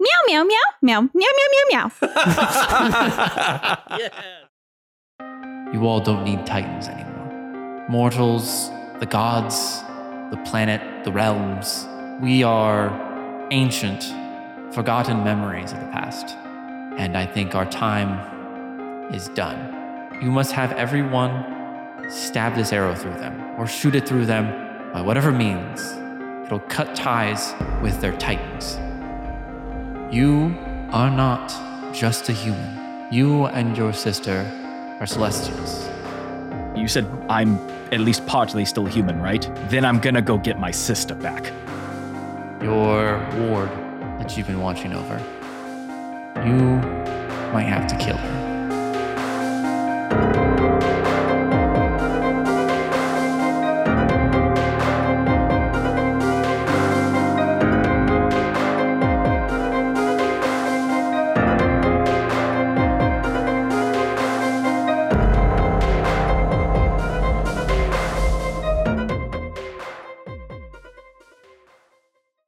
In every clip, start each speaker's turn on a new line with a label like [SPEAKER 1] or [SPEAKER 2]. [SPEAKER 1] meow, meow, meow, meow, meow, meow, meow.
[SPEAKER 2] You all don't need titans anymore. Mortals, the gods, the planet, the realms. We are ancient, forgotten memories of the past. And I think our time is done. You must have everyone stab this arrow through them or shoot it through them by whatever means. It'll cut ties with their titans. You are not just a human. You and your sister are celestials.
[SPEAKER 3] You said I'm at least partly still human, right? Then I'm gonna go get my sister back.
[SPEAKER 2] Your ward that you've been watching over. You might have to kill her.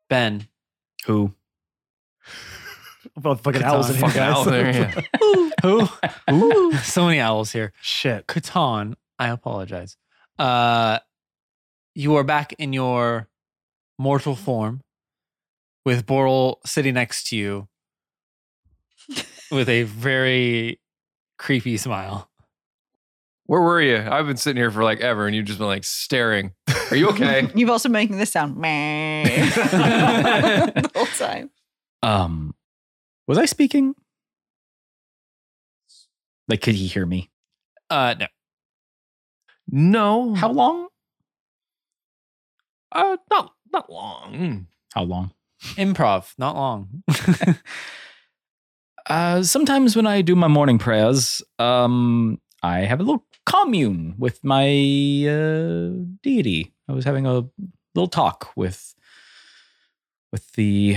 [SPEAKER 2] Ben,
[SPEAKER 3] Who?
[SPEAKER 4] Both fucking owls in here,
[SPEAKER 2] Fucking owl
[SPEAKER 4] guys.
[SPEAKER 2] there, yeah. Who? Who? So many owls here.
[SPEAKER 4] Shit.
[SPEAKER 2] Catan, I apologize. Uh, you are back in your mortal form with Boral sitting next to you with a very creepy smile.
[SPEAKER 5] Where were you? I've been sitting here for like ever, and you've just been like staring. Are you okay?
[SPEAKER 1] You've also been making this sound meh the whole time.
[SPEAKER 3] Um, was I speaking? Like, could he hear me?
[SPEAKER 2] Uh, no.
[SPEAKER 5] no.
[SPEAKER 3] How long?
[SPEAKER 5] Uh, not not long. Mm.
[SPEAKER 3] How long?
[SPEAKER 2] Improv, not long.
[SPEAKER 3] Uh, sometimes when I do my morning prayers, um, I have a little commune with my uh, deity. I was having a little talk with with the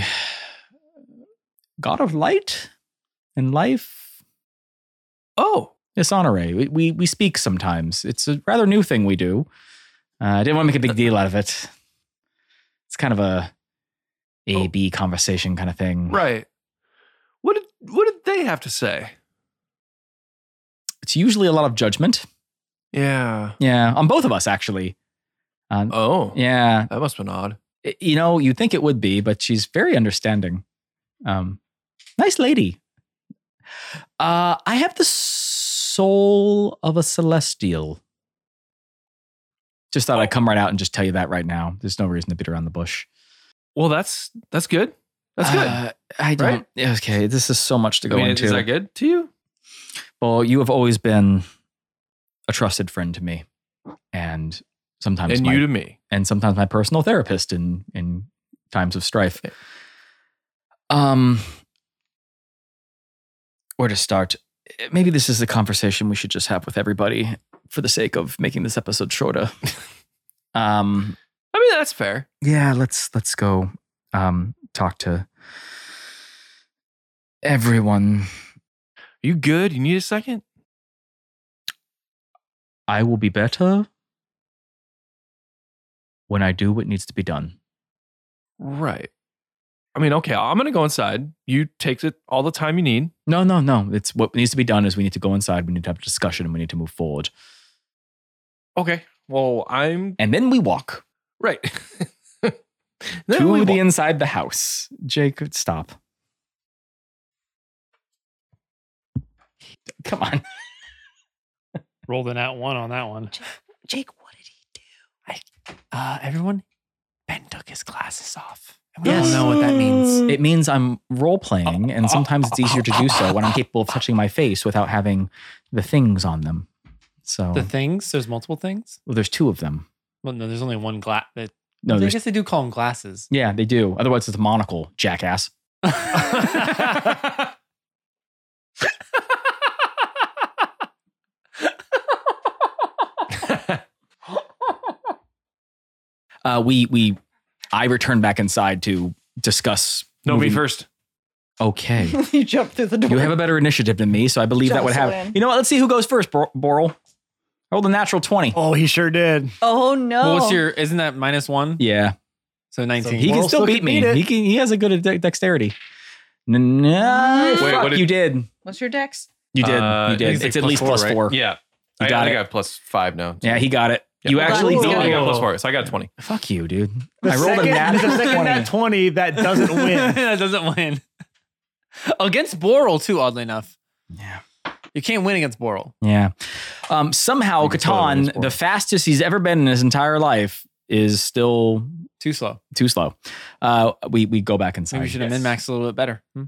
[SPEAKER 3] god of light and life. Oh, it's honore. We, we we speak sometimes. It's a rather new thing we do. Uh, I didn't want to make a big deal out of it. It's kind of a A B conversation kind of thing.
[SPEAKER 5] Right. What did what did they have to say?
[SPEAKER 3] It's usually a lot of judgment.
[SPEAKER 5] Yeah.
[SPEAKER 3] Yeah, on both of us actually. Um,
[SPEAKER 5] Oh.
[SPEAKER 3] Yeah,
[SPEAKER 5] That must have been odd.
[SPEAKER 3] I- you know, you think it would be, but she's very understanding. Um, nice lady. Uh, I have the soul of a celestial. Just thought I'd come right out and just tell you that right now. There's no reason to beat around the bush.
[SPEAKER 5] Well, that's that's good. That's good.
[SPEAKER 3] Uh, I don't. Okay, this is so much to
[SPEAKER 5] I
[SPEAKER 3] go
[SPEAKER 5] mean,
[SPEAKER 3] into.
[SPEAKER 5] is that good to you?
[SPEAKER 3] Well, you have always been a trusted friend to me, and sometimes
[SPEAKER 5] and
[SPEAKER 3] my
[SPEAKER 5] you to me.
[SPEAKER 3] and sometimes my personal therapist in in times of strife. Um, where to start? Maybe this is the conversation we should just have with everybody for the sake of making this episode shorter. um,
[SPEAKER 5] I mean, that's fair.
[SPEAKER 3] yeah, let's let's go um talk to everyone.
[SPEAKER 5] You good? You need a second?
[SPEAKER 3] I will be better when I do what needs to be done.
[SPEAKER 5] Right. I mean, okay, I'm gonna go inside. You take it all the time you need.
[SPEAKER 3] No, no, no. It's what needs to be done is we need to go inside, we need to have a discussion, and we need to move forward.
[SPEAKER 5] Okay. Well, I'm
[SPEAKER 3] And then we walk
[SPEAKER 5] right.
[SPEAKER 3] to
[SPEAKER 5] then we
[SPEAKER 3] the
[SPEAKER 5] wa-
[SPEAKER 3] inside the house. Jake, stop. Come on.
[SPEAKER 2] Rolled an at one on that one.
[SPEAKER 1] Jake, what did he do?
[SPEAKER 2] Uh, everyone, Ben took his glasses off. And we all know what that means.
[SPEAKER 3] It means I'm role playing, and sometimes it's easier to do so when I'm capable of touching my face without having the things on them. So
[SPEAKER 2] The things, there's multiple things.
[SPEAKER 3] well, there's two of them.
[SPEAKER 2] Well, no, there's only one glass. No,
[SPEAKER 3] No,
[SPEAKER 2] I
[SPEAKER 3] there's.
[SPEAKER 2] guess they do call them glasses.
[SPEAKER 3] Yeah, they do. Otherwise, it's a monocle, jackass. Uh, we we, I return back inside to discuss.
[SPEAKER 5] no, me
[SPEAKER 3] moving-
[SPEAKER 5] first.
[SPEAKER 3] Okay.
[SPEAKER 1] you jumped through the door.
[SPEAKER 3] You have a better initiative than me, so I believe that would
[SPEAKER 1] Jostle
[SPEAKER 3] happen.
[SPEAKER 1] in.
[SPEAKER 3] You know what? Let's see who goes first, Bor- Boral. I rolled a natural 20.
[SPEAKER 4] Oh, he sure did.
[SPEAKER 1] oh no.
[SPEAKER 2] Well, what's your? Isn't that minus one?
[SPEAKER 3] Yeah.
[SPEAKER 2] So nineteen.
[SPEAKER 3] He
[SPEAKER 4] Boral
[SPEAKER 3] can still
[SPEAKER 4] still
[SPEAKER 3] beat
[SPEAKER 4] can
[SPEAKER 3] me.
[SPEAKER 4] beat it.
[SPEAKER 3] he, can, he has a good de- dexterity. N- No,
[SPEAKER 1] Wait,
[SPEAKER 5] what
[SPEAKER 3] fuck,
[SPEAKER 5] did-
[SPEAKER 3] you did.
[SPEAKER 1] What's your dex?
[SPEAKER 3] You did.
[SPEAKER 5] Uh,
[SPEAKER 3] you
[SPEAKER 5] I
[SPEAKER 3] did.
[SPEAKER 5] think
[SPEAKER 3] It's,
[SPEAKER 5] like
[SPEAKER 3] at least plus
[SPEAKER 5] right?
[SPEAKER 3] four.
[SPEAKER 5] Yeah.
[SPEAKER 3] You
[SPEAKER 5] I,
[SPEAKER 3] got
[SPEAKER 5] I
[SPEAKER 3] it.
[SPEAKER 5] think I have plus five now.
[SPEAKER 3] Yeah, he got it.
[SPEAKER 5] Yeah.
[SPEAKER 3] You
[SPEAKER 1] Well,
[SPEAKER 3] actually
[SPEAKER 1] that's
[SPEAKER 5] No, I
[SPEAKER 3] did.
[SPEAKER 1] good.
[SPEAKER 5] got plus four, so I got 20.
[SPEAKER 3] Fuck you, dude.
[SPEAKER 4] The
[SPEAKER 3] I rolled a
[SPEAKER 4] second,
[SPEAKER 3] nat
[SPEAKER 4] the second
[SPEAKER 3] 20.
[SPEAKER 4] nat 20 that doesn't win.
[SPEAKER 2] that doesn't win. against Boral, too, oddly enough.
[SPEAKER 3] Yeah.
[SPEAKER 2] You can't win against Boral.
[SPEAKER 3] Yeah. Um, somehow,
[SPEAKER 5] Think it's totally
[SPEAKER 3] Catan,
[SPEAKER 5] reasonable.
[SPEAKER 3] the fastest he's ever been in his entire life, is still
[SPEAKER 2] Too slow.
[SPEAKER 3] too slow. Uh, we we go back
[SPEAKER 2] Maybe
[SPEAKER 3] inside.
[SPEAKER 2] we should have min maxed a little bit better. Hmm?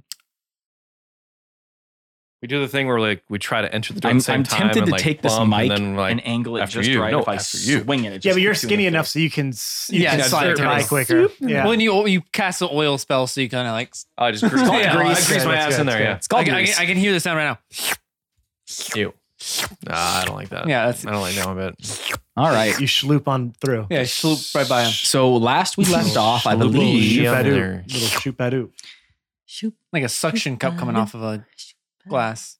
[SPEAKER 5] We do the thing where like we try to enter the door
[SPEAKER 3] I'm,
[SPEAKER 5] at the same
[SPEAKER 3] I'm
[SPEAKER 5] time
[SPEAKER 3] tempted
[SPEAKER 5] and,
[SPEAKER 3] to
[SPEAKER 5] like,
[SPEAKER 3] take this
[SPEAKER 5] bump,
[SPEAKER 3] mic
[SPEAKER 5] and then like
[SPEAKER 3] and angle it
[SPEAKER 5] after
[SPEAKER 3] just
[SPEAKER 5] you.
[SPEAKER 3] right
[SPEAKER 5] No,
[SPEAKER 3] if I
[SPEAKER 5] after you.
[SPEAKER 3] swing it. it
[SPEAKER 4] Yeah,
[SPEAKER 3] just
[SPEAKER 4] but you're
[SPEAKER 3] hits you in
[SPEAKER 4] skinny
[SPEAKER 3] the
[SPEAKER 4] enough
[SPEAKER 3] face.
[SPEAKER 4] so you can s- you
[SPEAKER 2] Yeah,
[SPEAKER 4] can
[SPEAKER 2] it's
[SPEAKER 4] slide
[SPEAKER 5] like-
[SPEAKER 4] by
[SPEAKER 5] it's-
[SPEAKER 4] quicker. Yeah.
[SPEAKER 2] When you you cast the oil spell, so you kind of like.
[SPEAKER 5] "Oh, I just grease,
[SPEAKER 3] called
[SPEAKER 5] yeah,
[SPEAKER 3] grease.
[SPEAKER 5] I grease my
[SPEAKER 4] Yeah,
[SPEAKER 5] ass
[SPEAKER 4] that's
[SPEAKER 5] in
[SPEAKER 4] good,
[SPEAKER 5] there. Yeah.
[SPEAKER 3] It's
[SPEAKER 2] I,
[SPEAKER 3] called
[SPEAKER 2] can- I,
[SPEAKER 3] grease.
[SPEAKER 2] can- I can hear the sound right now.
[SPEAKER 5] Ew. Nah, I don't like
[SPEAKER 3] Uh,
[SPEAKER 5] that.
[SPEAKER 2] Yeah, that's
[SPEAKER 5] I don't like that one bit.
[SPEAKER 3] All right.
[SPEAKER 4] You sloop on through.
[SPEAKER 2] yeah. Sloop right by him.
[SPEAKER 3] So last we left off, I
[SPEAKER 5] Little
[SPEAKER 3] believe.
[SPEAKER 4] shoot
[SPEAKER 5] Yeah,
[SPEAKER 4] badoop.
[SPEAKER 5] there.
[SPEAKER 4] Little shoot badoop.
[SPEAKER 1] Shoot.
[SPEAKER 2] Like a suction cup coming off of
[SPEAKER 1] Uh,
[SPEAKER 2] a glass.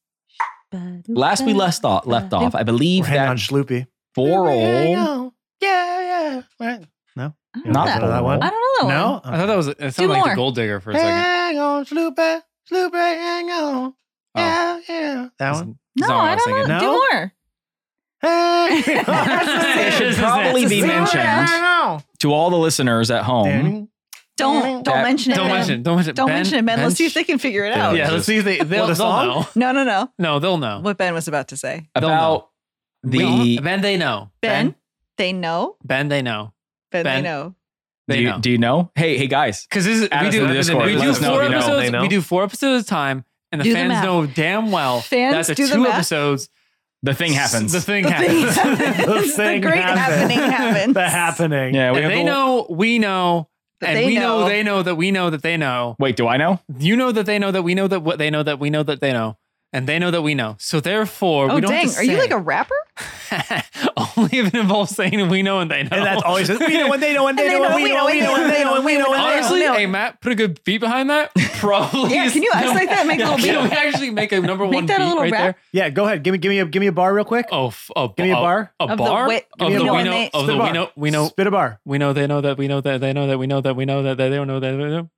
[SPEAKER 3] Last we left off, left off, I
[SPEAKER 4] We're
[SPEAKER 3] believe
[SPEAKER 4] hanging on
[SPEAKER 3] that
[SPEAKER 4] Schloopy.
[SPEAKER 3] Boral,
[SPEAKER 4] Yeah, yeah. Right. No.
[SPEAKER 1] I don't know
[SPEAKER 3] not
[SPEAKER 1] that.
[SPEAKER 4] That one?
[SPEAKER 3] Boral.
[SPEAKER 1] I don't know that one.
[SPEAKER 3] uh,
[SPEAKER 4] No?
[SPEAKER 2] I thought that was it sounded like
[SPEAKER 1] more.
[SPEAKER 2] the gold digger for a second.
[SPEAKER 4] on, Sloopy. Sloopy, hang on.
[SPEAKER 2] Oh.
[SPEAKER 4] yeah. That
[SPEAKER 2] That's-
[SPEAKER 4] one?
[SPEAKER 2] that's
[SPEAKER 1] No,
[SPEAKER 2] not what
[SPEAKER 1] I
[SPEAKER 2] was
[SPEAKER 1] don't know.
[SPEAKER 2] thinking.
[SPEAKER 4] thinking.
[SPEAKER 1] Do
[SPEAKER 4] No?
[SPEAKER 1] more.
[SPEAKER 4] Hang on.
[SPEAKER 3] It should
[SPEAKER 2] This is
[SPEAKER 3] probably
[SPEAKER 2] it.
[SPEAKER 3] be mentioned
[SPEAKER 4] on.
[SPEAKER 3] to all the listeners at home.
[SPEAKER 1] Don't don't
[SPEAKER 3] That-
[SPEAKER 1] mention it.
[SPEAKER 2] Don't
[SPEAKER 1] Ben.
[SPEAKER 2] mention. it, Don't mention. it.
[SPEAKER 1] Don't
[SPEAKER 2] Ben-
[SPEAKER 1] mention it, Ben. Let's see if they
[SPEAKER 2] bench-
[SPEAKER 1] can figure it out.
[SPEAKER 2] Yeah, let's see if they they'll,
[SPEAKER 4] What,
[SPEAKER 2] they'll
[SPEAKER 4] a song?
[SPEAKER 2] know.
[SPEAKER 1] No, no, no.
[SPEAKER 2] No, they'll know.
[SPEAKER 1] What Ben was about to say.
[SPEAKER 2] They'll
[SPEAKER 3] About the
[SPEAKER 2] Ben, they know.
[SPEAKER 1] Ben, they know.
[SPEAKER 2] Ben, they know.
[SPEAKER 1] Ben,
[SPEAKER 2] Ben.
[SPEAKER 1] they know.
[SPEAKER 2] They
[SPEAKER 3] do you,
[SPEAKER 2] know.
[SPEAKER 3] do you know? Hey, hey guys.
[SPEAKER 2] Because this is
[SPEAKER 3] Add
[SPEAKER 2] we
[SPEAKER 3] us
[SPEAKER 2] do,
[SPEAKER 3] in the Discord.
[SPEAKER 2] we
[SPEAKER 3] Let
[SPEAKER 2] do
[SPEAKER 3] us know
[SPEAKER 2] four
[SPEAKER 3] if you know.
[SPEAKER 2] episodes.
[SPEAKER 5] They know.
[SPEAKER 2] We do four episodes at a time, and the
[SPEAKER 1] Do the
[SPEAKER 2] fans
[SPEAKER 1] math.
[SPEAKER 2] know damn well
[SPEAKER 1] Fans
[SPEAKER 2] that the
[SPEAKER 1] do the
[SPEAKER 2] two
[SPEAKER 1] math.
[SPEAKER 2] episodes
[SPEAKER 3] The thing happens.
[SPEAKER 2] The thing
[SPEAKER 1] The thing
[SPEAKER 2] happens.
[SPEAKER 1] happens.
[SPEAKER 4] The
[SPEAKER 1] the,
[SPEAKER 4] thing
[SPEAKER 1] great
[SPEAKER 4] happens.
[SPEAKER 1] happening happens.
[SPEAKER 4] The happening.
[SPEAKER 3] yeah, we
[SPEAKER 2] and
[SPEAKER 3] have
[SPEAKER 2] they
[SPEAKER 3] the-
[SPEAKER 2] know, we know,
[SPEAKER 1] That
[SPEAKER 2] and
[SPEAKER 1] they
[SPEAKER 2] we know.
[SPEAKER 1] know.
[SPEAKER 2] they know that we know that they know.
[SPEAKER 3] Wait, do I know?
[SPEAKER 2] You know that they know that we know that what they know that we know that they know, and they know that we know. So therefore,
[SPEAKER 1] Oh
[SPEAKER 2] we don't. have
[SPEAKER 1] dang!
[SPEAKER 2] to
[SPEAKER 1] Are you
[SPEAKER 2] say-
[SPEAKER 1] like a rapper?
[SPEAKER 2] only if it involves saying we know and they know?
[SPEAKER 4] And that's always it. We know when they know when they
[SPEAKER 1] And
[SPEAKER 4] know when we know we know when they know when we know when they know.
[SPEAKER 2] Honestly,
[SPEAKER 1] No.
[SPEAKER 2] hey Matt, put a good beat behind that. Probably.
[SPEAKER 1] Yeah,
[SPEAKER 2] is-
[SPEAKER 1] can you isolate that and make a little
[SPEAKER 2] Can
[SPEAKER 1] beat?
[SPEAKER 2] we actually make a number
[SPEAKER 1] Make
[SPEAKER 2] one
[SPEAKER 1] that a
[SPEAKER 2] beat
[SPEAKER 1] little
[SPEAKER 2] right
[SPEAKER 1] rap.
[SPEAKER 2] there?
[SPEAKER 4] Yeah, go ahead. Give me give me a give me a bar real quick.
[SPEAKER 2] Oh, f- a,
[SPEAKER 4] Give me a bar.
[SPEAKER 2] A,
[SPEAKER 1] Of the
[SPEAKER 2] bar
[SPEAKER 1] wit-
[SPEAKER 2] of
[SPEAKER 4] Give
[SPEAKER 2] the
[SPEAKER 4] me
[SPEAKER 2] we
[SPEAKER 4] a bar.
[SPEAKER 2] know
[SPEAKER 1] Spit
[SPEAKER 2] of the
[SPEAKER 4] bar.
[SPEAKER 2] we know we know
[SPEAKER 4] Spit a bar.
[SPEAKER 2] we know they know that we know that they know that we know that we know that they don't know that they know.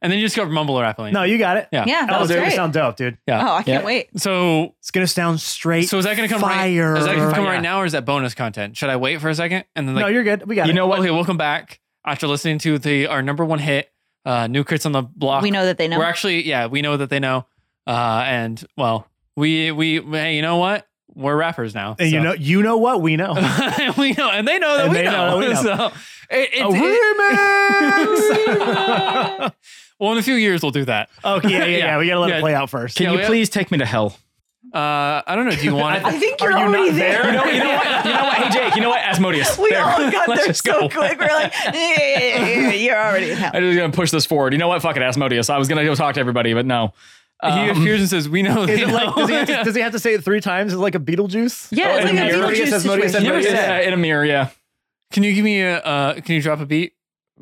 [SPEAKER 2] And then you just got mumble rapping.
[SPEAKER 4] No, you got it.
[SPEAKER 2] Yeah.
[SPEAKER 1] Yeah, that
[SPEAKER 4] Oh,
[SPEAKER 1] was
[SPEAKER 4] dude, it's gonna
[SPEAKER 1] great.
[SPEAKER 4] sound dope, dude.
[SPEAKER 1] Oh, I can't
[SPEAKER 3] Yeah.
[SPEAKER 1] wait.
[SPEAKER 2] So
[SPEAKER 4] It's gonna sound straight.
[SPEAKER 2] so is that going to come
[SPEAKER 4] fire?
[SPEAKER 2] right? Is that gonna come
[SPEAKER 4] Yeah.
[SPEAKER 2] right now, or is that bonus content? Should I wait for a second and then like
[SPEAKER 4] no, you're good. We got
[SPEAKER 3] You
[SPEAKER 4] it.
[SPEAKER 3] know what?
[SPEAKER 2] Okay, welcome back after listening to the our number one hit, uh, new crits on the block.
[SPEAKER 1] We know that they know.
[SPEAKER 2] We're actually, yeah, we know that they know, uh, and well, we we hey, you know what? We're rappers now,
[SPEAKER 4] and you
[SPEAKER 2] so.
[SPEAKER 4] know you know what we know.
[SPEAKER 2] we know, and they know that
[SPEAKER 4] And
[SPEAKER 2] we,
[SPEAKER 4] they
[SPEAKER 2] know.
[SPEAKER 4] know that we know.
[SPEAKER 2] So it, it,
[SPEAKER 4] A remix.
[SPEAKER 2] it- well, in a few years we'll do that.
[SPEAKER 4] okay, yeah, yeah, yeah. We gotta let
[SPEAKER 2] Yeah.
[SPEAKER 4] it play out first.
[SPEAKER 3] Can
[SPEAKER 2] Yeah,
[SPEAKER 3] you
[SPEAKER 2] we-
[SPEAKER 3] please take me to hell?
[SPEAKER 2] Uh, I don't know. Do you want?
[SPEAKER 1] I
[SPEAKER 2] it?
[SPEAKER 1] think
[SPEAKER 4] Are
[SPEAKER 1] you're
[SPEAKER 4] you not
[SPEAKER 1] already
[SPEAKER 4] there?
[SPEAKER 3] You know,
[SPEAKER 1] there.
[SPEAKER 3] you know what? You know what? Hey, Jake. You know what? Asmodeus.
[SPEAKER 1] We
[SPEAKER 3] There.
[SPEAKER 1] all got
[SPEAKER 3] Let's
[SPEAKER 1] there
[SPEAKER 3] just
[SPEAKER 1] so
[SPEAKER 3] go.
[SPEAKER 1] quick. We're like, yeah, yeah, yeah, yeah, yeah, you're already in hell.
[SPEAKER 3] I'm just gonna push this forward. You know what? Fuck it, Asmodeus. I was gonna go talk to everybody, but no.
[SPEAKER 2] he
[SPEAKER 3] Um,
[SPEAKER 2] appears and Uh, says, "We know."
[SPEAKER 4] Is
[SPEAKER 2] They
[SPEAKER 4] it
[SPEAKER 2] know.
[SPEAKER 4] like does he, have to, does he have to say it three times? Is it like a Beetlejuice?
[SPEAKER 1] Yeah, it's
[SPEAKER 3] Oh,
[SPEAKER 1] like
[SPEAKER 3] and
[SPEAKER 1] a
[SPEAKER 3] Mary
[SPEAKER 1] Beetlejuice
[SPEAKER 4] says Modius
[SPEAKER 1] situation.
[SPEAKER 4] said
[SPEAKER 3] yeah,
[SPEAKER 4] Modius.
[SPEAKER 3] yeah, in a mirror, yeah.
[SPEAKER 2] can you give me a? Uh, can you drop a beat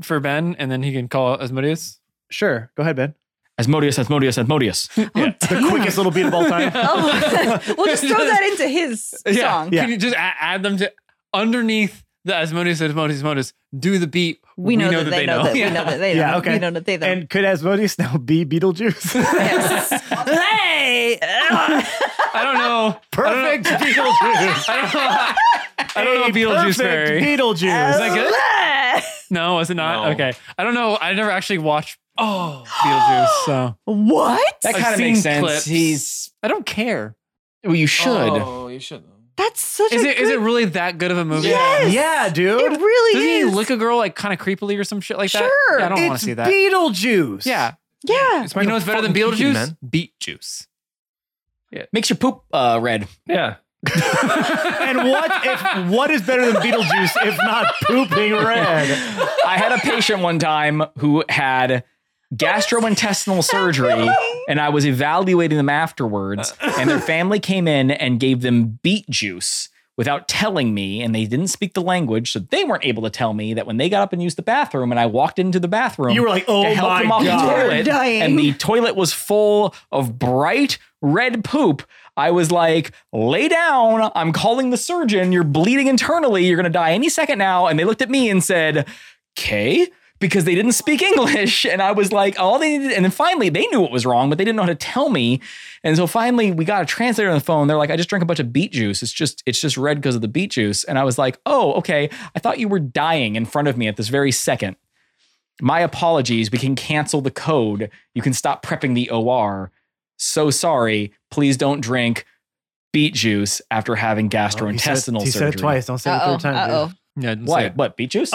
[SPEAKER 2] for Ben, and then he can call Asmodeus?
[SPEAKER 4] Sure. Go ahead, Ben.
[SPEAKER 3] Asmodeus, Asmodeus, Asmodeus.
[SPEAKER 4] The quickest little beat of all time.
[SPEAKER 1] Oh, we'll just throw that into his song.
[SPEAKER 4] Yeah.
[SPEAKER 2] Can you just a- add them to underneath the Asmodeus, Asmodeus, Asmodeus? Do the beat.
[SPEAKER 1] We know, that, they know, that we
[SPEAKER 2] Yeah.
[SPEAKER 1] know that they know.
[SPEAKER 4] Yeah, okay.
[SPEAKER 1] We know that they know.
[SPEAKER 4] And could Asmodeus now be Beetlejuice?
[SPEAKER 1] yes. hey!
[SPEAKER 2] I don't know.
[SPEAKER 4] Perfect Beetlejuice.
[SPEAKER 2] I don't know. I don't know
[SPEAKER 4] A
[SPEAKER 2] Beetlejuice
[SPEAKER 4] perfect
[SPEAKER 2] Fairy.
[SPEAKER 4] Beetlejuice.
[SPEAKER 2] that good? No, is it not?
[SPEAKER 5] No.
[SPEAKER 2] Okay. I don't know. I never actually watched oh Beetlejuice, so
[SPEAKER 1] what?
[SPEAKER 3] That
[SPEAKER 2] I've
[SPEAKER 3] kind of
[SPEAKER 2] seen
[SPEAKER 3] makes sense.
[SPEAKER 2] clips.
[SPEAKER 3] He's
[SPEAKER 2] I don't care.
[SPEAKER 3] well, you should.
[SPEAKER 5] Oh, you should.
[SPEAKER 1] That's such
[SPEAKER 2] Is
[SPEAKER 1] a
[SPEAKER 2] it is it really that good of a movie?
[SPEAKER 1] Yes!
[SPEAKER 4] Yeah, dude.
[SPEAKER 1] It really
[SPEAKER 2] Doesn't he
[SPEAKER 1] is.
[SPEAKER 2] lick a girl like kind of creepily or some shit like that?
[SPEAKER 1] Sure.
[SPEAKER 2] I don't want
[SPEAKER 4] It's
[SPEAKER 2] to see that.
[SPEAKER 4] Beetlejuice.
[SPEAKER 2] yeah.
[SPEAKER 1] yeah.
[SPEAKER 2] You know what's better than
[SPEAKER 5] Michael fucking Keaton,
[SPEAKER 2] Beetlejuice? Beet juice.
[SPEAKER 3] Makes your poop uh, red.
[SPEAKER 5] Yeah.
[SPEAKER 4] And what if what is better than Beetlejuice if not pooping red?
[SPEAKER 3] I had a patient one time who had gastrointestinal surgery, and I was evaluating them afterwards. And their family came in and gave them beet juice without telling me, and they didn't speak the language, so they weren't able to tell me that when they got up and used the bathroom, and I walked into the bathroom,
[SPEAKER 4] You were like, oh
[SPEAKER 3] to help
[SPEAKER 4] my
[SPEAKER 3] them off
[SPEAKER 4] god.
[SPEAKER 3] the toilet,
[SPEAKER 1] Dying.
[SPEAKER 3] and the toilet was full of bright red poop. I was like, lay down. I'm calling the surgeon. You're bleeding internally. You're going to die any second now. And they looked at me and said, okay. because they didn't speak English. And I was like, all they needed. And then finally, they knew what was wrong, but they didn't know how to tell me. And so finally, we got a translator on the phone. They're like, I just drank a bunch of beet juice. It's just, it's just red because of the beet juice. And I was like, oh, okay. I thought you were dying in front of me at this very second. My apologies. We can cancel the code. You can stop prepping the OR. So sorry. Please don't drink beet juice after having
[SPEAKER 4] Oh, he
[SPEAKER 3] gastrointestinal
[SPEAKER 4] said-
[SPEAKER 3] surgery.
[SPEAKER 4] He said it twice. Don't say it a
[SPEAKER 1] Uh
[SPEAKER 4] third
[SPEAKER 1] oh.
[SPEAKER 4] time.
[SPEAKER 1] Uh oh.
[SPEAKER 2] Yeah, I didn't say
[SPEAKER 3] What?
[SPEAKER 2] it.
[SPEAKER 3] What beet juice?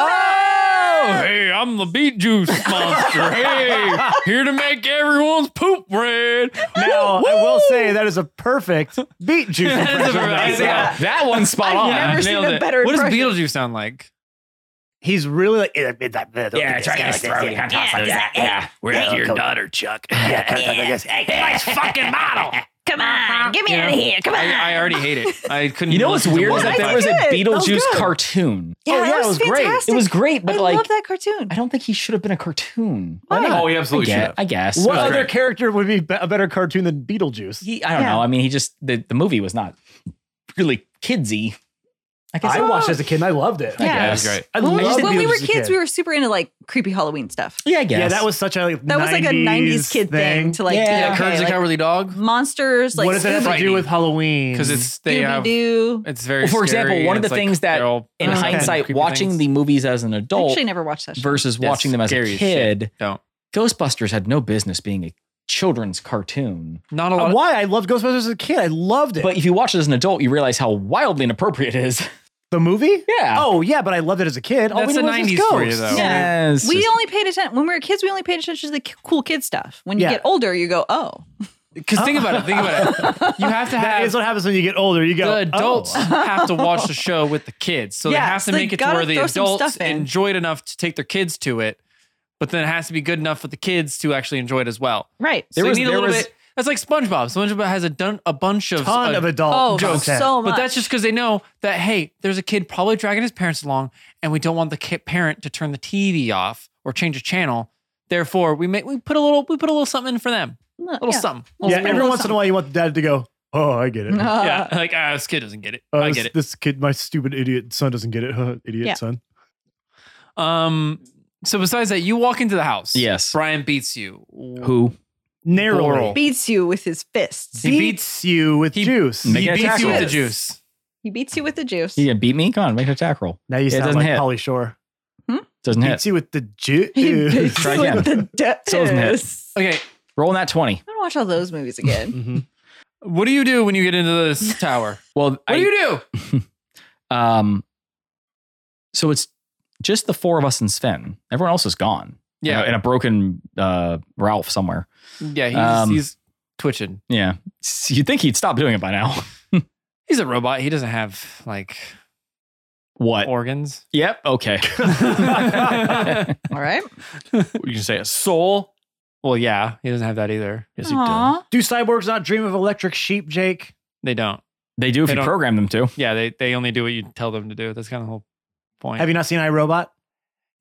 [SPEAKER 2] Oh, hey, I'm the beet juice monster. hey, here to make everyone's poop red.
[SPEAKER 4] Now, I will say that is a perfect beet juice.
[SPEAKER 2] That is a
[SPEAKER 4] impression.
[SPEAKER 2] very-
[SPEAKER 3] Yeah, that one's spot
[SPEAKER 1] I've
[SPEAKER 3] on.
[SPEAKER 1] never seen
[SPEAKER 2] Ah, nailed
[SPEAKER 1] a
[SPEAKER 2] it.
[SPEAKER 1] better
[SPEAKER 2] What does
[SPEAKER 1] impression.
[SPEAKER 2] Beetlejuice sound like?
[SPEAKER 4] He's really like, yeah,
[SPEAKER 3] Yeah, try this throat. You can't talk like that. Yeah,
[SPEAKER 2] We're
[SPEAKER 4] Yeah,
[SPEAKER 2] your
[SPEAKER 4] go-
[SPEAKER 2] daughter, Chuck.
[SPEAKER 4] Nice fucking model.
[SPEAKER 1] Come on, get me
[SPEAKER 2] Yeah.
[SPEAKER 1] out of here. Come on.
[SPEAKER 2] I, I already hate it. I couldn't.
[SPEAKER 3] You know what's
[SPEAKER 2] listen to
[SPEAKER 3] weird
[SPEAKER 2] one
[SPEAKER 3] is that
[SPEAKER 2] of
[SPEAKER 3] there
[SPEAKER 2] the-
[SPEAKER 3] was a
[SPEAKER 1] That's good. That was
[SPEAKER 3] Beetlejuice
[SPEAKER 1] good.
[SPEAKER 3] cartoon.
[SPEAKER 1] yeah,
[SPEAKER 4] Oh, yeah,
[SPEAKER 1] that
[SPEAKER 4] it was great. It
[SPEAKER 3] It
[SPEAKER 1] fantastic.
[SPEAKER 3] was great, but
[SPEAKER 1] I
[SPEAKER 3] like,
[SPEAKER 1] love that cartoon.
[SPEAKER 3] I don't think he should have been a cartoon.
[SPEAKER 1] Why
[SPEAKER 3] not?
[SPEAKER 2] Oh, he
[SPEAKER 3] ah, I
[SPEAKER 2] absolutely should.
[SPEAKER 3] guess.
[SPEAKER 2] have.
[SPEAKER 3] I, guess.
[SPEAKER 4] What
[SPEAKER 3] Well,
[SPEAKER 4] other
[SPEAKER 2] great.
[SPEAKER 4] character would be be- a better cartoon than Beetlejuice?
[SPEAKER 3] he- I don't
[SPEAKER 1] Yeah.
[SPEAKER 3] know. I mean, he just the, the movie was not really kidsy. I guess
[SPEAKER 4] I
[SPEAKER 3] it
[SPEAKER 4] watched
[SPEAKER 3] was.
[SPEAKER 4] as a kid and I loved it.
[SPEAKER 3] I
[SPEAKER 1] Yeah.
[SPEAKER 2] That was
[SPEAKER 3] guess.
[SPEAKER 2] great.
[SPEAKER 4] I
[SPEAKER 1] when we,
[SPEAKER 4] loved
[SPEAKER 1] when
[SPEAKER 4] Beetlejuice
[SPEAKER 1] we were
[SPEAKER 4] as a
[SPEAKER 1] kids,
[SPEAKER 4] kid.
[SPEAKER 1] we were super into like creepy Halloween stuff.
[SPEAKER 3] Yeah, I guess.
[SPEAKER 4] Yeah, that was such a like,
[SPEAKER 1] That was like a 90s kid thing, to like,
[SPEAKER 3] Yeah.
[SPEAKER 1] be
[SPEAKER 2] Yeah,
[SPEAKER 1] okay,
[SPEAKER 2] Courage the
[SPEAKER 1] like,
[SPEAKER 2] Cowardly Dog.
[SPEAKER 1] monsters, like
[SPEAKER 4] what does that have to do
[SPEAKER 2] Frightening.
[SPEAKER 4] with Halloween?
[SPEAKER 2] Because it's they have.
[SPEAKER 1] Scooby-Doo.
[SPEAKER 2] It's very.
[SPEAKER 3] Well, for example,
[SPEAKER 2] scary,
[SPEAKER 3] one
[SPEAKER 2] and
[SPEAKER 3] of
[SPEAKER 2] it's
[SPEAKER 3] the
[SPEAKER 2] like
[SPEAKER 3] things that
[SPEAKER 2] they're all
[SPEAKER 3] in
[SPEAKER 2] kinds of
[SPEAKER 3] hindsight,
[SPEAKER 2] creepy
[SPEAKER 3] watching
[SPEAKER 2] things.
[SPEAKER 3] the movies as an
[SPEAKER 1] I
[SPEAKER 3] adult
[SPEAKER 1] actually never watched that. Show.
[SPEAKER 3] versus
[SPEAKER 2] That's
[SPEAKER 3] watching them as
[SPEAKER 2] scary
[SPEAKER 3] a
[SPEAKER 2] as
[SPEAKER 3] kid,
[SPEAKER 2] don't.
[SPEAKER 3] Ghostbusters had no business being a children's cartoon.
[SPEAKER 2] Not a lot.
[SPEAKER 4] Uh,
[SPEAKER 2] of-
[SPEAKER 4] why I loved Ghostbusters as a kid. I loved it.
[SPEAKER 3] But if you watch it as an adult, you realize how wildly inappropriate it is.
[SPEAKER 4] the movie?
[SPEAKER 3] Yeah.
[SPEAKER 4] Oh yeah, but I loved it as a kid. All
[SPEAKER 2] That's
[SPEAKER 4] we
[SPEAKER 2] a
[SPEAKER 4] knew was it
[SPEAKER 2] 90s
[SPEAKER 4] was
[SPEAKER 2] for you,
[SPEAKER 4] ghosts.
[SPEAKER 2] though.
[SPEAKER 1] Yeah.
[SPEAKER 3] Yes.
[SPEAKER 1] We only paid attention when we were kids. We only paid attention to the k- cool kid stuff. When you
[SPEAKER 4] Yeah.
[SPEAKER 1] get older, you go, "Oh,
[SPEAKER 2] Because think about it. Think about it. You have to
[SPEAKER 4] That
[SPEAKER 2] have
[SPEAKER 4] is what happens when you get older. You go
[SPEAKER 2] the adults
[SPEAKER 4] Oh.
[SPEAKER 2] have to watch the show with the kids. So
[SPEAKER 1] Yeah,
[SPEAKER 2] they have to
[SPEAKER 1] so they
[SPEAKER 2] make it to
[SPEAKER 1] gotta
[SPEAKER 2] where the
[SPEAKER 1] throw some
[SPEAKER 2] adults
[SPEAKER 1] stuff in.
[SPEAKER 2] enjoy it enough to take their kids to it, but then it has to be good enough for the kids to actually enjoy it as well.
[SPEAKER 1] right."
[SPEAKER 2] So
[SPEAKER 3] There
[SPEAKER 2] you
[SPEAKER 3] was-
[SPEAKER 2] need a
[SPEAKER 3] there
[SPEAKER 2] little
[SPEAKER 3] was-
[SPEAKER 2] bit. That's like SpongeBob. SpongeBob has a, dun, a bunch of
[SPEAKER 4] ton
[SPEAKER 2] uh,
[SPEAKER 4] of adult
[SPEAKER 1] oh,
[SPEAKER 4] jokes.
[SPEAKER 1] so much.
[SPEAKER 2] But that's just because they know that hey, there's a kid probably dragging his parents along, and we don't want the kid parent to turn the TV off or change a channel. Therefore, we make we put a little we put a little something for them,
[SPEAKER 1] No,
[SPEAKER 2] a little
[SPEAKER 1] yeah.
[SPEAKER 2] something. A
[SPEAKER 4] yeah,
[SPEAKER 2] little-
[SPEAKER 4] every once in a while you want the dad to go, Oh, I get it.
[SPEAKER 1] Uh,
[SPEAKER 2] yeah. Like ah, this kid doesn't get it.
[SPEAKER 3] uh,
[SPEAKER 4] Oh,
[SPEAKER 2] I
[SPEAKER 4] this-
[SPEAKER 2] get it.
[SPEAKER 4] This kid, my stupid idiot son doesn't get it. Huh, idiot
[SPEAKER 1] Yeah.
[SPEAKER 4] son.
[SPEAKER 2] Um. So besides that, you walk into the house.
[SPEAKER 3] Yes.
[SPEAKER 2] Brian beats you.
[SPEAKER 3] Who?
[SPEAKER 4] Narrowly.
[SPEAKER 2] Oral.
[SPEAKER 1] Beats you with his fists.
[SPEAKER 2] He
[SPEAKER 4] He
[SPEAKER 2] beats-
[SPEAKER 4] beats you with
[SPEAKER 2] he-
[SPEAKER 4] juice.
[SPEAKER 3] Make
[SPEAKER 2] he
[SPEAKER 3] an
[SPEAKER 2] beats
[SPEAKER 3] attack
[SPEAKER 2] you with the
[SPEAKER 1] roll.
[SPEAKER 2] juice.
[SPEAKER 1] He beats you with the juice.
[SPEAKER 3] You gonna beat me? Come on, make an attack roll.
[SPEAKER 4] now you
[SPEAKER 3] It
[SPEAKER 4] sound
[SPEAKER 3] doesn't
[SPEAKER 4] like
[SPEAKER 3] hit.
[SPEAKER 4] Polly Shore.
[SPEAKER 3] Doesn't hit.
[SPEAKER 4] Beats you with the
[SPEAKER 1] He
[SPEAKER 4] juice.
[SPEAKER 1] beats
[SPEAKER 3] Try
[SPEAKER 1] you with the
[SPEAKER 3] again. Still doesn't hit.
[SPEAKER 1] dentist. I'm
[SPEAKER 2] Okay.
[SPEAKER 3] Rolling that twenty.
[SPEAKER 1] gonna watch all those movies again.
[SPEAKER 2] Mm-hmm.
[SPEAKER 4] Mhm.
[SPEAKER 2] What do you do when you get into this tower?
[SPEAKER 3] Well,
[SPEAKER 2] What
[SPEAKER 3] I,
[SPEAKER 2] do you do?
[SPEAKER 3] um, so it's just the four of us and Sven. Everyone else is gone. in a,
[SPEAKER 2] Yeah.
[SPEAKER 3] in a broken uh, Ralph somewhere.
[SPEAKER 2] Yeah. He's,
[SPEAKER 3] Um,
[SPEAKER 2] he's twitching.
[SPEAKER 3] Yeah, S- you'd think he'd stop doing it by now.
[SPEAKER 2] He's a robot. He doesn't have like
[SPEAKER 3] What?
[SPEAKER 2] organs.
[SPEAKER 3] yep. Okay.
[SPEAKER 2] you
[SPEAKER 1] All right.
[SPEAKER 2] can say a soul. Well, yeah, he doesn't have that either.
[SPEAKER 3] Yes,
[SPEAKER 1] Aw.
[SPEAKER 4] Do cyborgs not dream of electric sheep, Jake?
[SPEAKER 2] They don't.
[SPEAKER 3] They do if
[SPEAKER 2] They
[SPEAKER 3] you
[SPEAKER 2] don't-
[SPEAKER 3] program them to.
[SPEAKER 2] Yeah, they they only do what you tell them to do. That's kind of the whole point.
[SPEAKER 4] Have you not seen iRobot?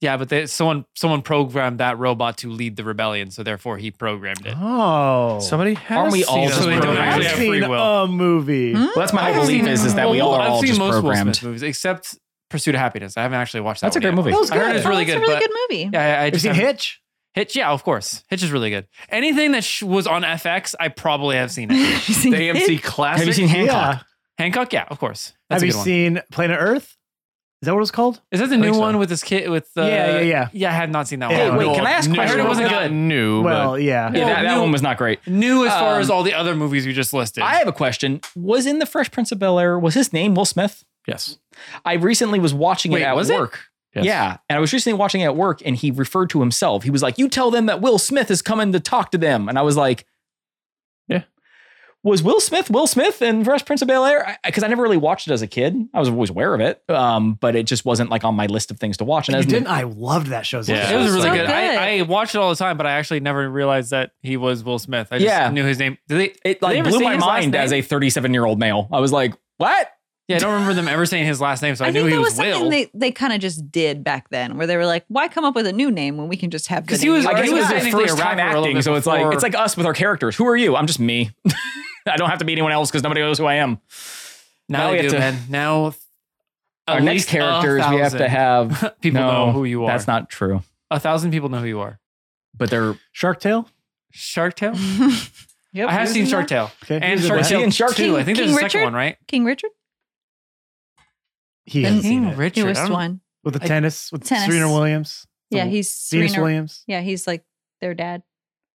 [SPEAKER 2] yeah, but they, someone someone programmed that robot to lead the rebellion, so therefore he programmed it.
[SPEAKER 4] Oh,
[SPEAKER 2] has.
[SPEAKER 3] Aren't we all
[SPEAKER 2] seen
[SPEAKER 3] just
[SPEAKER 2] us. They don't
[SPEAKER 3] programmed?
[SPEAKER 2] actually
[SPEAKER 4] I've
[SPEAKER 2] have
[SPEAKER 4] seen
[SPEAKER 2] free will.
[SPEAKER 4] a movie.
[SPEAKER 1] Hmm?
[SPEAKER 3] Well, that's my
[SPEAKER 2] I've
[SPEAKER 3] whole belief
[SPEAKER 2] seen-
[SPEAKER 3] is, is that we all
[SPEAKER 2] well,
[SPEAKER 3] are
[SPEAKER 2] I've
[SPEAKER 3] all
[SPEAKER 2] seen
[SPEAKER 3] just
[SPEAKER 2] most Will
[SPEAKER 3] programmed.
[SPEAKER 2] Smith movies except Pursuit of Happiness. I haven't actually watched that.
[SPEAKER 3] That's a
[SPEAKER 2] one yet.
[SPEAKER 3] great movie.
[SPEAKER 4] That was
[SPEAKER 2] I heard
[SPEAKER 4] good.
[SPEAKER 2] it's
[SPEAKER 1] Oh,
[SPEAKER 2] really
[SPEAKER 1] that's a
[SPEAKER 2] good,
[SPEAKER 1] really
[SPEAKER 2] but-
[SPEAKER 1] good movie.
[SPEAKER 2] Yeah, I, I
[SPEAKER 4] Have
[SPEAKER 2] just
[SPEAKER 4] you seen
[SPEAKER 2] haven't-
[SPEAKER 4] Hitch?
[SPEAKER 2] Hitch, yeah, of course. Hitch is really good. Anything that sh- was on FX, I probably have seen it.
[SPEAKER 1] Have you seen it?
[SPEAKER 2] classic.
[SPEAKER 3] Have you seen Hancock?
[SPEAKER 2] Hancock? Yeah, of course. That's
[SPEAKER 4] Have
[SPEAKER 2] a
[SPEAKER 4] you
[SPEAKER 2] good one.
[SPEAKER 4] seen Planet Earth? Is that what it's called?
[SPEAKER 2] Is that the
[SPEAKER 4] I
[SPEAKER 2] new
[SPEAKER 4] think so.
[SPEAKER 2] one with this kid? With uh,
[SPEAKER 4] Yeah, yeah, yeah.
[SPEAKER 2] Yeah, I have not seen that
[SPEAKER 4] Hey,
[SPEAKER 2] one.
[SPEAKER 4] wait,
[SPEAKER 2] No,
[SPEAKER 3] can I ask a
[SPEAKER 2] I heard
[SPEAKER 3] question?
[SPEAKER 2] it wasn't
[SPEAKER 4] Not
[SPEAKER 2] good. New,
[SPEAKER 4] well, yeah.
[SPEAKER 3] Yeah,
[SPEAKER 2] Well,
[SPEAKER 3] that, that
[SPEAKER 2] no.
[SPEAKER 3] one was not great.
[SPEAKER 2] new as far
[SPEAKER 3] Um,
[SPEAKER 2] as all the other movies we just listed.
[SPEAKER 3] I have a question. Was in the Fresh Prince of Bel Air, was his name Will Smith?
[SPEAKER 2] yes.
[SPEAKER 3] I recently was watching
[SPEAKER 2] Wait,
[SPEAKER 3] it at
[SPEAKER 2] was it?
[SPEAKER 3] work.
[SPEAKER 2] Yes.
[SPEAKER 3] Yeah. And I was recently watching it at work and he referred to himself. He was like, You tell them that Will Smith is coming to talk to them. And I was like,
[SPEAKER 2] Yeah.
[SPEAKER 3] Was Will Smith Will Smith and Fresh Prince of Bel Air? Because I, never really watched it as a kid. I was always aware of it, um, but it just wasn't like on my list of things to watch. And
[SPEAKER 4] You
[SPEAKER 3] as an-
[SPEAKER 4] didn't? I loved that show. as a
[SPEAKER 2] It
[SPEAKER 4] kid.
[SPEAKER 2] was really
[SPEAKER 1] So
[SPEAKER 2] good. I, I
[SPEAKER 1] good.
[SPEAKER 2] watch it all the time, but I actually never realized that he was Will Smith. I just
[SPEAKER 3] Yeah.
[SPEAKER 2] knew his name. Did they?
[SPEAKER 3] it
[SPEAKER 2] did they
[SPEAKER 3] like
[SPEAKER 2] ever
[SPEAKER 3] blew
[SPEAKER 2] say
[SPEAKER 3] my
[SPEAKER 2] his last
[SPEAKER 3] mind as
[SPEAKER 2] name?
[SPEAKER 3] a 37 year old male. I was like, What?
[SPEAKER 2] Yeah, I don't remember them ever saying his last name, so I,
[SPEAKER 1] I
[SPEAKER 2] knew
[SPEAKER 1] think
[SPEAKER 2] he
[SPEAKER 1] that was
[SPEAKER 2] was,
[SPEAKER 1] something
[SPEAKER 2] Will.
[SPEAKER 1] they, they kind of just did back then, where they were like, "Why come up with a new name when we can just have?" the
[SPEAKER 2] Because he
[SPEAKER 1] name
[SPEAKER 2] was-
[SPEAKER 1] you
[SPEAKER 3] I guess
[SPEAKER 1] already
[SPEAKER 3] it was
[SPEAKER 2] was
[SPEAKER 1] got?"
[SPEAKER 3] their
[SPEAKER 2] technically
[SPEAKER 3] first
[SPEAKER 2] a
[SPEAKER 3] time
[SPEAKER 2] rapper a little
[SPEAKER 3] acting,
[SPEAKER 2] bit
[SPEAKER 3] so it's like
[SPEAKER 2] before-
[SPEAKER 3] it's like us with our characters. Who are you? I'm just me. I don't have to be anyone else because nobody knows who I am.
[SPEAKER 2] Now,
[SPEAKER 3] we
[SPEAKER 2] they
[SPEAKER 3] have
[SPEAKER 2] do,
[SPEAKER 3] to-
[SPEAKER 2] man. Now At
[SPEAKER 3] Our next
[SPEAKER 2] least a
[SPEAKER 3] characters we have to
[SPEAKER 2] Oh, uh, thousand
[SPEAKER 3] have.
[SPEAKER 2] people
[SPEAKER 3] no,
[SPEAKER 2] know who you are. Uh,
[SPEAKER 3] That's not true.
[SPEAKER 2] a thousand people know who you are.
[SPEAKER 3] But they're
[SPEAKER 4] Shark Tale.
[SPEAKER 2] Shark Tale.
[SPEAKER 4] Mm,
[SPEAKER 1] yep.
[SPEAKER 2] I have seen Shark Tale
[SPEAKER 4] Okay.
[SPEAKER 2] and
[SPEAKER 4] He's a-
[SPEAKER 2] Shark
[SPEAKER 3] Was he
[SPEAKER 2] Tale
[SPEAKER 3] in Shark
[SPEAKER 2] Two.
[SPEAKER 1] Tale?
[SPEAKER 2] I think there's
[SPEAKER 1] King
[SPEAKER 2] a second
[SPEAKER 1] Richard?
[SPEAKER 2] one, right?
[SPEAKER 1] King Richard,
[SPEAKER 4] He hasn't seen
[SPEAKER 2] King
[SPEAKER 4] it.
[SPEAKER 2] Richard. I
[SPEAKER 1] newest
[SPEAKER 2] don't-
[SPEAKER 1] one.
[SPEAKER 4] with the
[SPEAKER 2] I-
[SPEAKER 4] tennis with
[SPEAKER 1] Tennis.
[SPEAKER 4] Serena Williams.
[SPEAKER 1] Yeah,
[SPEAKER 4] The
[SPEAKER 1] he's
[SPEAKER 4] Venus
[SPEAKER 1] Serena.
[SPEAKER 4] Williams.
[SPEAKER 1] Yeah, he's like their dad.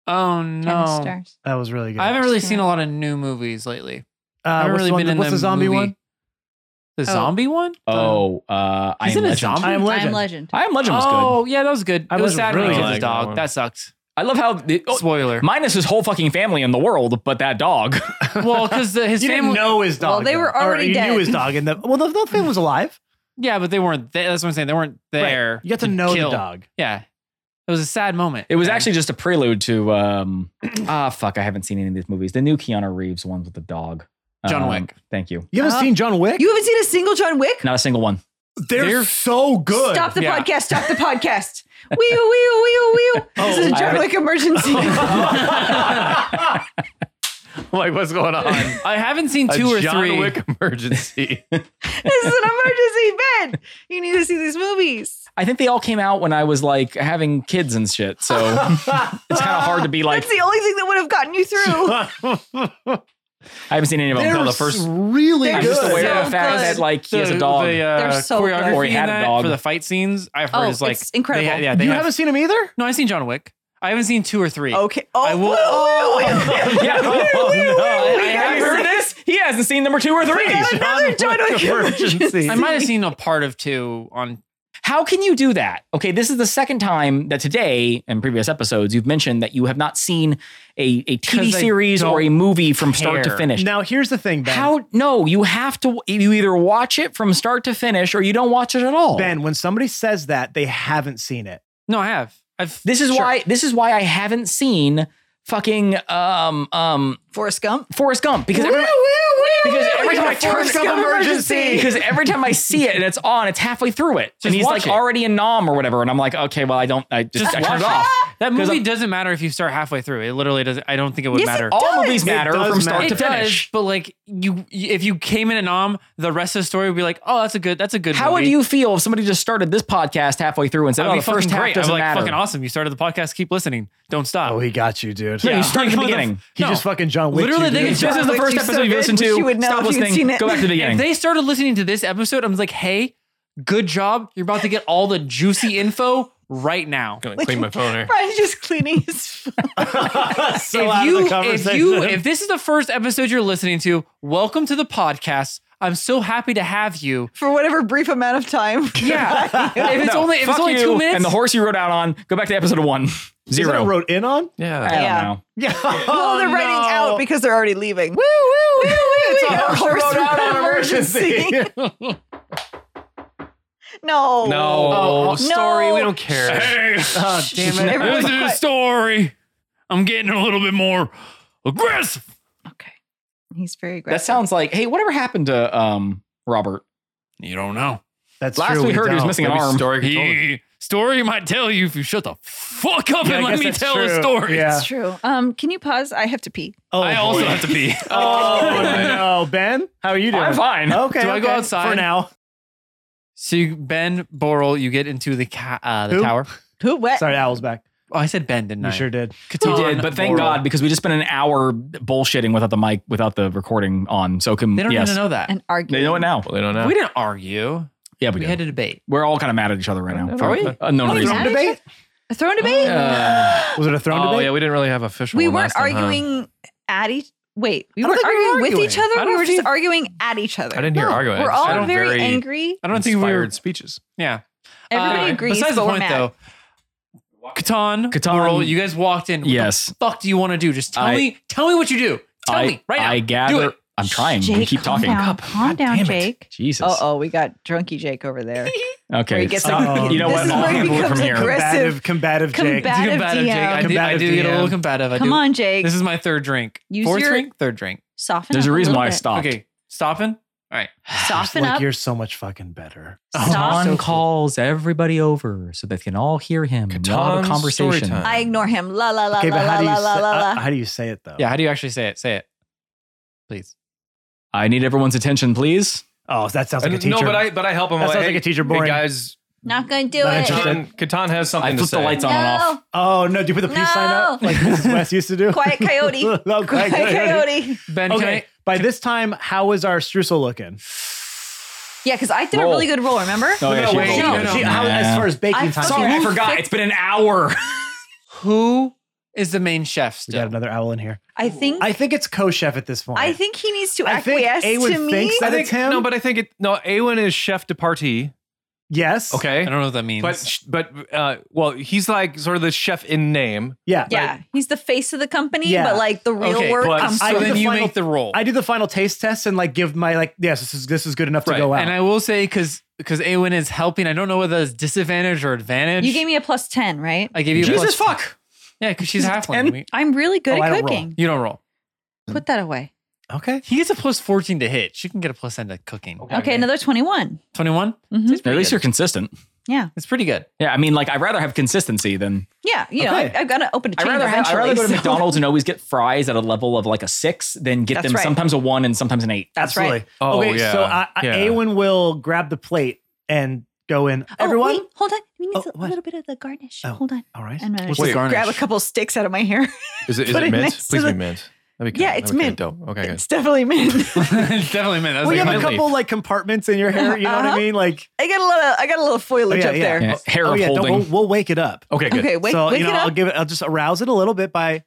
[SPEAKER 2] Oh
[SPEAKER 1] Tennis
[SPEAKER 2] no.
[SPEAKER 1] stars.
[SPEAKER 4] That was really good.
[SPEAKER 2] I haven't really seen
[SPEAKER 1] Yeah.
[SPEAKER 2] a lot of new movies lately.
[SPEAKER 4] Uh,
[SPEAKER 2] I haven't
[SPEAKER 4] what's
[SPEAKER 2] really
[SPEAKER 4] the one-
[SPEAKER 2] been in
[SPEAKER 4] what's
[SPEAKER 2] the
[SPEAKER 4] the zombie
[SPEAKER 2] movie.
[SPEAKER 4] one?
[SPEAKER 2] The zombie one?
[SPEAKER 3] oh, uh, I
[SPEAKER 2] He's
[SPEAKER 3] am
[SPEAKER 2] in a
[SPEAKER 3] legend.
[SPEAKER 2] zombie?
[SPEAKER 4] I
[SPEAKER 1] I
[SPEAKER 4] am
[SPEAKER 1] am
[SPEAKER 4] legend.
[SPEAKER 1] legend.
[SPEAKER 3] I am legend was
[SPEAKER 2] oh
[SPEAKER 3] good.
[SPEAKER 2] yeah, that was good.
[SPEAKER 4] I
[SPEAKER 2] it was
[SPEAKER 4] wasn't
[SPEAKER 2] sad
[SPEAKER 4] really
[SPEAKER 2] when he
[SPEAKER 6] like
[SPEAKER 2] his
[SPEAKER 6] that
[SPEAKER 2] dog.
[SPEAKER 6] one.
[SPEAKER 2] That sucked.
[SPEAKER 3] I love how the, oh,
[SPEAKER 2] Spoiler.
[SPEAKER 3] minus his whole fucking family in the world, but that dog.
[SPEAKER 2] well, because his
[SPEAKER 4] You didn't
[SPEAKER 2] family.
[SPEAKER 4] know his dog.
[SPEAKER 1] Well, they
[SPEAKER 4] though.
[SPEAKER 1] were
[SPEAKER 4] Or
[SPEAKER 1] already
[SPEAKER 4] you
[SPEAKER 1] dead.
[SPEAKER 4] knew his dog, and the well, the, the family was alive.
[SPEAKER 2] Yeah, but they weren't. There. That's what I'm saying. They weren't there.
[SPEAKER 4] You got to know
[SPEAKER 2] kill.
[SPEAKER 4] the dog.
[SPEAKER 2] Yeah, it was a sad moment.
[SPEAKER 3] It was
[SPEAKER 2] And-
[SPEAKER 3] actually just a prelude to um ah fuck, I haven't seen any of these movies. The new Keanu Reeves ones with the dog.
[SPEAKER 2] John
[SPEAKER 3] Um,
[SPEAKER 2] Wick.
[SPEAKER 3] Thank you.
[SPEAKER 4] You haven't
[SPEAKER 1] Uh,
[SPEAKER 4] seen John Wick?
[SPEAKER 1] You haven't seen a single John Wick?
[SPEAKER 3] Not a single one.
[SPEAKER 4] they're,
[SPEAKER 2] They're-
[SPEAKER 4] so good.
[SPEAKER 1] Stop the
[SPEAKER 2] Yeah.
[SPEAKER 1] podcast. Stop the podcast. Wee wee wee wee. This is a
[SPEAKER 3] I
[SPEAKER 1] John
[SPEAKER 3] haven't-
[SPEAKER 1] Wick emergency.
[SPEAKER 5] like, what's going on?
[SPEAKER 2] I haven't seen
[SPEAKER 5] A
[SPEAKER 2] two or
[SPEAKER 5] John
[SPEAKER 2] three.
[SPEAKER 5] Wick emergency.
[SPEAKER 1] this is an emergency bed. You need to see these movies.
[SPEAKER 3] I think they all came out when I was like having kids and shit. So it's kind of hard to be like
[SPEAKER 1] That's the only thing that would have gotten you through.
[SPEAKER 3] I haven't seen any of them.
[SPEAKER 4] they're
[SPEAKER 3] No, the
[SPEAKER 4] s-
[SPEAKER 3] first
[SPEAKER 4] really
[SPEAKER 1] They're
[SPEAKER 3] I'm
[SPEAKER 4] good.
[SPEAKER 3] just aware
[SPEAKER 1] so
[SPEAKER 3] of the fact
[SPEAKER 1] good.
[SPEAKER 3] that like he has
[SPEAKER 2] The-
[SPEAKER 3] a dog.
[SPEAKER 2] The, uh,
[SPEAKER 1] They're so good.
[SPEAKER 2] choreography
[SPEAKER 1] Or
[SPEAKER 3] he had
[SPEAKER 2] in
[SPEAKER 3] a
[SPEAKER 2] that
[SPEAKER 3] dog.
[SPEAKER 2] for the fight scenes. I've heard
[SPEAKER 1] Oh,
[SPEAKER 2] is like
[SPEAKER 1] it's incredible.
[SPEAKER 2] They, yeah, they
[SPEAKER 4] you
[SPEAKER 2] have,
[SPEAKER 4] haven't seen him either.
[SPEAKER 2] No, I've seen John Wick. I haven't seen two or three.
[SPEAKER 1] Okay. Oh,
[SPEAKER 2] I will-
[SPEAKER 1] woo, woo, woo, woo.
[SPEAKER 3] yeah.
[SPEAKER 2] I, I
[SPEAKER 1] we
[SPEAKER 3] Have
[SPEAKER 2] haven't-
[SPEAKER 3] you heard this? He hasn't seen number two or three.
[SPEAKER 1] Got another John Wick emergency.
[SPEAKER 2] I might have seen a part of two on.
[SPEAKER 3] How can you do that? Okay, this is the second time that today and previous episodes you've mentioned that you have not seen a, a TV
[SPEAKER 2] 'Cause I
[SPEAKER 3] series or a
[SPEAKER 2] don't
[SPEAKER 3] movie from start to
[SPEAKER 2] care.
[SPEAKER 3] finish.
[SPEAKER 4] Now here's the thing, Ben.
[SPEAKER 3] How? No, you have to. You either watch it from start to finish, or you don't watch it at all.
[SPEAKER 4] Ben, when somebody says that, they haven't seen it.
[SPEAKER 2] No, I have. I've.
[SPEAKER 3] this is
[SPEAKER 2] Sure.
[SPEAKER 3] why. This is why I haven't seen fucking um um
[SPEAKER 1] Forrest Gump.
[SPEAKER 3] Forrest Gump because every, because every time I turn
[SPEAKER 1] Forrest Gump emergency.
[SPEAKER 3] because every time I see it and it's on, it's halfway through it, and
[SPEAKER 2] Just
[SPEAKER 3] he's
[SPEAKER 2] watch
[SPEAKER 3] like
[SPEAKER 2] it.
[SPEAKER 3] already in nom or whatever, and I'm like, okay, well, I don't. I just,
[SPEAKER 2] Just
[SPEAKER 3] I
[SPEAKER 2] watch
[SPEAKER 3] turned it
[SPEAKER 2] it.
[SPEAKER 3] off.
[SPEAKER 2] That
[SPEAKER 3] 'Cause
[SPEAKER 2] movie
[SPEAKER 3] I'm-
[SPEAKER 2] doesn't matter if you start halfway through. It literally doesn't. I don't think it would
[SPEAKER 1] Yes, it
[SPEAKER 2] matter.
[SPEAKER 1] does.
[SPEAKER 3] All movies
[SPEAKER 1] It
[SPEAKER 3] matter
[SPEAKER 4] does
[SPEAKER 3] from start
[SPEAKER 4] matter.
[SPEAKER 3] to
[SPEAKER 2] It does,
[SPEAKER 3] finish.
[SPEAKER 2] but like you, if you came in and om, the rest of the story would be like, oh, that's a good, that's a good.
[SPEAKER 3] How
[SPEAKER 2] movie.
[SPEAKER 3] would you feel if somebody just started this podcast halfway through and said,
[SPEAKER 2] That
[SPEAKER 3] "Oh,
[SPEAKER 2] would
[SPEAKER 3] the
[SPEAKER 2] be
[SPEAKER 3] first
[SPEAKER 2] fucking
[SPEAKER 3] half
[SPEAKER 2] great. I'd be
[SPEAKER 3] doesn't
[SPEAKER 2] like,
[SPEAKER 3] matter"?
[SPEAKER 2] fucking awesome. You started the podcast. Keep listening. Don't stop.
[SPEAKER 4] Oh, he got you, dude.
[SPEAKER 3] No,
[SPEAKER 4] Yeah.
[SPEAKER 3] you start at the beginning.
[SPEAKER 4] He just fucking John Wick.
[SPEAKER 2] Literally,
[SPEAKER 4] you,
[SPEAKER 2] they
[SPEAKER 4] dude.
[SPEAKER 2] can
[SPEAKER 3] This is the
[SPEAKER 1] Which
[SPEAKER 3] first
[SPEAKER 1] you
[SPEAKER 3] episode
[SPEAKER 1] so
[SPEAKER 3] you've
[SPEAKER 1] good,
[SPEAKER 3] listened
[SPEAKER 1] wish you
[SPEAKER 3] to.
[SPEAKER 1] would know
[SPEAKER 3] Stop
[SPEAKER 1] if you'd
[SPEAKER 3] listening.
[SPEAKER 1] seen it.
[SPEAKER 3] Go back to
[SPEAKER 2] if
[SPEAKER 3] the beginning.
[SPEAKER 2] they started listening to this episode, I was like, hey, good job. You're about to get all the juicy info right now.
[SPEAKER 5] gonna clean my phone here.
[SPEAKER 1] Brian's just cleaning his phone.
[SPEAKER 4] so
[SPEAKER 2] if
[SPEAKER 4] out
[SPEAKER 2] you,
[SPEAKER 4] of the
[SPEAKER 2] if
[SPEAKER 4] conversation.
[SPEAKER 2] you, if this is the first episode you're listening to, welcome to the podcast. I'm so happy to have you.
[SPEAKER 1] for whatever brief amount of time.
[SPEAKER 2] Yeah. if it's
[SPEAKER 3] No,
[SPEAKER 2] only, if it's
[SPEAKER 3] fuck
[SPEAKER 2] only
[SPEAKER 3] you
[SPEAKER 2] two minutes,
[SPEAKER 3] And the horse you rode out on, go back to episode one.
[SPEAKER 4] Is that
[SPEAKER 3] Zero.
[SPEAKER 4] a wrote in on?
[SPEAKER 5] Yeah.
[SPEAKER 3] I don't
[SPEAKER 1] Yeah.
[SPEAKER 3] know.
[SPEAKER 4] Yeah.
[SPEAKER 1] well, they're writing out because they're already leaving. Woo, woo, woo, woo. It's a horse,
[SPEAKER 4] rode out on emergency.
[SPEAKER 1] no.
[SPEAKER 5] No, story. We don't care.
[SPEAKER 4] oh,
[SPEAKER 1] Damn it. Everyone's quiet.
[SPEAKER 2] story. I'm getting a little bit more aggressive.
[SPEAKER 1] okay. He's very aggressive.
[SPEAKER 3] That sounds like, hey, whatever happened to um, Robert?
[SPEAKER 2] You don't know.
[SPEAKER 4] that's
[SPEAKER 3] Last
[SPEAKER 4] true,
[SPEAKER 3] we heard he was
[SPEAKER 5] Oh,
[SPEAKER 4] don't.
[SPEAKER 3] missing an arm.
[SPEAKER 5] Story control.
[SPEAKER 2] He, story might tell you if you shut the fuck up
[SPEAKER 4] Yeah, I
[SPEAKER 2] and let
[SPEAKER 4] guess
[SPEAKER 2] me
[SPEAKER 4] that's
[SPEAKER 2] tell a
[SPEAKER 4] true.
[SPEAKER 2] story.
[SPEAKER 4] Yeah.
[SPEAKER 1] It's true. Um, can you pause? I have to pee.
[SPEAKER 4] Oh,
[SPEAKER 2] I also
[SPEAKER 4] boy.
[SPEAKER 2] have to pee.
[SPEAKER 4] Oh no, Ben, how are you doing?
[SPEAKER 3] I'm fine.
[SPEAKER 4] Okay.
[SPEAKER 2] Do I go
[SPEAKER 4] okay.
[SPEAKER 2] outside?
[SPEAKER 4] for now?
[SPEAKER 2] So you, Ben Borrell, you get into the ca- uh, the
[SPEAKER 4] Who?
[SPEAKER 2] tower.
[SPEAKER 1] Who? What?
[SPEAKER 4] Sorry, Owl's back.
[SPEAKER 2] Oh, I said Ben, didn't I?
[SPEAKER 4] You sure did.
[SPEAKER 3] We
[SPEAKER 2] Catan
[SPEAKER 3] did, but thank
[SPEAKER 2] Borrell.
[SPEAKER 3] God because we just spent an hour bullshitting without the mic, without the recording on. So can
[SPEAKER 2] They don't
[SPEAKER 3] yes,
[SPEAKER 2] even know that.
[SPEAKER 1] An argument.
[SPEAKER 3] they know it now.
[SPEAKER 5] Well, they
[SPEAKER 4] Uh,
[SPEAKER 5] don't know.
[SPEAKER 2] We didn't argue.
[SPEAKER 3] Yeah, we,
[SPEAKER 2] We
[SPEAKER 3] do.
[SPEAKER 2] had a debate.
[SPEAKER 3] We're all kind of mad at each other right now.
[SPEAKER 2] Are we?
[SPEAKER 3] Uh, no
[SPEAKER 1] Oh,
[SPEAKER 3] reason.
[SPEAKER 1] yeah.
[SPEAKER 4] debate?
[SPEAKER 1] A throne debate?
[SPEAKER 3] Uh,
[SPEAKER 4] Was it a throne
[SPEAKER 5] oh,
[SPEAKER 4] debate?
[SPEAKER 5] yeah, we didn't really have official.
[SPEAKER 1] we
[SPEAKER 5] one
[SPEAKER 1] weren't
[SPEAKER 5] last time, huh?
[SPEAKER 1] arguing at each. Wait, we
[SPEAKER 4] I don't
[SPEAKER 1] weren't
[SPEAKER 4] think we were
[SPEAKER 1] arguing, with each
[SPEAKER 4] arguing.
[SPEAKER 1] other.
[SPEAKER 2] I
[SPEAKER 1] We
[SPEAKER 2] don't
[SPEAKER 1] were just
[SPEAKER 2] think-
[SPEAKER 1] arguing at each other.
[SPEAKER 5] I didn't hear
[SPEAKER 1] No,
[SPEAKER 5] arguing. I
[SPEAKER 1] We're
[SPEAKER 5] just
[SPEAKER 1] all
[SPEAKER 5] sounded
[SPEAKER 1] very,
[SPEAKER 5] very-
[SPEAKER 1] angry.
[SPEAKER 2] I don't think we were.
[SPEAKER 5] Inspired speeches.
[SPEAKER 2] Yeah.
[SPEAKER 1] Everybody
[SPEAKER 2] Uh,
[SPEAKER 1] agrees.
[SPEAKER 2] Besides
[SPEAKER 1] but
[SPEAKER 2] the
[SPEAKER 1] we're
[SPEAKER 2] point,
[SPEAKER 1] mad.
[SPEAKER 2] though. Catan,
[SPEAKER 3] Catan-
[SPEAKER 2] Borrell, you guys walked in. What
[SPEAKER 3] Yes.
[SPEAKER 2] The fuck do you want to do? Just tell
[SPEAKER 3] I-
[SPEAKER 2] me. Tell me what you do. Tell
[SPEAKER 3] I,
[SPEAKER 2] me right now.
[SPEAKER 3] I gather.
[SPEAKER 2] Do it.
[SPEAKER 3] I'm trying. we
[SPEAKER 1] Jake,
[SPEAKER 3] keep
[SPEAKER 1] calm
[SPEAKER 3] talking.
[SPEAKER 1] Down. Calm down,
[SPEAKER 3] damn it.
[SPEAKER 1] Jake.
[SPEAKER 3] Jesus.
[SPEAKER 1] Uh oh, we got drunky Jake over there. Where
[SPEAKER 3] Okay.
[SPEAKER 1] he gets
[SPEAKER 3] stop.
[SPEAKER 4] like-
[SPEAKER 3] you know
[SPEAKER 4] This
[SPEAKER 3] what?
[SPEAKER 4] is
[SPEAKER 3] I'll
[SPEAKER 4] where he
[SPEAKER 3] handle it from
[SPEAKER 1] becomes
[SPEAKER 3] here.
[SPEAKER 1] aggressive.
[SPEAKER 4] combative, combative, Jake.
[SPEAKER 1] Combat- Combative
[SPEAKER 2] Combative, Jake. I do, I
[SPEAKER 4] Combative
[SPEAKER 2] do get a little
[SPEAKER 4] DM.
[SPEAKER 2] combative. I
[SPEAKER 1] Come
[SPEAKER 2] do.
[SPEAKER 1] on, Jake.
[SPEAKER 2] This is my third drink.
[SPEAKER 1] Use
[SPEAKER 2] Fourth
[SPEAKER 1] your-
[SPEAKER 2] drink? Third drink.
[SPEAKER 1] Soften.
[SPEAKER 3] There's
[SPEAKER 1] up
[SPEAKER 3] a reason
[SPEAKER 1] little
[SPEAKER 3] why I
[SPEAKER 1] bit.
[SPEAKER 3] stopped.
[SPEAKER 2] Okay. Stopping? All right.
[SPEAKER 1] Soften
[SPEAKER 4] like
[SPEAKER 1] up.
[SPEAKER 4] you're so much fucking better.
[SPEAKER 1] Stop.
[SPEAKER 3] calls everybody over so they can all hear him. and we'll have
[SPEAKER 5] Catan's story time.
[SPEAKER 1] I ignore him. La la la
[SPEAKER 4] Okay,
[SPEAKER 1] la
[SPEAKER 4] but
[SPEAKER 1] la
[SPEAKER 4] how do you
[SPEAKER 1] la
[SPEAKER 4] say,
[SPEAKER 1] la la la.
[SPEAKER 4] uh, how do you say it though?
[SPEAKER 2] Yeah. How do you actually say it? Say it, please.
[SPEAKER 3] I need everyone's attention, please.
[SPEAKER 4] Oh, that sounds like a
[SPEAKER 5] And- Uh, no,
[SPEAKER 4] teacher.
[SPEAKER 5] but I but I help him.
[SPEAKER 4] That
[SPEAKER 5] I'm
[SPEAKER 4] sounds
[SPEAKER 5] hey,
[SPEAKER 4] like a teacher
[SPEAKER 5] hey,
[SPEAKER 4] boring.
[SPEAKER 5] guys,
[SPEAKER 1] Not going to do
[SPEAKER 4] Not
[SPEAKER 1] it.
[SPEAKER 5] Katan,
[SPEAKER 4] interested.
[SPEAKER 5] Katan has something
[SPEAKER 6] I
[SPEAKER 5] to
[SPEAKER 6] flip
[SPEAKER 5] say.
[SPEAKER 6] the lights on and off.
[SPEAKER 1] No.
[SPEAKER 4] oh no, do you put the peace sign up
[SPEAKER 1] No.
[SPEAKER 4] like Mrs. West used to do?
[SPEAKER 1] Quiet coyote.
[SPEAKER 4] No,
[SPEAKER 1] Quiet
[SPEAKER 4] Quiet Coyote.
[SPEAKER 1] coyote.
[SPEAKER 2] Ben, can
[SPEAKER 4] Okay.
[SPEAKER 2] I?
[SPEAKER 4] By this time, how is our streusel looking?
[SPEAKER 1] Yeah, because I did a really good roll, remember?
[SPEAKER 3] Oh, yeah, she
[SPEAKER 5] wait,
[SPEAKER 3] rolled.
[SPEAKER 1] no,
[SPEAKER 3] She-
[SPEAKER 1] no.
[SPEAKER 4] She- how-
[SPEAKER 3] Nah.
[SPEAKER 4] as far as baking
[SPEAKER 1] I
[SPEAKER 4] time,
[SPEAKER 1] fucking-
[SPEAKER 4] goes-
[SPEAKER 1] Sorry,
[SPEAKER 3] I
[SPEAKER 1] I
[SPEAKER 3] forgot.
[SPEAKER 1] forgot.
[SPEAKER 3] It's been an hour.
[SPEAKER 2] Who is the main chef
[SPEAKER 4] we
[SPEAKER 2] still?
[SPEAKER 4] got another owl in here.
[SPEAKER 1] I think
[SPEAKER 4] I
[SPEAKER 1] I,
[SPEAKER 4] think it's co-chef at this point.
[SPEAKER 1] think he needs to
[SPEAKER 4] I think
[SPEAKER 1] acquiesce
[SPEAKER 4] Eowyn
[SPEAKER 1] to me.
[SPEAKER 4] thinks
[SPEAKER 5] I
[SPEAKER 4] that-
[SPEAKER 5] think
[SPEAKER 4] it's him?
[SPEAKER 5] no, but I think it no. Awen is chef de partie.
[SPEAKER 4] yes.
[SPEAKER 5] Okay,
[SPEAKER 2] I don't know what that means.
[SPEAKER 5] but sh- but uh, well, he's like sort of the chef in name.
[SPEAKER 4] Yeah.
[SPEAKER 1] yeah, he's the face of the company,
[SPEAKER 4] Yeah.
[SPEAKER 1] but like the real
[SPEAKER 2] Okay,
[SPEAKER 1] work
[SPEAKER 5] but-
[SPEAKER 1] comes
[SPEAKER 2] so
[SPEAKER 4] I
[SPEAKER 1] from
[SPEAKER 4] did
[SPEAKER 2] then
[SPEAKER 4] the
[SPEAKER 2] you
[SPEAKER 4] final-
[SPEAKER 2] make the roll.
[SPEAKER 4] I do the final taste test and like give my like yes, this is this is good enough
[SPEAKER 5] Right,
[SPEAKER 4] to go out.
[SPEAKER 2] and I will say because because Awen is helping. I don't know whether it's disadvantage or advantage.
[SPEAKER 1] You gave me a plus 10, right?
[SPEAKER 2] I gave you a plus
[SPEAKER 4] Jesus fuck.
[SPEAKER 2] Yeah, because she's halfling. We-
[SPEAKER 1] I'm really good
[SPEAKER 4] Oh, I
[SPEAKER 1] at
[SPEAKER 4] don't roll.
[SPEAKER 1] cooking.
[SPEAKER 2] you don't roll.
[SPEAKER 1] Put that away.
[SPEAKER 4] Okay.
[SPEAKER 2] He gets a plus fourteen to hit. She can get a plus ten to cooking.
[SPEAKER 1] Okay, another 21.
[SPEAKER 2] Twenty one.
[SPEAKER 1] Mhm.
[SPEAKER 3] At least you're consistent.
[SPEAKER 1] Yeah.
[SPEAKER 2] It's pretty good.
[SPEAKER 3] Yeah, I mean, like I'd rather have consistency than
[SPEAKER 1] Yeah. You know,
[SPEAKER 4] Okay.
[SPEAKER 1] I, I've got to open a
[SPEAKER 3] I'd
[SPEAKER 1] chain
[SPEAKER 3] rather have, I'd
[SPEAKER 1] eventually.
[SPEAKER 3] rather go to
[SPEAKER 1] so-
[SPEAKER 3] McDonald's and always get fries at a level of like a six than get
[SPEAKER 1] That's
[SPEAKER 3] them
[SPEAKER 1] right.
[SPEAKER 3] sometimes a one and sometimes an eight.
[SPEAKER 1] That's
[SPEAKER 4] Absolutely.
[SPEAKER 1] right.
[SPEAKER 5] Oh,
[SPEAKER 4] okay,
[SPEAKER 5] yeah,
[SPEAKER 4] so I, I,
[SPEAKER 5] yeah.
[SPEAKER 4] Awen will grab the plate and go in. Everyone,
[SPEAKER 1] Oh, wait, hold on. We need
[SPEAKER 4] Oh,
[SPEAKER 1] a
[SPEAKER 4] what?
[SPEAKER 1] little bit of the garnish.
[SPEAKER 4] Oh.
[SPEAKER 1] Hold on.
[SPEAKER 4] all right.
[SPEAKER 1] I'm gonna
[SPEAKER 2] What's
[SPEAKER 1] just
[SPEAKER 2] the garnish?
[SPEAKER 1] grab a couple sticks out of my hair.
[SPEAKER 5] Is it is
[SPEAKER 1] Put
[SPEAKER 5] it
[SPEAKER 1] it
[SPEAKER 5] mint?
[SPEAKER 1] next to
[SPEAKER 5] Please be
[SPEAKER 1] the-
[SPEAKER 5] mint. That'd be
[SPEAKER 1] Yeah,
[SPEAKER 5] good.
[SPEAKER 1] it's
[SPEAKER 5] That'd be
[SPEAKER 1] mint.
[SPEAKER 5] Dope. Okay, good.
[SPEAKER 1] it's definitely mint.
[SPEAKER 2] it's definitely mint. That's
[SPEAKER 4] Well,
[SPEAKER 2] like
[SPEAKER 4] you have a
[SPEAKER 2] mint leaf.
[SPEAKER 4] couple like compartments in your hair. You know what I
[SPEAKER 1] Uh-huh.
[SPEAKER 4] mean? Like oh,
[SPEAKER 1] I got a little. I got a little foliage
[SPEAKER 4] yeah,
[SPEAKER 1] up
[SPEAKER 4] yeah.
[SPEAKER 1] there.
[SPEAKER 3] Yeah, hair
[SPEAKER 4] oh
[SPEAKER 3] of
[SPEAKER 4] yeah, no,
[SPEAKER 3] holding.
[SPEAKER 4] we'll, we'll wake it up.
[SPEAKER 1] Oh.
[SPEAKER 5] Okay, good.
[SPEAKER 1] Okay, wait.
[SPEAKER 4] so
[SPEAKER 1] wake
[SPEAKER 4] you know,
[SPEAKER 1] it
[SPEAKER 4] I'll
[SPEAKER 1] up.
[SPEAKER 4] give it. I'll just arouse it a little bit by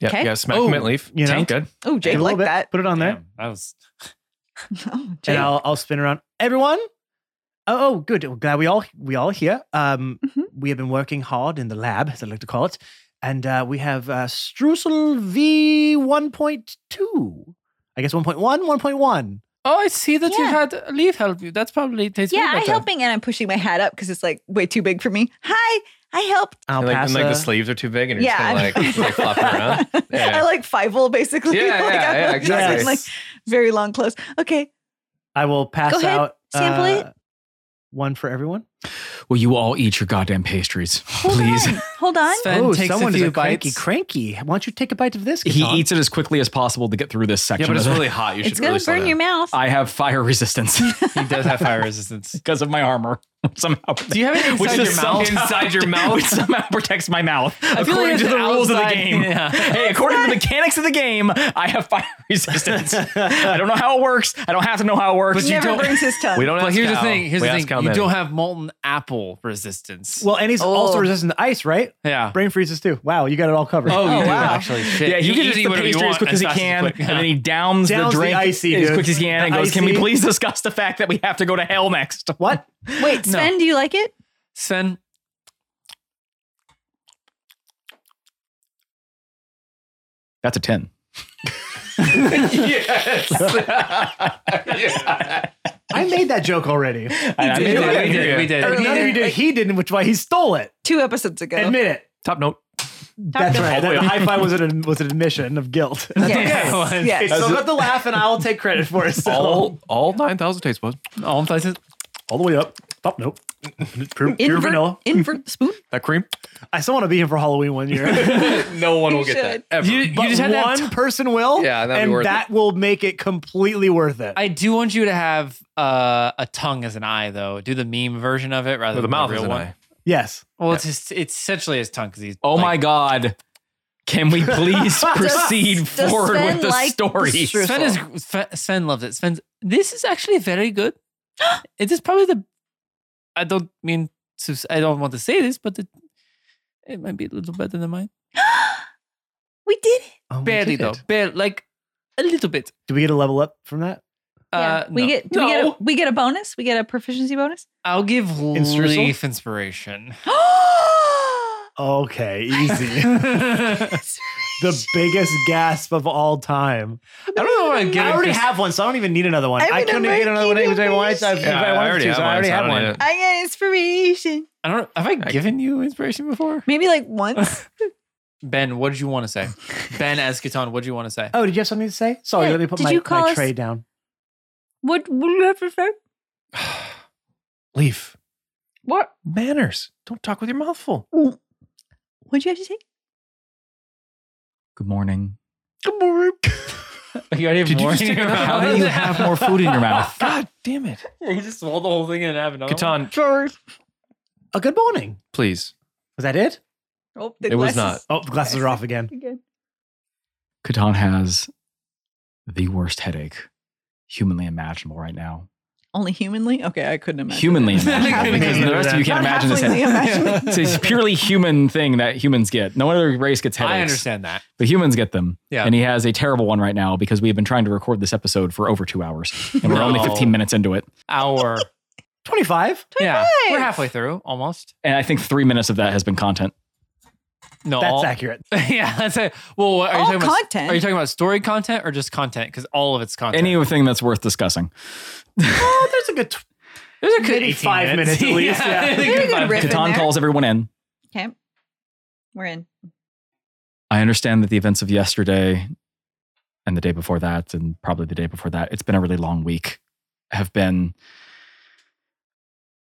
[SPEAKER 5] Yeah,
[SPEAKER 1] Okay.
[SPEAKER 5] yeah. Smack
[SPEAKER 2] Oh,
[SPEAKER 5] mint leaf.
[SPEAKER 4] you know
[SPEAKER 3] Tank.
[SPEAKER 5] good.
[SPEAKER 1] Oh,
[SPEAKER 4] take
[SPEAKER 1] Jake
[SPEAKER 4] a little
[SPEAKER 1] like
[SPEAKER 4] bit,
[SPEAKER 1] that.
[SPEAKER 4] put it on there,
[SPEAKER 2] Damn, that was
[SPEAKER 1] Oh, Jake.
[SPEAKER 4] and I'll I'll spin around. Everyone. Oh, oh, good. Well, glad we all we all here. Um,
[SPEAKER 1] Mhm.
[SPEAKER 4] we have been working hard in the lab, as I like to call it, and uh, we have uh, Streusel V one point two. I guess 1.1, 1.1.
[SPEAKER 2] Oh, I see that you
[SPEAKER 1] Yeah.
[SPEAKER 2] had leaf help you. That's probably tastes
[SPEAKER 1] yeah,
[SPEAKER 2] way
[SPEAKER 1] I'm
[SPEAKER 2] better.
[SPEAKER 1] helping, and I'm pushing my hat up because it's like way too big for me. Hi, I help.
[SPEAKER 4] I'll
[SPEAKER 5] And like,
[SPEAKER 4] pass.
[SPEAKER 5] and like the
[SPEAKER 4] uh,
[SPEAKER 5] sleeves are too big, and you're
[SPEAKER 1] yeah,
[SPEAKER 5] just kind of like, like flopping around. Yeah.
[SPEAKER 1] I like five basically.
[SPEAKER 5] Yeah,
[SPEAKER 1] like,
[SPEAKER 5] yeah,
[SPEAKER 1] I'm
[SPEAKER 5] yeah,
[SPEAKER 1] just
[SPEAKER 5] exactly.
[SPEAKER 1] in, like very long clothes. Okay,
[SPEAKER 4] I will pass
[SPEAKER 1] Go ahead,
[SPEAKER 4] out
[SPEAKER 1] sample
[SPEAKER 4] uh,
[SPEAKER 1] it.
[SPEAKER 4] one for everyone.
[SPEAKER 3] Will you all eat your goddamn pastries,
[SPEAKER 1] hold
[SPEAKER 3] please?
[SPEAKER 1] on, hold on.
[SPEAKER 2] Sven
[SPEAKER 4] oh,
[SPEAKER 2] takes a
[SPEAKER 4] someone is
[SPEAKER 2] few
[SPEAKER 4] a cranky,
[SPEAKER 2] bites.
[SPEAKER 4] cranky. Why don't you take a bite of this?
[SPEAKER 3] He
[SPEAKER 4] Catan?
[SPEAKER 3] eats it as quickly as possible to get through this
[SPEAKER 5] yeah,
[SPEAKER 3] section.
[SPEAKER 5] but it's
[SPEAKER 3] of it.
[SPEAKER 5] really hot. You should
[SPEAKER 1] It's gonna
[SPEAKER 5] really slow
[SPEAKER 1] burn
[SPEAKER 5] down.
[SPEAKER 1] your mouth.
[SPEAKER 3] I have fire resistance
[SPEAKER 2] he does have fire resistance.
[SPEAKER 3] because of my armor somehow.
[SPEAKER 2] Do you have it
[SPEAKER 3] Which
[SPEAKER 2] inside
[SPEAKER 3] is
[SPEAKER 2] your mouth?
[SPEAKER 3] somehow-
[SPEAKER 5] Inside your mouth?
[SPEAKER 3] which somehow protects my mouth
[SPEAKER 2] I feel
[SPEAKER 3] according
[SPEAKER 2] like
[SPEAKER 3] to
[SPEAKER 2] it's
[SPEAKER 3] the rules of the
[SPEAKER 2] outside-
[SPEAKER 3] game.
[SPEAKER 2] Yeah.
[SPEAKER 3] Hey, according to the mechanics of the game, I have fire resistance. I don't know how it works. I don't have to know how it works.
[SPEAKER 2] But you
[SPEAKER 1] Never
[SPEAKER 2] don't-
[SPEAKER 1] burns his tongue.
[SPEAKER 5] We don't.
[SPEAKER 2] But
[SPEAKER 5] ask
[SPEAKER 2] here's the
[SPEAKER 5] how.
[SPEAKER 2] thing. Here's
[SPEAKER 5] We
[SPEAKER 2] the thing.
[SPEAKER 5] ask how
[SPEAKER 2] You
[SPEAKER 5] many.
[SPEAKER 2] don't have molten apple resistance.
[SPEAKER 4] Well, and he's also
[SPEAKER 1] Oh.
[SPEAKER 4] resistant to ice, right?
[SPEAKER 2] yeah.
[SPEAKER 4] Brain freezes too. Wow, you got it all covered.
[SPEAKER 2] Oh, you do
[SPEAKER 1] wow.
[SPEAKER 2] actually. Shit.
[SPEAKER 3] yeah, he
[SPEAKER 2] you
[SPEAKER 3] can just eat the
[SPEAKER 2] whatever you
[SPEAKER 3] pastry as
[SPEAKER 2] want
[SPEAKER 3] quick as he
[SPEAKER 2] fast
[SPEAKER 3] can,
[SPEAKER 2] quick.
[SPEAKER 3] and then he downs,
[SPEAKER 4] Downs
[SPEAKER 3] the
[SPEAKER 4] the
[SPEAKER 3] drink
[SPEAKER 4] icy,
[SPEAKER 3] as
[SPEAKER 4] dude.
[SPEAKER 3] quick as he can, and
[SPEAKER 4] The
[SPEAKER 3] goes, "Can we
[SPEAKER 4] icy."
[SPEAKER 3] please discuss the fact that we have to go to hell next?"
[SPEAKER 4] What?
[SPEAKER 1] Wait, Sven, do you like it?
[SPEAKER 2] Sven.
[SPEAKER 3] That's a ten.
[SPEAKER 4] I made that joke already.
[SPEAKER 3] I
[SPEAKER 2] We
[SPEAKER 3] mean,
[SPEAKER 2] did.
[SPEAKER 3] it.
[SPEAKER 2] We did. We did.
[SPEAKER 1] Or
[SPEAKER 4] None of you did. He didn't, which why he stole it.
[SPEAKER 1] Two episodes ago.
[SPEAKER 4] Admit it.
[SPEAKER 5] Top note.
[SPEAKER 4] That's
[SPEAKER 1] note.
[SPEAKER 4] right. That high five was an was an admission of guilt.
[SPEAKER 1] Yes.
[SPEAKER 2] okay.
[SPEAKER 1] yes.
[SPEAKER 4] It's still got the laugh, and I'll take credit for it. So.
[SPEAKER 5] All all nine thousand taste buds.
[SPEAKER 2] All in places.
[SPEAKER 4] all the way up. Top note. Pure, pure
[SPEAKER 1] Invert-
[SPEAKER 4] vanilla.
[SPEAKER 1] invert spoon.
[SPEAKER 5] That cream.
[SPEAKER 4] I still want to be here for Halloween one year.
[SPEAKER 5] No one will
[SPEAKER 1] You
[SPEAKER 5] get that Uh,
[SPEAKER 1] should.
[SPEAKER 5] ever.
[SPEAKER 2] You, you
[SPEAKER 4] But
[SPEAKER 2] just had to have
[SPEAKER 4] one person will.
[SPEAKER 5] Yeah, that'd be
[SPEAKER 4] and
[SPEAKER 5] worth it.
[SPEAKER 4] that will make it completely worth it.
[SPEAKER 2] I do want you to have uh, a tongue as an eye, though. Do the meme version of it rather
[SPEAKER 5] With the
[SPEAKER 2] than
[SPEAKER 5] mouth
[SPEAKER 2] the
[SPEAKER 5] is
[SPEAKER 2] real
[SPEAKER 5] an
[SPEAKER 2] one.
[SPEAKER 5] eye.
[SPEAKER 4] yes.
[SPEAKER 2] Well, it's his, it's essentially his tongue because he's.
[SPEAKER 3] Oh my god! Can we please proceed
[SPEAKER 1] does
[SPEAKER 3] forward
[SPEAKER 1] Sven
[SPEAKER 3] with the
[SPEAKER 1] like
[SPEAKER 3] story?
[SPEAKER 1] the
[SPEAKER 2] god!
[SPEAKER 1] strudel?
[SPEAKER 2] Sven is Sven- Sven loves it. Sven's this is actually very good. it is probably the. I don't mean to. s- I don't want to say this, but it, it might be a little better than mine.
[SPEAKER 1] We did it.
[SPEAKER 4] Oh, we
[SPEAKER 2] Barely
[SPEAKER 4] did.
[SPEAKER 2] though, barely like a little bit.
[SPEAKER 4] Do we get a level up from that?
[SPEAKER 2] Uh,
[SPEAKER 1] yeah. We
[SPEAKER 2] no.
[SPEAKER 1] get do we get
[SPEAKER 2] No.
[SPEAKER 1] a we get a bonus. We get a proficiency bonus.
[SPEAKER 2] I'll give
[SPEAKER 4] streusel?
[SPEAKER 2] leaf inspiration.
[SPEAKER 4] Okay, easy.
[SPEAKER 2] I
[SPEAKER 4] the biggest gasp of all time.
[SPEAKER 2] don't know what I'm giving.
[SPEAKER 4] I already
[SPEAKER 2] Chris-
[SPEAKER 4] have one, so I don't even need another one.
[SPEAKER 1] I'm
[SPEAKER 4] I
[SPEAKER 1] gonna
[SPEAKER 4] couldn't get another one
[SPEAKER 1] make
[SPEAKER 4] if I
[SPEAKER 1] you
[SPEAKER 4] wanted to. If
[SPEAKER 1] Yeah,
[SPEAKER 4] I wanted to, so I already had one.
[SPEAKER 1] I get inspiration.
[SPEAKER 2] I don't. Have I given you inspiration before?
[SPEAKER 1] Maybe like once.
[SPEAKER 2] Ben, what did you want to say? ben as Catan, what did you want to say?
[SPEAKER 4] Oh, did you have something to say? Sorry,
[SPEAKER 1] Yeah,
[SPEAKER 4] let me put
[SPEAKER 1] did
[SPEAKER 4] my,
[SPEAKER 1] you call
[SPEAKER 4] my
[SPEAKER 1] us-
[SPEAKER 4] tray down.
[SPEAKER 1] what what do you have to say?
[SPEAKER 5] Leaf
[SPEAKER 1] What
[SPEAKER 5] manners. Don't talk with your mouth full.
[SPEAKER 1] what'd you have to say?
[SPEAKER 3] Good morning.
[SPEAKER 5] Good morning.
[SPEAKER 3] You already have
[SPEAKER 5] Did you
[SPEAKER 3] more.
[SPEAKER 5] just take it out?
[SPEAKER 3] How do you have more food in your mouth?
[SPEAKER 5] God damn it.
[SPEAKER 2] he just swallowed the whole thing and have another.
[SPEAKER 5] Catan,
[SPEAKER 1] George.
[SPEAKER 4] A good morning.
[SPEAKER 5] please.
[SPEAKER 4] Was that it?
[SPEAKER 1] Oh, the
[SPEAKER 5] It was
[SPEAKER 1] glasses
[SPEAKER 4] Oh, the glasses are off again.
[SPEAKER 1] Again.
[SPEAKER 3] Catan has the worst headache humanly imaginable right now.
[SPEAKER 1] Only humanly? Okay, I couldn't imagine.
[SPEAKER 3] Humanly
[SPEAKER 1] it.
[SPEAKER 3] imaginable. because the rest of you can't
[SPEAKER 1] Not
[SPEAKER 3] imagine this
[SPEAKER 1] halfway
[SPEAKER 3] headache.
[SPEAKER 1] imagining.
[SPEAKER 3] It's a purely human thing that humans get. No other race gets headaches.
[SPEAKER 2] I understand that.
[SPEAKER 3] But humans get them.
[SPEAKER 2] Yeah.
[SPEAKER 3] And he has a terrible one right now because we've been trying to record this episode for over two hours. And we're only
[SPEAKER 2] No.
[SPEAKER 3] 15 minutes into it.
[SPEAKER 2] Our
[SPEAKER 4] 25?
[SPEAKER 2] yeah, we're
[SPEAKER 1] 25.
[SPEAKER 2] halfway through almost.
[SPEAKER 3] And I think three minutes of that has been content.
[SPEAKER 2] No,
[SPEAKER 4] That's
[SPEAKER 2] all,
[SPEAKER 4] accurate.
[SPEAKER 2] yeah, that's it. Well, what, are you
[SPEAKER 1] All
[SPEAKER 2] talking about?
[SPEAKER 1] content.
[SPEAKER 2] Are you talking about story content or just content? Because all of it's content.
[SPEAKER 3] Anything that's worth discussing.
[SPEAKER 4] Oh, there's a good tw-
[SPEAKER 2] There's a good
[SPEAKER 4] Maybe
[SPEAKER 2] 18
[SPEAKER 4] five minutes at least, yeah.
[SPEAKER 2] I think
[SPEAKER 1] Maybe a
[SPEAKER 2] about
[SPEAKER 1] good riff. in
[SPEAKER 3] Catan
[SPEAKER 1] there.
[SPEAKER 3] calls everyone in.
[SPEAKER 1] Okay. We're in.
[SPEAKER 3] I understand that the events of yesterday and the day before that, and probably the day before that, it's been a really long week, have been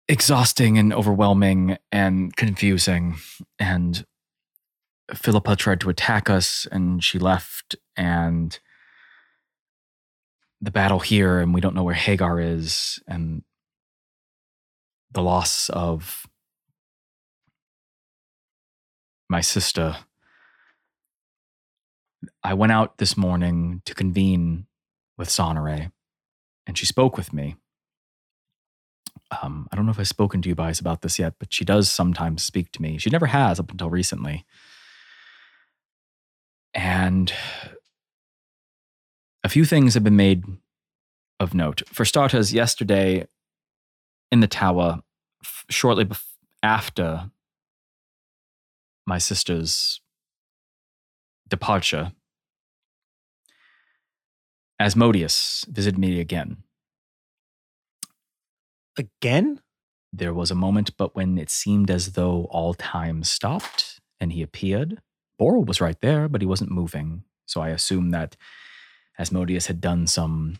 [SPEAKER 3] exhausting and overwhelming and confusing. And Philippa tried to attack us and she left, and the battle here, and we don't know where Hagar is, and the loss of my sister. I went out this morning to convene with Sonore, and she spoke with me. Um, I don't know if I've spoken to you guys about this yet, but she does sometimes speak to me. She never has up until recently. And a few things have been made of note. For starters, yesterday in the tower, f- shortly bef- after my sister's departure, Asmodeus visited me again.
[SPEAKER 4] Again?
[SPEAKER 3] There was a moment, but when it seemed as though all time stopped and he appeared, Boral was right there, but he wasn't moving. So I assumed that Asmodeus had done some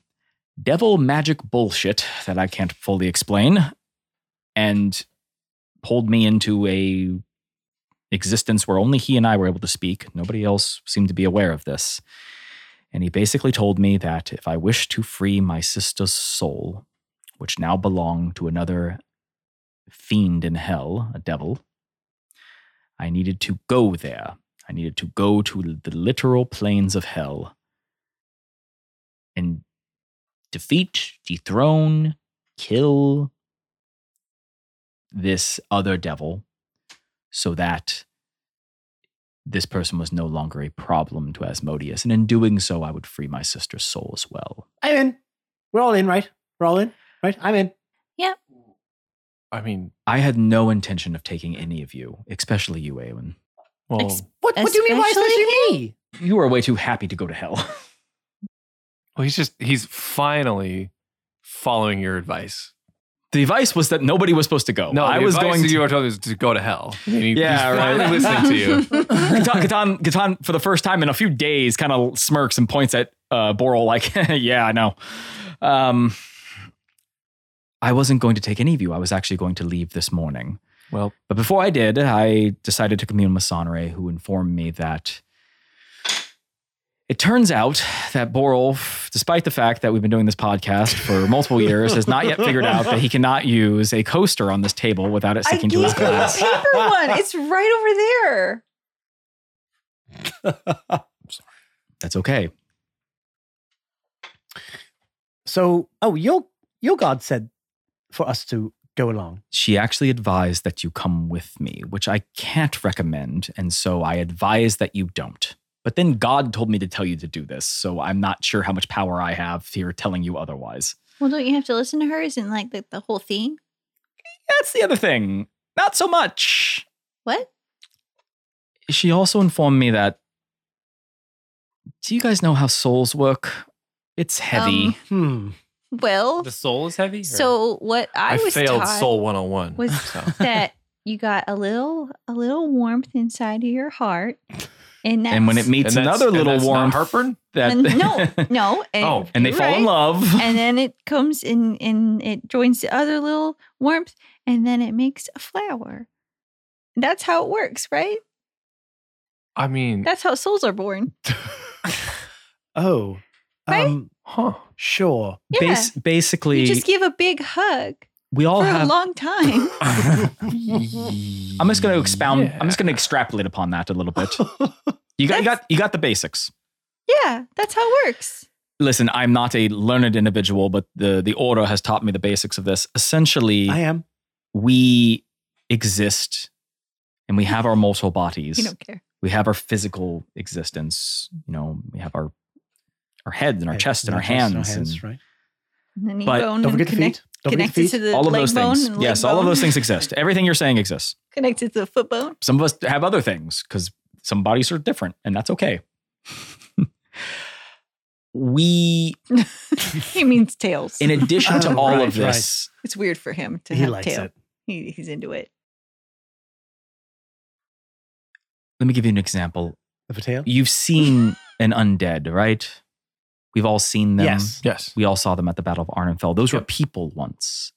[SPEAKER 3] devil magic bullshit that I can't fully explain and pulled me into a existence where only he and I were able to speak. Nobody else seemed to be aware of this. And he basically told me that if I wished to free my sister's soul, which now belonged to another fiend in hell, a devil, I needed to go there. I needed to go to the literal plains of hell and defeat, dethrone, kill this other devil so that this person was no longer a problem to Asmodeus. And in doing so, I would free my sister's soul as well.
[SPEAKER 4] I'm in. We're all in, right? We're all in, right? I'm in.
[SPEAKER 5] I mean,
[SPEAKER 3] I had no intention of taking any of you, especially you, Awen.
[SPEAKER 5] well,
[SPEAKER 1] Ex-
[SPEAKER 4] What, what do you mean by
[SPEAKER 1] Especially
[SPEAKER 4] especially me?
[SPEAKER 3] You are way too happy to go to hell.
[SPEAKER 5] well, he's just, he's finally following your advice.
[SPEAKER 3] The advice was that nobody was supposed to go.
[SPEAKER 5] No,
[SPEAKER 3] Oh, I
[SPEAKER 5] the
[SPEAKER 3] was
[SPEAKER 5] advice
[SPEAKER 3] going
[SPEAKER 5] that
[SPEAKER 3] to.
[SPEAKER 5] you were told is to go to hell. And he-
[SPEAKER 3] Yeah,
[SPEAKER 5] he's
[SPEAKER 3] right.
[SPEAKER 5] finally listening to you.
[SPEAKER 3] Catan, Catan, Catan, for the first time in a few days, kind of smirks and points at uh, Boral, like, yeah, I know. Um, I wasn't going to take any of you. I was actually going to leave this morning.
[SPEAKER 5] Well,
[SPEAKER 3] But before I did, I decided to commune with Sonre, who informed me that it turns out that Boral, despite the fact that we've been doing this podcast for multiple years, has not yet figured out that he cannot use a coaster on this table without it
[SPEAKER 1] I
[SPEAKER 3] sticking
[SPEAKER 1] gave
[SPEAKER 3] to
[SPEAKER 1] you
[SPEAKER 3] his
[SPEAKER 1] a
[SPEAKER 3] glass.
[SPEAKER 1] paper one. It's right over there.
[SPEAKER 3] That's okay.
[SPEAKER 4] So, oh, your, your god said for us to go along.
[SPEAKER 3] she actually advised that you come with me, which I can't recommend. And so I advise that you don't. But then God told me to tell you to do this. So I'm not sure how much power I have here telling you otherwise.
[SPEAKER 1] Well, don't you have to listen to her? Isn't like the, the whole thing?
[SPEAKER 3] That's the other thing. Not so much.
[SPEAKER 1] What?
[SPEAKER 3] She also informed me that. Do you guys know how souls work? It's heavy.
[SPEAKER 1] Um,
[SPEAKER 4] Hmm.
[SPEAKER 1] Well,
[SPEAKER 2] The soul is heavy. or-
[SPEAKER 1] so what I,
[SPEAKER 5] I,
[SPEAKER 1] was
[SPEAKER 5] failed
[SPEAKER 1] taught
[SPEAKER 5] Soul 101.
[SPEAKER 1] was
[SPEAKER 5] so.
[SPEAKER 1] that you got a little a little warmth inside of your heart, and that's,
[SPEAKER 3] and when it meets
[SPEAKER 5] And that's-
[SPEAKER 3] another
[SPEAKER 5] and
[SPEAKER 3] little
[SPEAKER 5] that's not
[SPEAKER 3] warmth,
[SPEAKER 5] heartburn?
[SPEAKER 3] that
[SPEAKER 1] and no no and,
[SPEAKER 5] Oh,
[SPEAKER 3] and they fall in
[SPEAKER 1] right?
[SPEAKER 3] love.
[SPEAKER 1] and then it comes in and it joins the other little warmth, and then it makes a flower. That's how it works, right?
[SPEAKER 5] I mean,
[SPEAKER 1] That's how souls are born.
[SPEAKER 4] Oh.
[SPEAKER 1] Right?
[SPEAKER 4] Um,
[SPEAKER 5] Huh.
[SPEAKER 4] sure.
[SPEAKER 1] Yeah.
[SPEAKER 3] Bas- basically,
[SPEAKER 1] you just give a big hug
[SPEAKER 3] we all
[SPEAKER 1] for a
[SPEAKER 3] have.
[SPEAKER 1] long time.
[SPEAKER 3] I'm just going to expound. I'm just going to
[SPEAKER 5] Yeah.
[SPEAKER 3] extrapolate upon that a little bit. you got, you
[SPEAKER 1] That's-
[SPEAKER 3] got, you got the basics.
[SPEAKER 1] yeah, that's how it works.
[SPEAKER 3] Listen, I'm not a learned individual, but the the order has taught me the basics of this. Essentially,
[SPEAKER 4] I am.
[SPEAKER 3] we exist, and we have our mortal bodies.
[SPEAKER 1] You don't care.
[SPEAKER 3] we have our physical existence. You know, we have our our heads and our chest and our hands, and
[SPEAKER 4] right?
[SPEAKER 1] And the knee
[SPEAKER 3] But
[SPEAKER 1] bone
[SPEAKER 4] Don't
[SPEAKER 1] and
[SPEAKER 4] forget the
[SPEAKER 1] connect,
[SPEAKER 4] feet. Don't forget the
[SPEAKER 1] connected
[SPEAKER 4] feet.
[SPEAKER 1] to the
[SPEAKER 3] all of
[SPEAKER 1] leg
[SPEAKER 3] those
[SPEAKER 1] bone.
[SPEAKER 3] things.
[SPEAKER 1] and leg
[SPEAKER 3] Yes, all of
[SPEAKER 1] bone,
[SPEAKER 3] those things exist. Everything you're saying exists.
[SPEAKER 1] Connected to the foot bone.
[SPEAKER 3] Some of us have other things because some bodies are different, and that's okay. we,
[SPEAKER 1] he means tails.
[SPEAKER 3] in addition to
[SPEAKER 4] Oh,
[SPEAKER 3] all
[SPEAKER 4] right,
[SPEAKER 3] of this,
[SPEAKER 1] it's weird for him to
[SPEAKER 4] He
[SPEAKER 1] have
[SPEAKER 4] likes
[SPEAKER 1] tail.
[SPEAKER 4] it.
[SPEAKER 1] He, he's into it.
[SPEAKER 3] let me give you an example.
[SPEAKER 4] Of a tail?
[SPEAKER 3] You've seen an undead, right? We've all seen them.
[SPEAKER 4] Yes.
[SPEAKER 5] Yes.
[SPEAKER 3] We all saw them at the Battle of Arnenfell. Those were people once,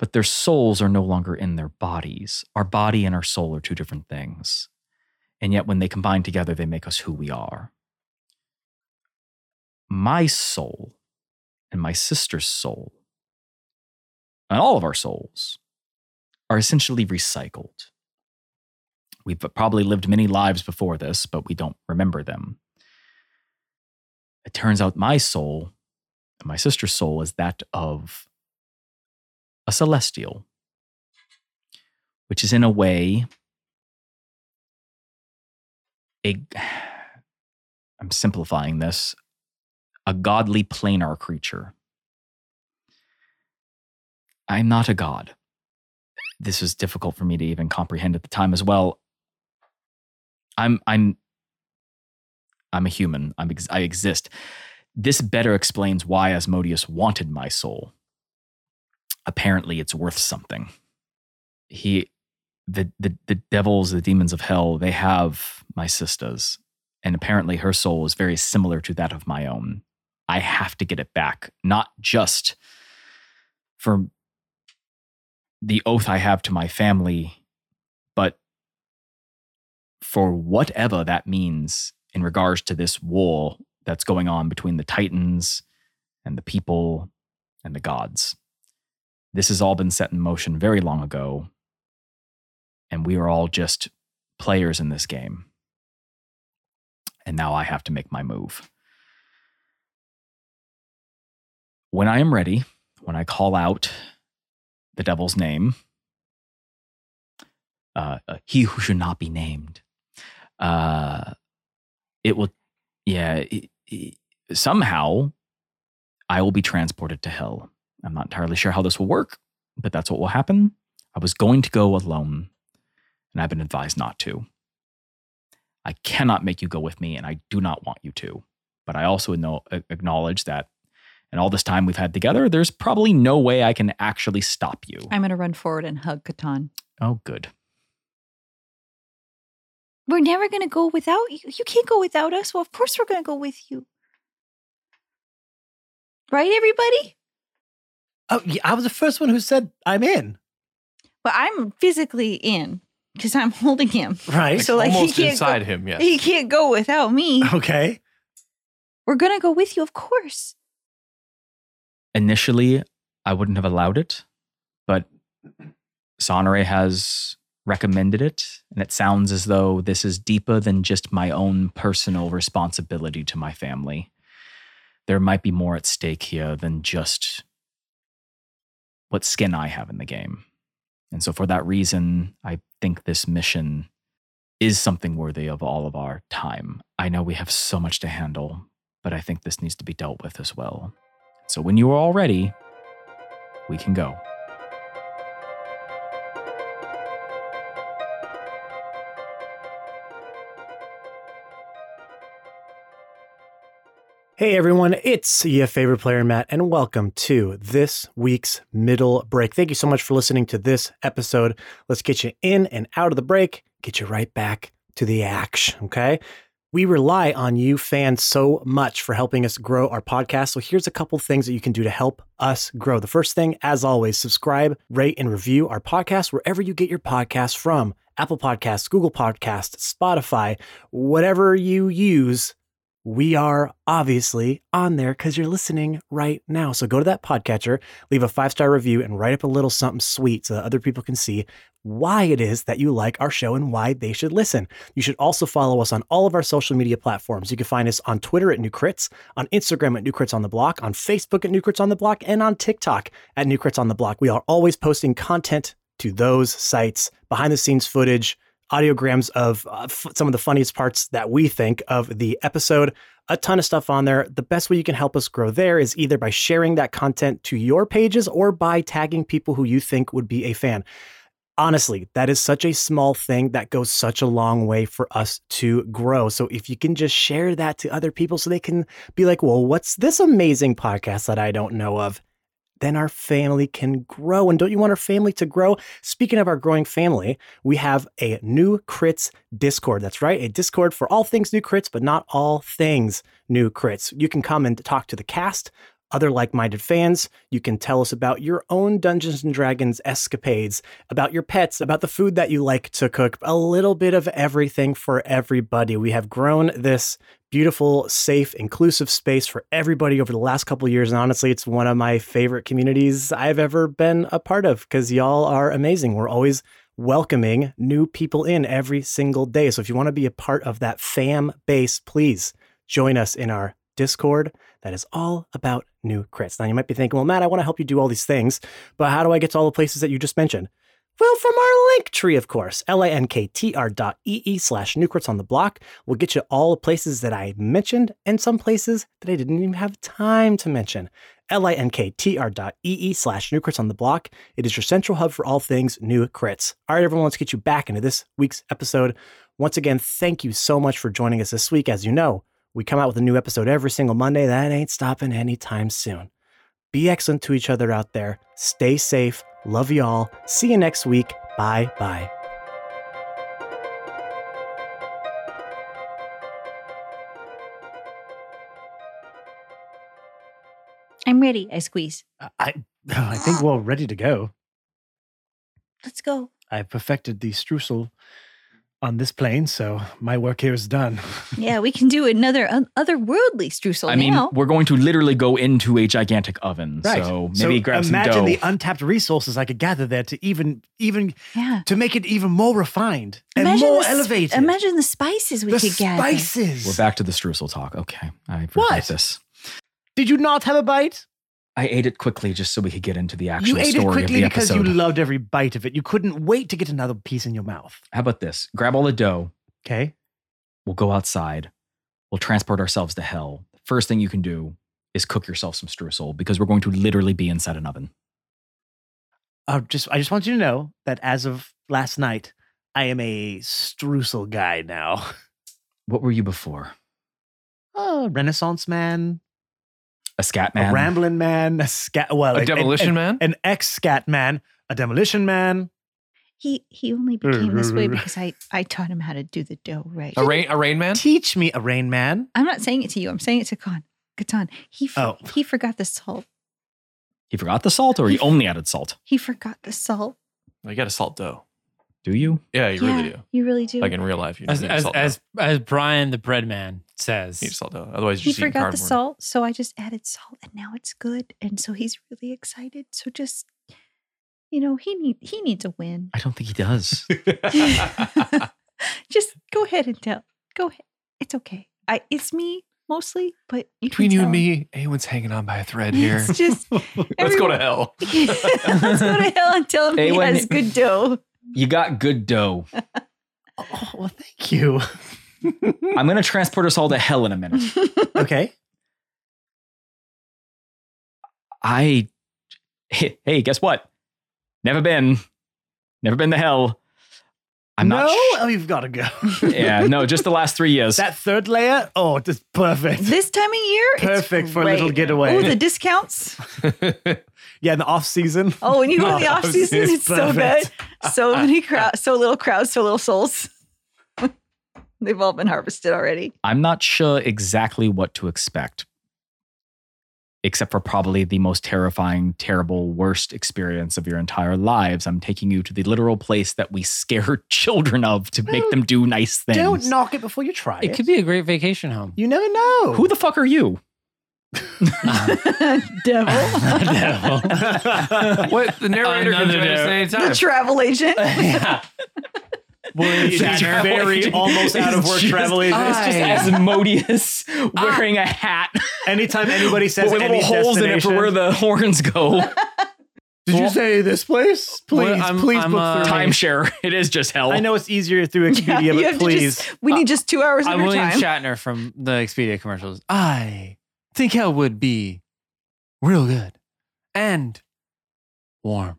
[SPEAKER 3] but their souls are no longer in their bodies. Our body and our soul are two different things. And yet, when they combine together, they make us who we are. My soul and my sister's soul, and all of our souls, are essentially recycled. We've probably lived many lives before this, but we don't remember them. It turns out my soul and my sister's soul is that of a celestial, which is in a way a I'm simplifying this, a godly planar creature. I'm not a god. This was difficult for me to even comprehend at the time as well. I'm I'm I'm a human. I'm ex- I exist this better explains why Asmodeus wanted my soul. Apparently, it's worth something. He, the, the, the devils, the demons of hell, they have my sisters. And apparently, her soul is very similar to that of my own. I have to get it back, not just for the oath I have to my family, but for whatever that means in regards to this war that's going on between the Titans and the people and the gods. This has all been set in motion very long ago, and we are all just players in this game. And now I have to make my move. When I am ready, when I call out the devil's name, uh, uh, he who should not be named, uh, it will yeah, i- i- somehow I will be transported to hell. I'm not entirely sure how this will work, but that's what will happen. I was going to go alone, and I've been advised not to. I cannot make you go with me, and I do not want you to. But I also know, a- acknowledge that, in all this time we've had together, there's probably no way I can actually stop you.
[SPEAKER 1] I'm going to run forward and hug Catan.
[SPEAKER 3] oh, good.
[SPEAKER 1] We're never going to go without you. You can't go without us. Well, of course we're going to go with you. Right, everybody?
[SPEAKER 4] Oh, yeah, I was the first one who said I'm in.
[SPEAKER 1] But I'm physically in because I'm holding him.
[SPEAKER 4] Right.
[SPEAKER 1] So, like, he
[SPEAKER 5] almost
[SPEAKER 1] can't go-
[SPEAKER 5] inside him. Yes.
[SPEAKER 1] He can't go without me.
[SPEAKER 7] Oh.
[SPEAKER 4] okay.
[SPEAKER 1] We're going to go with you, of course.
[SPEAKER 3] initially I wouldn't have allowed it, but Sonore has recommended it. And it sounds as though this is deeper than just my own personal responsibility to my family. There might be more at stake here than just what skin I have in the game. And so, for that reason, I think this mission is something worthy of all of our time. I know we have so much to handle, but I think this needs to be dealt with as well. So when you are all ready, we can go.
[SPEAKER 8] Hey everyone, it's your favorite player, Matt, and welcome to this week's middle break. Thank you so much for listening to this episode. Let's get you in and out of the break, get you right back to the action, okay? We rely on you fans so much for helping us grow our podcast. So here's a couple things that you can do to help us grow. The first thing, as always, subscribe, rate, and review our podcast wherever you get your podcast from Apple Podcasts, Google Podcasts, Spotify, whatever you use
[SPEAKER 4] we are obviously on there because you're listening right now. So go to that podcatcher, leave a five star review, and write up a little something sweet so that other people can see why it is that you like our show and why they should listen. You should also follow us on all of our social media platforms. You can find us on Twitter at New Crits, on Instagram at New Crits on the Block, on Facebook at New Crits on the Block, and on TikTok at New Crits on the Block. We are always posting content to those sites, behind the scenes footage, audiograms of uh, f- some of the funniest parts that we think of the episode. A ton of stuff on there. The best way you can help us grow there is either by sharing that content to your pages or by tagging people who you think would be a fan. Honestly, that is such a small thing that goes such a long way for us to grow. So if you can just share that to other people so they can be like, well, what's this amazing podcast that I don't know of? Then our family can grow. And don't you want our family to grow? Speaking of our growing family, we have a new crits discord that's right a discord for all things new crits but not all things new crits you can come and talk to the cast other like-minded fans you can tell us about your own dungeons and dragons escapades about your pets about the food that you like to cook a little bit of everything for everybody we have grown this beautiful safe inclusive space for everybody over the last couple of years and honestly it's one of my favorite communities i've ever been a part of because y'all are amazing we're always welcoming new people in every single day. So if you want to be a part of that fam base, please join us in our Discord that is all about new crits. Now you might be thinking, well, Matt, I want to help you do all these things, but how do I get to all the places that you just mentioned? Well, from our link tree, of course, linktr dot ee slash new crits on the block will get you all the places that I mentioned and some places that I didn't even have time to mention. linktr dot ee slash new crits on the block it is your central hub for all things new crits. All right, everyone, let's get you back into this week's episode. Once again, thank you so much for joining us this week. As you know, we come out with a new episode every single Monday. That ain't stopping anytime soon. Be excellent to each other out there. Stay safe. Love you all. See you next week. Bye bye.
[SPEAKER 1] I'm ready. I squeeze.
[SPEAKER 7] I, I think we're ready to go.
[SPEAKER 1] Let's go.
[SPEAKER 7] I perfected the streusel on this plane, so my work here is done.
[SPEAKER 1] Yeah, we can do another un- otherworldly streusel
[SPEAKER 3] I mean,
[SPEAKER 1] now.
[SPEAKER 3] we're going to literally go into a gigantic oven. So maybe grab some
[SPEAKER 7] imagine
[SPEAKER 3] dough.
[SPEAKER 7] the untapped resources I could gather there to even even
[SPEAKER 1] yeah.
[SPEAKER 7] to make it even more refined and
[SPEAKER 1] Imagine
[SPEAKER 7] more
[SPEAKER 1] the s-
[SPEAKER 7] elevated.
[SPEAKER 1] Imagine the spices we
[SPEAKER 7] the
[SPEAKER 1] could get.
[SPEAKER 7] spices.
[SPEAKER 3] We're back to the streusel talk. Okay. I forgot
[SPEAKER 7] What?
[SPEAKER 3] this.
[SPEAKER 7] Did you not have a bite?
[SPEAKER 3] I ate it quickly just so we could get into the actual
[SPEAKER 7] You ate it
[SPEAKER 3] story
[SPEAKER 7] quickly
[SPEAKER 3] of the
[SPEAKER 7] because you
[SPEAKER 3] episode.
[SPEAKER 7] loved every bite of it. You couldn't wait to get another piece in your mouth.
[SPEAKER 3] How about this? Grab all the dough.
[SPEAKER 7] Okay.
[SPEAKER 3] We'll go outside. We'll transport ourselves to hell. First thing you can do is cook yourself some streusel because we're going to literally be inside an oven.
[SPEAKER 7] Uh, just I just want you to know that as of last night, I am a streusel guy now.
[SPEAKER 3] What were you before?
[SPEAKER 7] A Renaissance man,
[SPEAKER 3] A scat man?
[SPEAKER 7] a rambling man, a scat well,
[SPEAKER 5] A
[SPEAKER 7] an-
[SPEAKER 5] demolition
[SPEAKER 7] an,
[SPEAKER 5] man?
[SPEAKER 7] an ex scat man, a demolition man.
[SPEAKER 1] He he only became this way because I I taught him how to do the dough right.
[SPEAKER 7] Oh,
[SPEAKER 5] A rain, a rain man?
[SPEAKER 7] Teach me a rain man.
[SPEAKER 1] I'm not saying it to you. I'm saying it to Khan. Katan. He f-
[SPEAKER 7] Oh.
[SPEAKER 1] he forgot the salt.
[SPEAKER 3] He forgot the salt or he
[SPEAKER 1] He-
[SPEAKER 3] only added salt?
[SPEAKER 1] He forgot the salt.
[SPEAKER 5] You got to salt dough.
[SPEAKER 3] Do you?
[SPEAKER 5] Yeah, you
[SPEAKER 1] yeah,
[SPEAKER 5] really do.
[SPEAKER 1] You really do.
[SPEAKER 5] Like in real life, you
[SPEAKER 2] As
[SPEAKER 5] need to
[SPEAKER 2] as
[SPEAKER 5] salt
[SPEAKER 2] as,
[SPEAKER 5] dough.
[SPEAKER 2] as Brian the bread man says.
[SPEAKER 5] You need to salt dough. Otherwise,
[SPEAKER 1] he
[SPEAKER 5] you just eat
[SPEAKER 1] forgot the
[SPEAKER 5] cardboard.
[SPEAKER 1] salt, so I just added salt, and now it's good. And so he's really excited. So just, you know, he need he needs a win.
[SPEAKER 3] I don't think he does.
[SPEAKER 1] just go ahead and tell. Go ahead. It's okay. I it's me mostly, but you
[SPEAKER 5] Between
[SPEAKER 1] can
[SPEAKER 5] you
[SPEAKER 1] tell
[SPEAKER 5] and me, anyone's hanging on by a thread
[SPEAKER 1] him.
[SPEAKER 5] here.
[SPEAKER 1] It's just
[SPEAKER 5] Let's go to hell.
[SPEAKER 1] Let's go to hell and tell him he
[SPEAKER 3] Anyone-
[SPEAKER 1] has good dough.
[SPEAKER 3] you got good dough.
[SPEAKER 7] Oh, well, thank you. Hmm.
[SPEAKER 3] I'm going to transport us all to hell in a minute.
[SPEAKER 7] okay.
[SPEAKER 3] I, hey, guess what? Never been, never been to hell. I'm
[SPEAKER 7] no,
[SPEAKER 3] not. sh-
[SPEAKER 7] oh, you've got to go.
[SPEAKER 3] yeah, no, just the last three years.
[SPEAKER 7] that third layer, oh, just perfect.
[SPEAKER 1] This time of year, it's
[SPEAKER 7] Perfect for a little
[SPEAKER 1] great.
[SPEAKER 7] getaway.
[SPEAKER 1] Oh, the discounts.
[SPEAKER 7] yeah, in the off season.
[SPEAKER 1] Oh, when you go in the
[SPEAKER 7] Oh,
[SPEAKER 1] off season,
[SPEAKER 7] it's
[SPEAKER 1] it's so bad.
[SPEAKER 7] perfect.
[SPEAKER 1] So many crowd, so little crowds, so little souls. They've all been harvested already.
[SPEAKER 3] I'm not sure exactly what to expect. except for probably the most terrifying, terrible, worst experience of your entire lives. I'm taking you to the literal place that we scare children of to make them do nice things.
[SPEAKER 4] Don't knock it before you try it.
[SPEAKER 2] It could be a great vacation home.
[SPEAKER 4] You never know.
[SPEAKER 3] Who the fuck are you?
[SPEAKER 1] Devil.
[SPEAKER 5] What the narrator can
[SPEAKER 2] Another
[SPEAKER 5] join us at any
[SPEAKER 1] the
[SPEAKER 5] time.
[SPEAKER 1] travel agent.
[SPEAKER 2] William
[SPEAKER 3] Just
[SPEAKER 2] Shatner.
[SPEAKER 3] travel
[SPEAKER 8] very almost out of
[SPEAKER 3] It's
[SPEAKER 8] work
[SPEAKER 3] just-
[SPEAKER 8] travel agent.
[SPEAKER 2] uh,
[SPEAKER 3] It's just Asmodeus wearing a hat
[SPEAKER 8] Anytime anybody says
[SPEAKER 3] but with
[SPEAKER 8] any
[SPEAKER 3] little holes in it for where
[SPEAKER 8] destination,
[SPEAKER 3] the horns go.
[SPEAKER 4] Did you say this place? Please,
[SPEAKER 2] Well, I'm-
[SPEAKER 4] please
[SPEAKER 2] I'm,
[SPEAKER 4] book
[SPEAKER 2] uh,
[SPEAKER 4] through.
[SPEAKER 3] Timeshare. It is just hell.
[SPEAKER 8] I know it's easier through Expedia,
[SPEAKER 1] you
[SPEAKER 8] but
[SPEAKER 1] have to
[SPEAKER 8] please.
[SPEAKER 1] just, we need just two hours of
[SPEAKER 2] I'm
[SPEAKER 1] your
[SPEAKER 2] William
[SPEAKER 1] time.
[SPEAKER 2] Shatner from the Expedia commercials. I think hell would be real good and warm.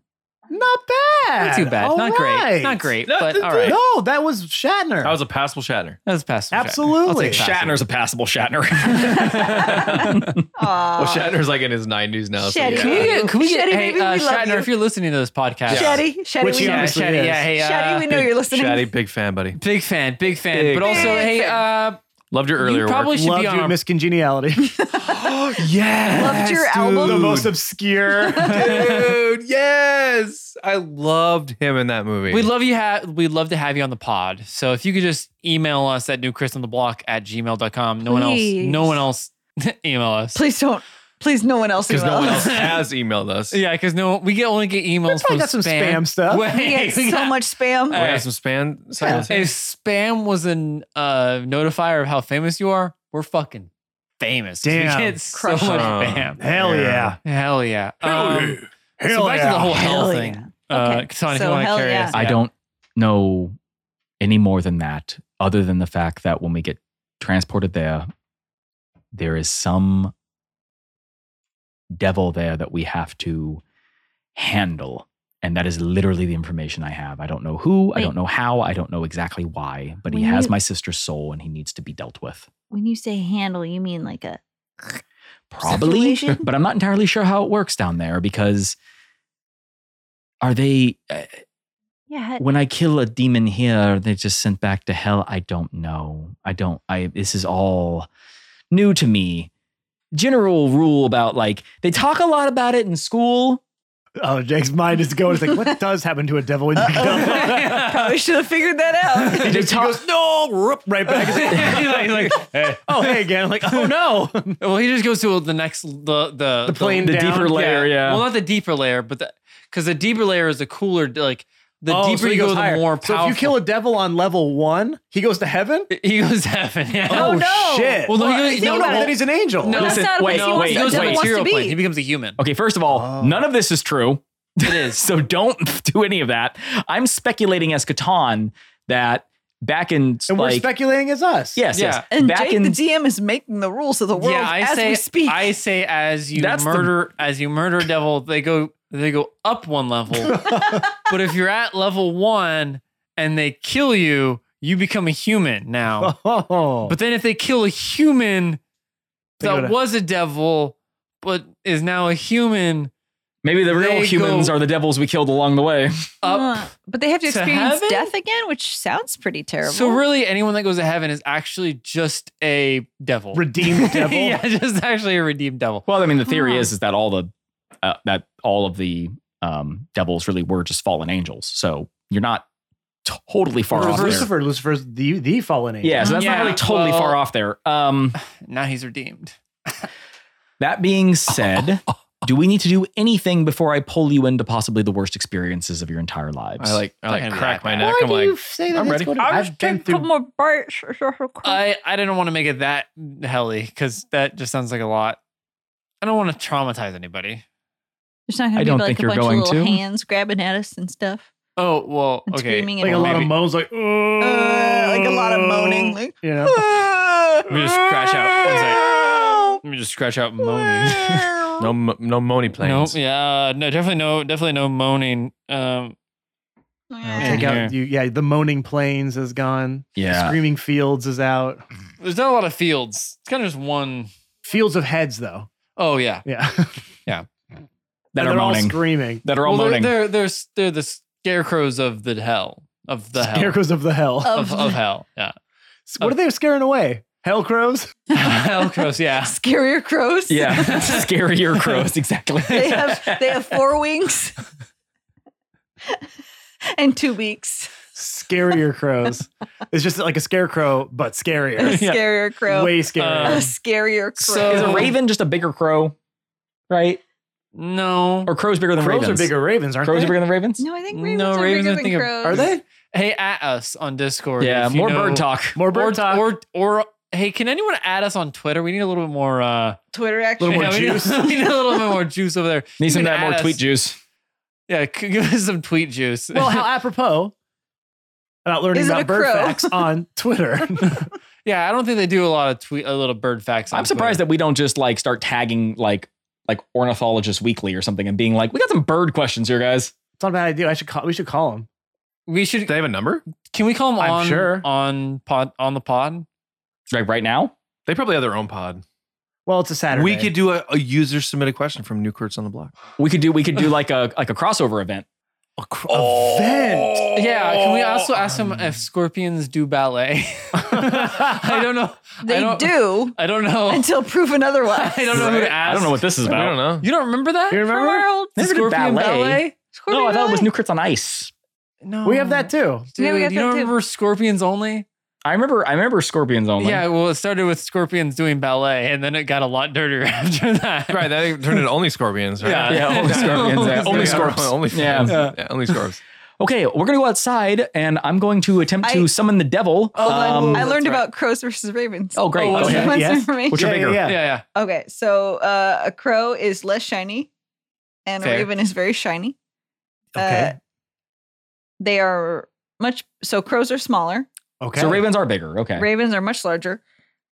[SPEAKER 4] Not bad.
[SPEAKER 2] Not too bad.
[SPEAKER 4] All
[SPEAKER 2] not
[SPEAKER 4] right.
[SPEAKER 2] great. Not great, but all right.
[SPEAKER 4] No, that was Shatner.
[SPEAKER 5] That was a passable Shatner.
[SPEAKER 2] That was past.
[SPEAKER 4] Absolutely.
[SPEAKER 3] Shatner's a passable Shatner.
[SPEAKER 1] Aw.
[SPEAKER 5] Well,
[SPEAKER 2] Uh,
[SPEAKER 5] Shatner's like in his 90s now. So
[SPEAKER 1] Shatty.
[SPEAKER 5] yeah.
[SPEAKER 2] Can we get, can we get
[SPEAKER 1] Shetty,
[SPEAKER 2] hey,
[SPEAKER 1] baby,
[SPEAKER 2] uh,
[SPEAKER 1] we love
[SPEAKER 2] Shatner,
[SPEAKER 1] you.
[SPEAKER 2] if you're listening to this podcast,
[SPEAKER 1] Shatty, Shatty,
[SPEAKER 8] Which
[SPEAKER 1] we
[SPEAKER 8] he
[SPEAKER 2] yeah,
[SPEAKER 1] know,
[SPEAKER 8] obviously
[SPEAKER 2] Shatty,
[SPEAKER 8] is.
[SPEAKER 2] yeah, hey, uh,
[SPEAKER 1] Shatty, we know you're listening.
[SPEAKER 5] Shatty, big fan, buddy.
[SPEAKER 2] big fan, big fan,
[SPEAKER 5] Big
[SPEAKER 2] but also,
[SPEAKER 1] fan.
[SPEAKER 2] hey, uh,
[SPEAKER 5] Loved your earlier
[SPEAKER 2] you probably should
[SPEAKER 4] Loved
[SPEAKER 2] be on
[SPEAKER 4] your
[SPEAKER 2] our
[SPEAKER 4] Miss Congeniality.
[SPEAKER 5] yes.
[SPEAKER 1] Loved your album.
[SPEAKER 4] the most obscure.
[SPEAKER 5] Dude, yes. I loved him in that movie.
[SPEAKER 2] We'd love you ha- we'd love to have you on the pod. So if you could just email us at newchrisontheblock at gmail.com. No
[SPEAKER 1] Please.
[SPEAKER 2] one else no one else email us.
[SPEAKER 1] Please don't. Please, no one else.
[SPEAKER 5] because no
[SPEAKER 1] will.
[SPEAKER 5] one else has emailed us.
[SPEAKER 2] Yeah, because no we get only get emails
[SPEAKER 4] probably
[SPEAKER 2] from
[SPEAKER 4] got some
[SPEAKER 2] spam,
[SPEAKER 4] spam stuff.
[SPEAKER 2] Wait,
[SPEAKER 1] We get so
[SPEAKER 2] we got-
[SPEAKER 1] much spam.
[SPEAKER 5] We have some span
[SPEAKER 2] If spam was an uh, notifier of how famous you are, we're fucking famous. 'Cause
[SPEAKER 4] Damn.
[SPEAKER 2] We get so much
[SPEAKER 1] Crush
[SPEAKER 5] it.
[SPEAKER 2] spam.
[SPEAKER 4] Hell yeah.
[SPEAKER 2] Hell yeah. Um,
[SPEAKER 4] Hell
[SPEAKER 2] so back to
[SPEAKER 4] yeah.
[SPEAKER 2] the whole hell,
[SPEAKER 1] Hell
[SPEAKER 2] thing.
[SPEAKER 1] yeah.
[SPEAKER 2] Uh,
[SPEAKER 1] Okay,
[SPEAKER 2] Tony, if
[SPEAKER 1] so
[SPEAKER 2] you want to
[SPEAKER 1] hell
[SPEAKER 2] carry
[SPEAKER 1] yeah.
[SPEAKER 2] us?
[SPEAKER 3] I
[SPEAKER 2] yeah.
[SPEAKER 3] don't know any more than that, other than the fact that when we get transported there, there is some devil there that we have to handle. And that is literally the information I have. I don't know who, I don't
[SPEAKER 1] Wait.
[SPEAKER 3] know how, I don't know exactly why, but he
[SPEAKER 1] When
[SPEAKER 3] has
[SPEAKER 1] you-
[SPEAKER 3] my sister's soul and he needs to be dealt with.
[SPEAKER 1] When you say handle, you mean like a
[SPEAKER 3] Probably,
[SPEAKER 1] Situation?
[SPEAKER 3] but I'm not entirely sure how it works down there because are they uh,
[SPEAKER 1] yeah.
[SPEAKER 3] when I kill a demon here, they're just sent back to hell. I don't know. I don't. I this is all new to me. General rule about like they talk a lot about it in school.
[SPEAKER 4] Oh, Jake's mind is going. It's like, what does happen to a devil when you kill him?
[SPEAKER 1] Probably should have figured that out.
[SPEAKER 4] He just he goes, no, whoop, right back. He's like, he's like- he's like, oh, hey again. I'm like, oh, no.
[SPEAKER 2] Well, he just goes to the next the the
[SPEAKER 4] The plane
[SPEAKER 3] The
[SPEAKER 4] down.
[SPEAKER 3] deeper layer, yeah.
[SPEAKER 2] Well, not the deeper layer, but the because the deeper layer is the cooler. Like the
[SPEAKER 4] Oh,
[SPEAKER 2] deeper
[SPEAKER 4] so he
[SPEAKER 2] you go,
[SPEAKER 4] goes
[SPEAKER 2] the
[SPEAKER 4] higher.
[SPEAKER 2] more
[SPEAKER 4] So
[SPEAKER 2] powerful.
[SPEAKER 4] if you kill a devil on level one, he goes to heaven?
[SPEAKER 2] he goes to heaven. Yeah.
[SPEAKER 1] Oh, no.
[SPEAKER 4] shit.
[SPEAKER 2] Well, no, he
[SPEAKER 1] Well,
[SPEAKER 2] goes,
[SPEAKER 1] think
[SPEAKER 2] no,
[SPEAKER 1] about it.
[SPEAKER 2] well,
[SPEAKER 4] then he's an angel.
[SPEAKER 2] No.
[SPEAKER 1] That's
[SPEAKER 3] Listen,
[SPEAKER 1] not a
[SPEAKER 3] wait,
[SPEAKER 1] place he
[SPEAKER 2] no,
[SPEAKER 1] wants
[SPEAKER 3] wait,
[SPEAKER 2] he
[SPEAKER 1] to-
[SPEAKER 2] goes to
[SPEAKER 1] devil
[SPEAKER 2] a
[SPEAKER 3] wait.
[SPEAKER 1] wants
[SPEAKER 2] material
[SPEAKER 1] to be.
[SPEAKER 2] plane. He becomes a human.
[SPEAKER 3] Okay, first of all,
[SPEAKER 4] Oh.
[SPEAKER 3] none of this is true.
[SPEAKER 2] It is.
[SPEAKER 3] So don't do any of that. I'm speculating eschaton that back in
[SPEAKER 4] And we're
[SPEAKER 3] like
[SPEAKER 4] speculating as us.
[SPEAKER 3] yes, yes,
[SPEAKER 2] Yeah.
[SPEAKER 1] And
[SPEAKER 3] back
[SPEAKER 1] Jake,
[SPEAKER 3] in
[SPEAKER 1] the DM, is making the rules of the world
[SPEAKER 2] yeah, I
[SPEAKER 1] as
[SPEAKER 2] say.
[SPEAKER 1] we speak.
[SPEAKER 2] I say as you
[SPEAKER 3] That's the-
[SPEAKER 2] murder as you murder a devil, they go they go up one level. but if you're at level one and they kill you, you become a human now.
[SPEAKER 4] Oh.
[SPEAKER 2] But then if they kill a human that
[SPEAKER 4] They go to-
[SPEAKER 2] was a devil, but is now a human
[SPEAKER 3] maybe the real
[SPEAKER 2] they
[SPEAKER 3] humans
[SPEAKER 2] go-
[SPEAKER 3] are the devils we killed along the way.
[SPEAKER 2] up.
[SPEAKER 1] Uh, but they have to
[SPEAKER 2] to
[SPEAKER 1] experience
[SPEAKER 2] heaven?
[SPEAKER 1] death again, which sounds pretty terrible.
[SPEAKER 2] So really, anyone that goes to heaven is actually just a devil.
[SPEAKER 4] Redeemed devil.
[SPEAKER 2] yeah, just actually a redeemed devil.
[SPEAKER 3] Well, I mean, the theory
[SPEAKER 1] Huh.
[SPEAKER 3] is is that all the uh, that all of the um, devils really were just fallen angels. So you're not totally far off there.
[SPEAKER 4] Lucifer, Lucifer's the, the fallen angel.
[SPEAKER 3] Yeah, so that's
[SPEAKER 2] Yeah,
[SPEAKER 3] not really totally
[SPEAKER 2] well-
[SPEAKER 3] far off there. Um,
[SPEAKER 2] Now he's redeemed.
[SPEAKER 3] that being said, do we need to do anything before I pull you into possibly the worst experiences of your entire lives?
[SPEAKER 5] I like, I
[SPEAKER 2] Fucking
[SPEAKER 5] like crack my
[SPEAKER 2] bad.
[SPEAKER 5] neck.
[SPEAKER 4] Why
[SPEAKER 5] I'm
[SPEAKER 4] do
[SPEAKER 5] like,
[SPEAKER 4] you say that?
[SPEAKER 5] I'm
[SPEAKER 4] It's
[SPEAKER 5] ready.
[SPEAKER 4] what-
[SPEAKER 5] I
[SPEAKER 4] I've been through
[SPEAKER 1] more bites. Oh.
[SPEAKER 2] I I didn't want to make it that helly because that just sounds like a lot. I don't want to traumatize anybody.
[SPEAKER 1] There's not
[SPEAKER 3] I
[SPEAKER 1] going to
[SPEAKER 3] don't
[SPEAKER 1] be like
[SPEAKER 3] think
[SPEAKER 1] a
[SPEAKER 3] you're
[SPEAKER 1] bunch of
[SPEAKER 3] going
[SPEAKER 1] little
[SPEAKER 3] to.
[SPEAKER 1] hands grabbing at us and stuff
[SPEAKER 2] Oh well,
[SPEAKER 1] and
[SPEAKER 2] okay.
[SPEAKER 1] screaming
[SPEAKER 4] like
[SPEAKER 1] and
[SPEAKER 4] a
[SPEAKER 1] all.
[SPEAKER 4] lot of moans, like oh,
[SPEAKER 1] Uh, like a lot of moaning, like,
[SPEAKER 4] you know.
[SPEAKER 2] Let me just scratch out. One second. Let me just scratch out moaning.
[SPEAKER 5] no, mo- no money planes.
[SPEAKER 2] Nope. Yeah. No. Definitely no. Definitely no moaning. Um.
[SPEAKER 1] Yeah.
[SPEAKER 4] Take out, you, yeah, the moaning plains is gone.
[SPEAKER 3] Yeah.
[SPEAKER 4] screaming fields is out.
[SPEAKER 2] There's not a lot of fields. It's kind of just one
[SPEAKER 4] Fields of heads, though.
[SPEAKER 2] oh yeah.
[SPEAKER 4] Yeah,
[SPEAKER 3] that are
[SPEAKER 4] And they're all
[SPEAKER 3] moaning.
[SPEAKER 4] screaming.
[SPEAKER 3] that are all
[SPEAKER 2] well,
[SPEAKER 3] moaning.
[SPEAKER 2] They're, they're they're s- they're the scarecrows of the hell of the hell
[SPEAKER 4] Scarecrows of the hell.
[SPEAKER 1] Uh,
[SPEAKER 2] of, of hell. Yeah.
[SPEAKER 4] what are they scaring away? Hell crows.
[SPEAKER 2] Hell crows, yeah.
[SPEAKER 1] Scarier crows.
[SPEAKER 3] Yeah, scarier crows. Exactly.
[SPEAKER 1] they have they have four wings and two beaks.
[SPEAKER 4] Scarier crows. It's just like a scarecrow, but
[SPEAKER 1] A
[SPEAKER 4] scarier.
[SPEAKER 1] scarier crow.
[SPEAKER 4] Way scarier.
[SPEAKER 1] a
[SPEAKER 2] Um,
[SPEAKER 1] scarier crow.
[SPEAKER 2] so-
[SPEAKER 3] Is a raven just a bigger crow, right?
[SPEAKER 2] No.
[SPEAKER 3] Or crows
[SPEAKER 1] Uh,
[SPEAKER 3] bigger than
[SPEAKER 4] crows
[SPEAKER 3] ravens?
[SPEAKER 4] are bigger ravens, aren't
[SPEAKER 3] Crows
[SPEAKER 4] they?
[SPEAKER 3] are bigger than ravens.
[SPEAKER 1] no, I think
[SPEAKER 2] No,
[SPEAKER 1] ravens are
[SPEAKER 2] ravens, I
[SPEAKER 1] bigger than
[SPEAKER 2] think, are-
[SPEAKER 1] crows.
[SPEAKER 4] Are they?
[SPEAKER 2] Hey, at us on Discord.
[SPEAKER 3] Yeah,
[SPEAKER 2] if you
[SPEAKER 3] more
[SPEAKER 2] know-
[SPEAKER 3] bird talk.
[SPEAKER 4] More bird
[SPEAKER 2] or,
[SPEAKER 4] talk.
[SPEAKER 2] Or, or, hey, can anyone add us on Twitter? We need a little bit more. uh
[SPEAKER 1] Twitter
[SPEAKER 4] A
[SPEAKER 1] action.
[SPEAKER 4] little more
[SPEAKER 2] yeah, we need-
[SPEAKER 4] juice.
[SPEAKER 2] We need, a little bit more juice over there.
[SPEAKER 3] Need some of
[SPEAKER 2] You can
[SPEAKER 3] that more
[SPEAKER 2] add us.
[SPEAKER 3] tweet juice.
[SPEAKER 2] Yeah, c- give us some tweet juice.
[SPEAKER 4] well, how apropos about learning
[SPEAKER 1] Is it
[SPEAKER 4] about
[SPEAKER 1] a
[SPEAKER 4] bird
[SPEAKER 1] crow?
[SPEAKER 4] facts on Twitter.
[SPEAKER 2] yeah, I don't think they do a lot of tweet, a little bird facts.
[SPEAKER 3] I'm surprised that we don't just like start tagging like like Ornithologist Weekly or something and being like, we got some bird questions here, guys.
[SPEAKER 4] It's not a bad idea. I should call. We should call him.
[SPEAKER 2] that we should.
[SPEAKER 5] Do they have a number?
[SPEAKER 2] Can we call them
[SPEAKER 4] I'm
[SPEAKER 2] on
[SPEAKER 4] sure.
[SPEAKER 2] on pod on the pod?
[SPEAKER 3] Like right now.
[SPEAKER 5] They probably have their own pod.
[SPEAKER 4] Well, it's a Saturday.
[SPEAKER 5] We could do a, a user submitted question from New Courts on the Block.
[SPEAKER 3] We could do we could do like a like a crossover event.
[SPEAKER 4] a cr- event.
[SPEAKER 2] Yeah. Can we also ask them if scorpions do ballet?
[SPEAKER 3] Oh.
[SPEAKER 2] I don't know. I
[SPEAKER 1] They
[SPEAKER 2] don't-
[SPEAKER 1] do
[SPEAKER 2] I don't know.
[SPEAKER 1] until proven otherwise.
[SPEAKER 2] I don't know who to ask.
[SPEAKER 3] I don't know what this is
[SPEAKER 5] I
[SPEAKER 3] about.
[SPEAKER 5] don't know.
[SPEAKER 2] You don't remember that?
[SPEAKER 4] You remember?
[SPEAKER 1] World.
[SPEAKER 3] They never did
[SPEAKER 2] Scorpion
[SPEAKER 3] ballet.
[SPEAKER 2] ballet?
[SPEAKER 1] Scorpion
[SPEAKER 3] No, I thought it was
[SPEAKER 1] ballet.
[SPEAKER 3] New Crits on Ice.
[SPEAKER 2] No.
[SPEAKER 4] We have that too.
[SPEAKER 2] Dude,
[SPEAKER 1] Yeah, we got
[SPEAKER 2] you
[SPEAKER 1] that
[SPEAKER 2] don't
[SPEAKER 1] too.
[SPEAKER 2] remember Scorpions only?
[SPEAKER 3] I remember I remember Scorpions only.
[SPEAKER 2] Yeah, well, it started with Scorpions doing ballet, and then it got a lot dirtier after that.
[SPEAKER 5] Right, that turned into only scorpions, right?
[SPEAKER 2] Yeah.
[SPEAKER 3] Yeah, only scorpions. yeah. Only scorps.
[SPEAKER 5] Only
[SPEAKER 3] Yeah.
[SPEAKER 5] fans. Yeah. only scorps.
[SPEAKER 3] Okay, we're gonna go outside and I'm going to attempt to
[SPEAKER 1] I-
[SPEAKER 3] summon the devil.
[SPEAKER 1] Oh, I-
[SPEAKER 3] Um,
[SPEAKER 1] I learned about crows versus ravens.
[SPEAKER 3] Oh
[SPEAKER 2] Oh,
[SPEAKER 3] great. Go
[SPEAKER 2] what's
[SPEAKER 3] ahead.
[SPEAKER 4] that?
[SPEAKER 1] What's
[SPEAKER 4] Yes.
[SPEAKER 1] information?
[SPEAKER 3] Which are bigger?
[SPEAKER 2] Yeah, yeah.
[SPEAKER 1] Okay, so uh, a crow is less shiny, and
[SPEAKER 2] Fair.
[SPEAKER 1] a raven is very shiny. Uh,
[SPEAKER 4] Okay.
[SPEAKER 1] They are much so crows are smaller.
[SPEAKER 4] okay.
[SPEAKER 3] So ravens are bigger. Okay.
[SPEAKER 1] Ravens are much larger.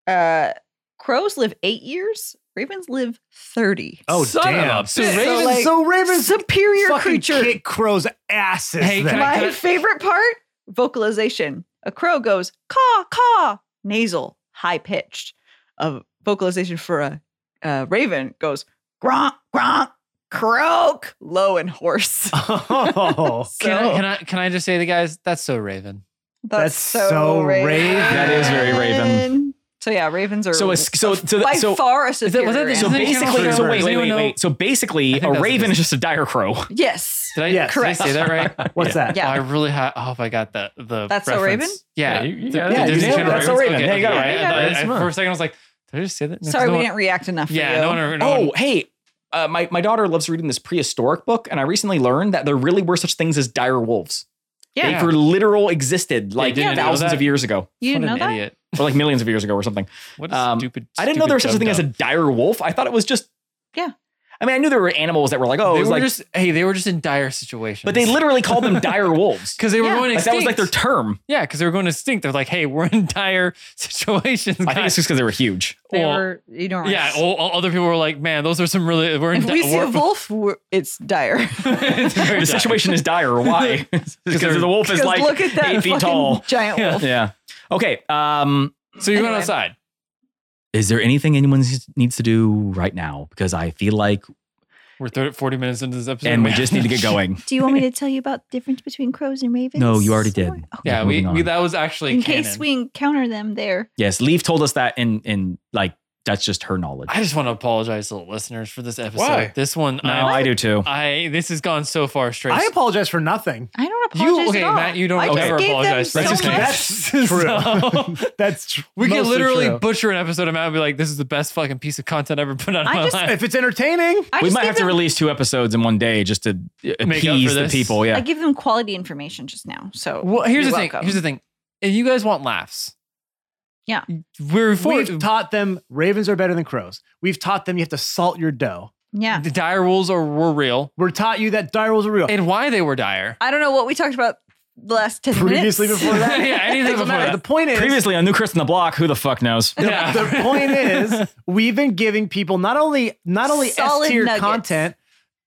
[SPEAKER 1] Uh, crows live eight years. Ravens live thirty.
[SPEAKER 4] Oh
[SPEAKER 2] Son of
[SPEAKER 4] damn.
[SPEAKER 2] a
[SPEAKER 4] So
[SPEAKER 2] bitch.
[SPEAKER 4] ravens.
[SPEAKER 1] So, like,
[SPEAKER 4] so ravens.
[SPEAKER 1] Superior
[SPEAKER 4] fucking
[SPEAKER 1] creature.
[SPEAKER 4] kick crows' asses.
[SPEAKER 2] Hey,
[SPEAKER 4] then.
[SPEAKER 2] can I-
[SPEAKER 1] My favorite part: vocalization. A crow goes caw caw, nasal, high pitched. A vocalization for a uh, raven goes gronk gronk, croak, low and hoarse.
[SPEAKER 4] Oh,
[SPEAKER 1] So-
[SPEAKER 2] Can, I, can I can I just say the guys? That's so Raven.
[SPEAKER 4] That's so raven.
[SPEAKER 3] That is very raven.
[SPEAKER 1] So yeah, ravens are
[SPEAKER 3] So it's so so
[SPEAKER 1] by
[SPEAKER 3] so
[SPEAKER 1] far a superior.
[SPEAKER 2] was that the-
[SPEAKER 3] so
[SPEAKER 2] Isn't it
[SPEAKER 3] basically
[SPEAKER 2] camouflage
[SPEAKER 3] so wait
[SPEAKER 2] birds?
[SPEAKER 3] wait wait
[SPEAKER 2] Anyone know-
[SPEAKER 3] wait so basically
[SPEAKER 2] think
[SPEAKER 3] a
[SPEAKER 2] that's what
[SPEAKER 3] raven
[SPEAKER 2] it
[SPEAKER 3] is
[SPEAKER 2] is.
[SPEAKER 3] just a dire crow.
[SPEAKER 1] yes.
[SPEAKER 2] Did I,
[SPEAKER 4] Yes.
[SPEAKER 2] did I say that right?
[SPEAKER 4] what's that?
[SPEAKER 1] Yeah.
[SPEAKER 2] Oh, I really ha- I hope I got the the.
[SPEAKER 1] That's so
[SPEAKER 2] reference.
[SPEAKER 1] Raven?
[SPEAKER 2] Yeah,
[SPEAKER 5] Yeah, you- you
[SPEAKER 2] The-
[SPEAKER 5] got
[SPEAKER 2] the
[SPEAKER 5] it.
[SPEAKER 3] Yeah, you
[SPEAKER 2] Disney
[SPEAKER 3] nailed it.
[SPEAKER 2] Channel
[SPEAKER 3] That's so
[SPEAKER 2] reference.
[SPEAKER 3] Raven. There you go,
[SPEAKER 2] okay,
[SPEAKER 3] right?
[SPEAKER 2] yeah,
[SPEAKER 5] That's
[SPEAKER 2] I-
[SPEAKER 5] smart.
[SPEAKER 2] for a second, I was like, did I just say that? No,
[SPEAKER 1] Sorry,
[SPEAKER 2] no
[SPEAKER 1] we
[SPEAKER 2] one-
[SPEAKER 1] didn't react enough. for
[SPEAKER 2] Yeah,
[SPEAKER 1] you.
[SPEAKER 2] no one. No
[SPEAKER 3] Oh,
[SPEAKER 2] one-
[SPEAKER 3] hey, uh, my, my daughter loves reading this prehistoric book, and I recently learned that there really were such things as dire wolves.
[SPEAKER 1] Yeah.
[SPEAKER 3] They for literal existed like
[SPEAKER 2] didn't know
[SPEAKER 3] thousands
[SPEAKER 2] that.
[SPEAKER 3] of years ago,
[SPEAKER 1] you
[SPEAKER 2] what
[SPEAKER 1] didn't know
[SPEAKER 2] an
[SPEAKER 1] that.
[SPEAKER 2] idiot.
[SPEAKER 3] or like millions of years ago, or something.
[SPEAKER 2] What a
[SPEAKER 3] Um,
[SPEAKER 2] stupid.
[SPEAKER 3] I didn't know there was such a
[SPEAKER 2] stupid
[SPEAKER 3] thing as a
[SPEAKER 2] dum-dum.
[SPEAKER 3] dire wolf. I thought it was just
[SPEAKER 1] Yeah.
[SPEAKER 3] I mean, I knew there were animals that were like oh, it
[SPEAKER 2] they
[SPEAKER 3] was
[SPEAKER 2] were
[SPEAKER 3] like,
[SPEAKER 2] just hey, they were just in dire situations.
[SPEAKER 3] but they literally called them dire wolves.
[SPEAKER 2] because they were
[SPEAKER 1] Yeah.
[SPEAKER 2] going
[SPEAKER 3] Like,
[SPEAKER 2] extinct.
[SPEAKER 3] that was like their term.
[SPEAKER 2] yeah, because they were going extinct. They're like, hey, we're in dire situations.
[SPEAKER 3] I think it's
[SPEAKER 2] guys.
[SPEAKER 3] just because they were huge.
[SPEAKER 1] They
[SPEAKER 2] Well,
[SPEAKER 1] were, you don't.
[SPEAKER 2] yeah,
[SPEAKER 1] realize.
[SPEAKER 2] all, all other people were like, man, those are some really. We're in
[SPEAKER 1] if
[SPEAKER 2] di-
[SPEAKER 1] we see a
[SPEAKER 2] we're-
[SPEAKER 1] wolf, we're, it's dire.
[SPEAKER 2] It's
[SPEAKER 3] the
[SPEAKER 2] very dire.
[SPEAKER 3] situation is dire. Why? because the wolf is
[SPEAKER 1] Because
[SPEAKER 3] like
[SPEAKER 1] look at that
[SPEAKER 3] eight feet
[SPEAKER 1] fucking
[SPEAKER 3] tall.
[SPEAKER 1] giant
[SPEAKER 2] Yeah.
[SPEAKER 1] wolf.
[SPEAKER 3] Yeah. Okay. Um,
[SPEAKER 2] So you're going
[SPEAKER 1] Anyway.
[SPEAKER 2] outside.
[SPEAKER 3] is there anything anyone s- needs to do right now? Because I feel like,
[SPEAKER 2] We're 30, 40 minutes into this episode,
[SPEAKER 3] and we just need to get going.
[SPEAKER 1] Do you want me to tell you about the difference between crows and ravens? Oh.
[SPEAKER 3] No, you already did.
[SPEAKER 2] Yeah, we,
[SPEAKER 3] Moving
[SPEAKER 2] we
[SPEAKER 3] on.
[SPEAKER 2] that was actually
[SPEAKER 1] In
[SPEAKER 2] canon.
[SPEAKER 1] case we encounter them there.
[SPEAKER 3] yes, Leaf told us that in in like that's just her knowledge.
[SPEAKER 2] I just want to apologize to the listeners for this episode.
[SPEAKER 5] Why?
[SPEAKER 2] This one,
[SPEAKER 3] no,
[SPEAKER 2] I,
[SPEAKER 3] I do too.
[SPEAKER 2] I, this has gone so far straight.
[SPEAKER 4] I apologize for nothing.
[SPEAKER 1] I don't apologize
[SPEAKER 2] You- okay,
[SPEAKER 1] at all.
[SPEAKER 2] Matt, you don't
[SPEAKER 1] I just
[SPEAKER 2] ever
[SPEAKER 1] gave them
[SPEAKER 2] apologize.
[SPEAKER 1] So
[SPEAKER 2] That's
[SPEAKER 1] much.
[SPEAKER 2] just-
[SPEAKER 4] That's
[SPEAKER 2] So-
[SPEAKER 4] true. That's tr-
[SPEAKER 2] we can
[SPEAKER 4] mostly
[SPEAKER 2] literally
[SPEAKER 4] true.
[SPEAKER 2] butcher an episode of Matt and be like, "This is the best fucking piece of content ever put out."
[SPEAKER 1] I
[SPEAKER 2] in my
[SPEAKER 1] just-
[SPEAKER 2] life.
[SPEAKER 4] if it's entertaining.
[SPEAKER 1] I
[SPEAKER 3] We
[SPEAKER 1] just
[SPEAKER 3] might
[SPEAKER 1] gave
[SPEAKER 3] have to
[SPEAKER 1] them-
[SPEAKER 3] release two episodes in one day just to uh,
[SPEAKER 2] up for
[SPEAKER 3] appease the
[SPEAKER 2] this.
[SPEAKER 3] people.
[SPEAKER 1] I
[SPEAKER 3] Yeah.
[SPEAKER 1] give them quality information just now. So
[SPEAKER 2] Well, here's
[SPEAKER 1] you're
[SPEAKER 2] the thing.
[SPEAKER 1] welcome.
[SPEAKER 2] Here's the thing. If you guys want laughs,
[SPEAKER 1] Yeah.
[SPEAKER 2] we're for
[SPEAKER 4] We've taught them ravens are better than crows. We've taught them you have to salt your dough.
[SPEAKER 1] yeah.
[SPEAKER 2] the dire wolves are were real
[SPEAKER 4] We're taught you that dire wolves are real.
[SPEAKER 2] and why they were dire.
[SPEAKER 1] I don't know what we talked about the last 10
[SPEAKER 4] Previously
[SPEAKER 1] minutes.
[SPEAKER 4] before that.
[SPEAKER 2] yeah, anything
[SPEAKER 4] Doesn't
[SPEAKER 2] before that.
[SPEAKER 4] matter. The point is,
[SPEAKER 3] Previously on New Chris in the Block, who the fuck knows?
[SPEAKER 2] yeah.
[SPEAKER 4] the point is, we've been giving people not only not only S
[SPEAKER 1] Solid
[SPEAKER 4] tier
[SPEAKER 1] nuggets.
[SPEAKER 4] content,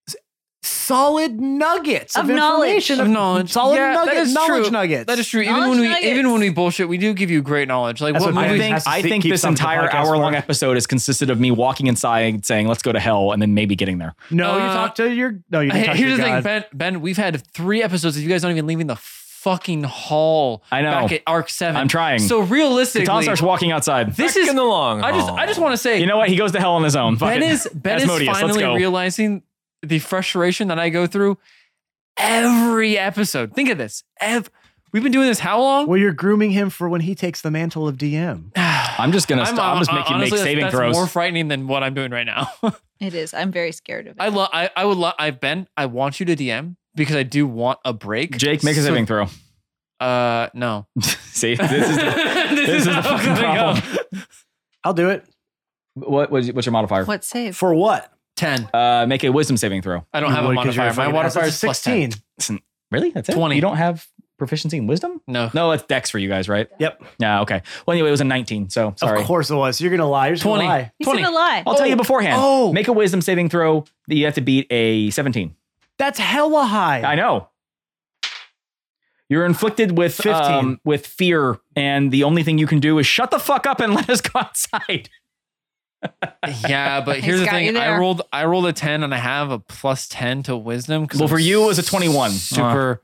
[SPEAKER 4] s- solid nuggets of,
[SPEAKER 1] Of knowledge.
[SPEAKER 4] information,
[SPEAKER 2] Of knowledge.
[SPEAKER 4] solid
[SPEAKER 2] Yeah, that
[SPEAKER 4] nuggets,
[SPEAKER 2] is
[SPEAKER 4] knowledge
[SPEAKER 2] true.
[SPEAKER 4] nuggets.
[SPEAKER 2] That is true. Even when
[SPEAKER 1] Knowledge
[SPEAKER 2] we
[SPEAKER 1] nuggets.
[SPEAKER 2] even when we bullshit, we do give you great knowledge. Like
[SPEAKER 4] That's
[SPEAKER 2] what
[SPEAKER 4] what
[SPEAKER 3] I
[SPEAKER 2] movies?
[SPEAKER 4] It
[SPEAKER 3] think
[SPEAKER 4] has to
[SPEAKER 3] I
[SPEAKER 4] sit-
[SPEAKER 3] think
[SPEAKER 4] keep
[SPEAKER 3] this
[SPEAKER 4] something to
[SPEAKER 3] entire
[SPEAKER 4] podcast
[SPEAKER 3] hour long
[SPEAKER 4] for.
[SPEAKER 3] episode is consisted of me walking inside saying, let's go to hell, and then maybe getting there.
[SPEAKER 4] No, you
[SPEAKER 2] Uh,
[SPEAKER 4] talk to your no. You didn't
[SPEAKER 2] Hey,
[SPEAKER 4] talk to
[SPEAKER 2] here's
[SPEAKER 4] your
[SPEAKER 2] the thing,
[SPEAKER 4] God.
[SPEAKER 2] Ben. Ben, we've had three episodes of you guys not even leaving the fucking hall
[SPEAKER 3] I know.
[SPEAKER 2] back at Arc 7.
[SPEAKER 3] I'm trying.
[SPEAKER 2] So realistically,
[SPEAKER 3] Catan starts walking outside.
[SPEAKER 2] this
[SPEAKER 5] Back
[SPEAKER 2] is
[SPEAKER 5] in the long.
[SPEAKER 2] I just
[SPEAKER 5] haul.
[SPEAKER 2] I just want to say
[SPEAKER 3] Oh. You know what? He goes to hell on his own. Fuck
[SPEAKER 2] Ben
[SPEAKER 3] it.
[SPEAKER 2] is Ben
[SPEAKER 3] Asmodeus,
[SPEAKER 2] is
[SPEAKER 3] let's go.
[SPEAKER 2] finally realizing the frustration that I go through every episode. Think of this. Ev- we've been doing this how long?
[SPEAKER 4] Well, you're grooming him for when he takes the mantle of DM.
[SPEAKER 3] I'm just gonna.
[SPEAKER 2] I'm-
[SPEAKER 3] St- I'm, just
[SPEAKER 2] I'm-
[SPEAKER 3] make you
[SPEAKER 2] honestly, that's-
[SPEAKER 3] make saving
[SPEAKER 2] that's
[SPEAKER 3] throws.
[SPEAKER 2] More frightening than what I'm doing right now.
[SPEAKER 1] It is. I'm very scared of it.
[SPEAKER 2] I love. I, I would love. I've been. I want you to DM because I do want a break.
[SPEAKER 3] Jake, make a
[SPEAKER 2] So-
[SPEAKER 3] saving throw.
[SPEAKER 2] Uh, no.
[SPEAKER 3] See, this is the,
[SPEAKER 2] this
[SPEAKER 3] this is the
[SPEAKER 2] how
[SPEAKER 3] fucking
[SPEAKER 2] I'm gonna go.
[SPEAKER 3] problem.
[SPEAKER 4] I'll do it.
[SPEAKER 3] What, what's what's your modifier?
[SPEAKER 1] what save?
[SPEAKER 4] For what?
[SPEAKER 2] Ten.
[SPEAKER 3] Uh, make a wisdom saving throw.
[SPEAKER 2] I don't have a modifier. My modifier is plus ten.
[SPEAKER 3] Really? That's it.
[SPEAKER 2] 20.
[SPEAKER 3] You don't have proficiency in wisdom?
[SPEAKER 2] No.
[SPEAKER 3] No, that's Dex for you guys, right?
[SPEAKER 4] Yep.
[SPEAKER 3] Yeah. Okay. Well, anyway, it was a 19. So sorry.
[SPEAKER 4] Of course it was. You're gonna lie. You're just
[SPEAKER 2] Twenty.
[SPEAKER 4] gonna lie.
[SPEAKER 1] He's
[SPEAKER 2] Twenty.
[SPEAKER 1] gonna lie.
[SPEAKER 3] I'll tell you beforehand.
[SPEAKER 2] Oh.
[SPEAKER 3] Make a wisdom saving throw. that You have to beat a 17.
[SPEAKER 4] That's hella high.
[SPEAKER 3] I know. You're inflicted with
[SPEAKER 4] 15.
[SPEAKER 3] um, with fear, and the only thing you can do is shut the fuck up and let us go outside.
[SPEAKER 2] yeah, but
[SPEAKER 1] He's
[SPEAKER 2] here's the
[SPEAKER 1] got you
[SPEAKER 2] thing. I
[SPEAKER 1] there.
[SPEAKER 2] rolled. I rolled a ten, and I have a plus ten to wisdom. 'cause
[SPEAKER 3] Well,
[SPEAKER 2] I'm
[SPEAKER 3] for you, it was a Uh-huh. 21.
[SPEAKER 2] Super.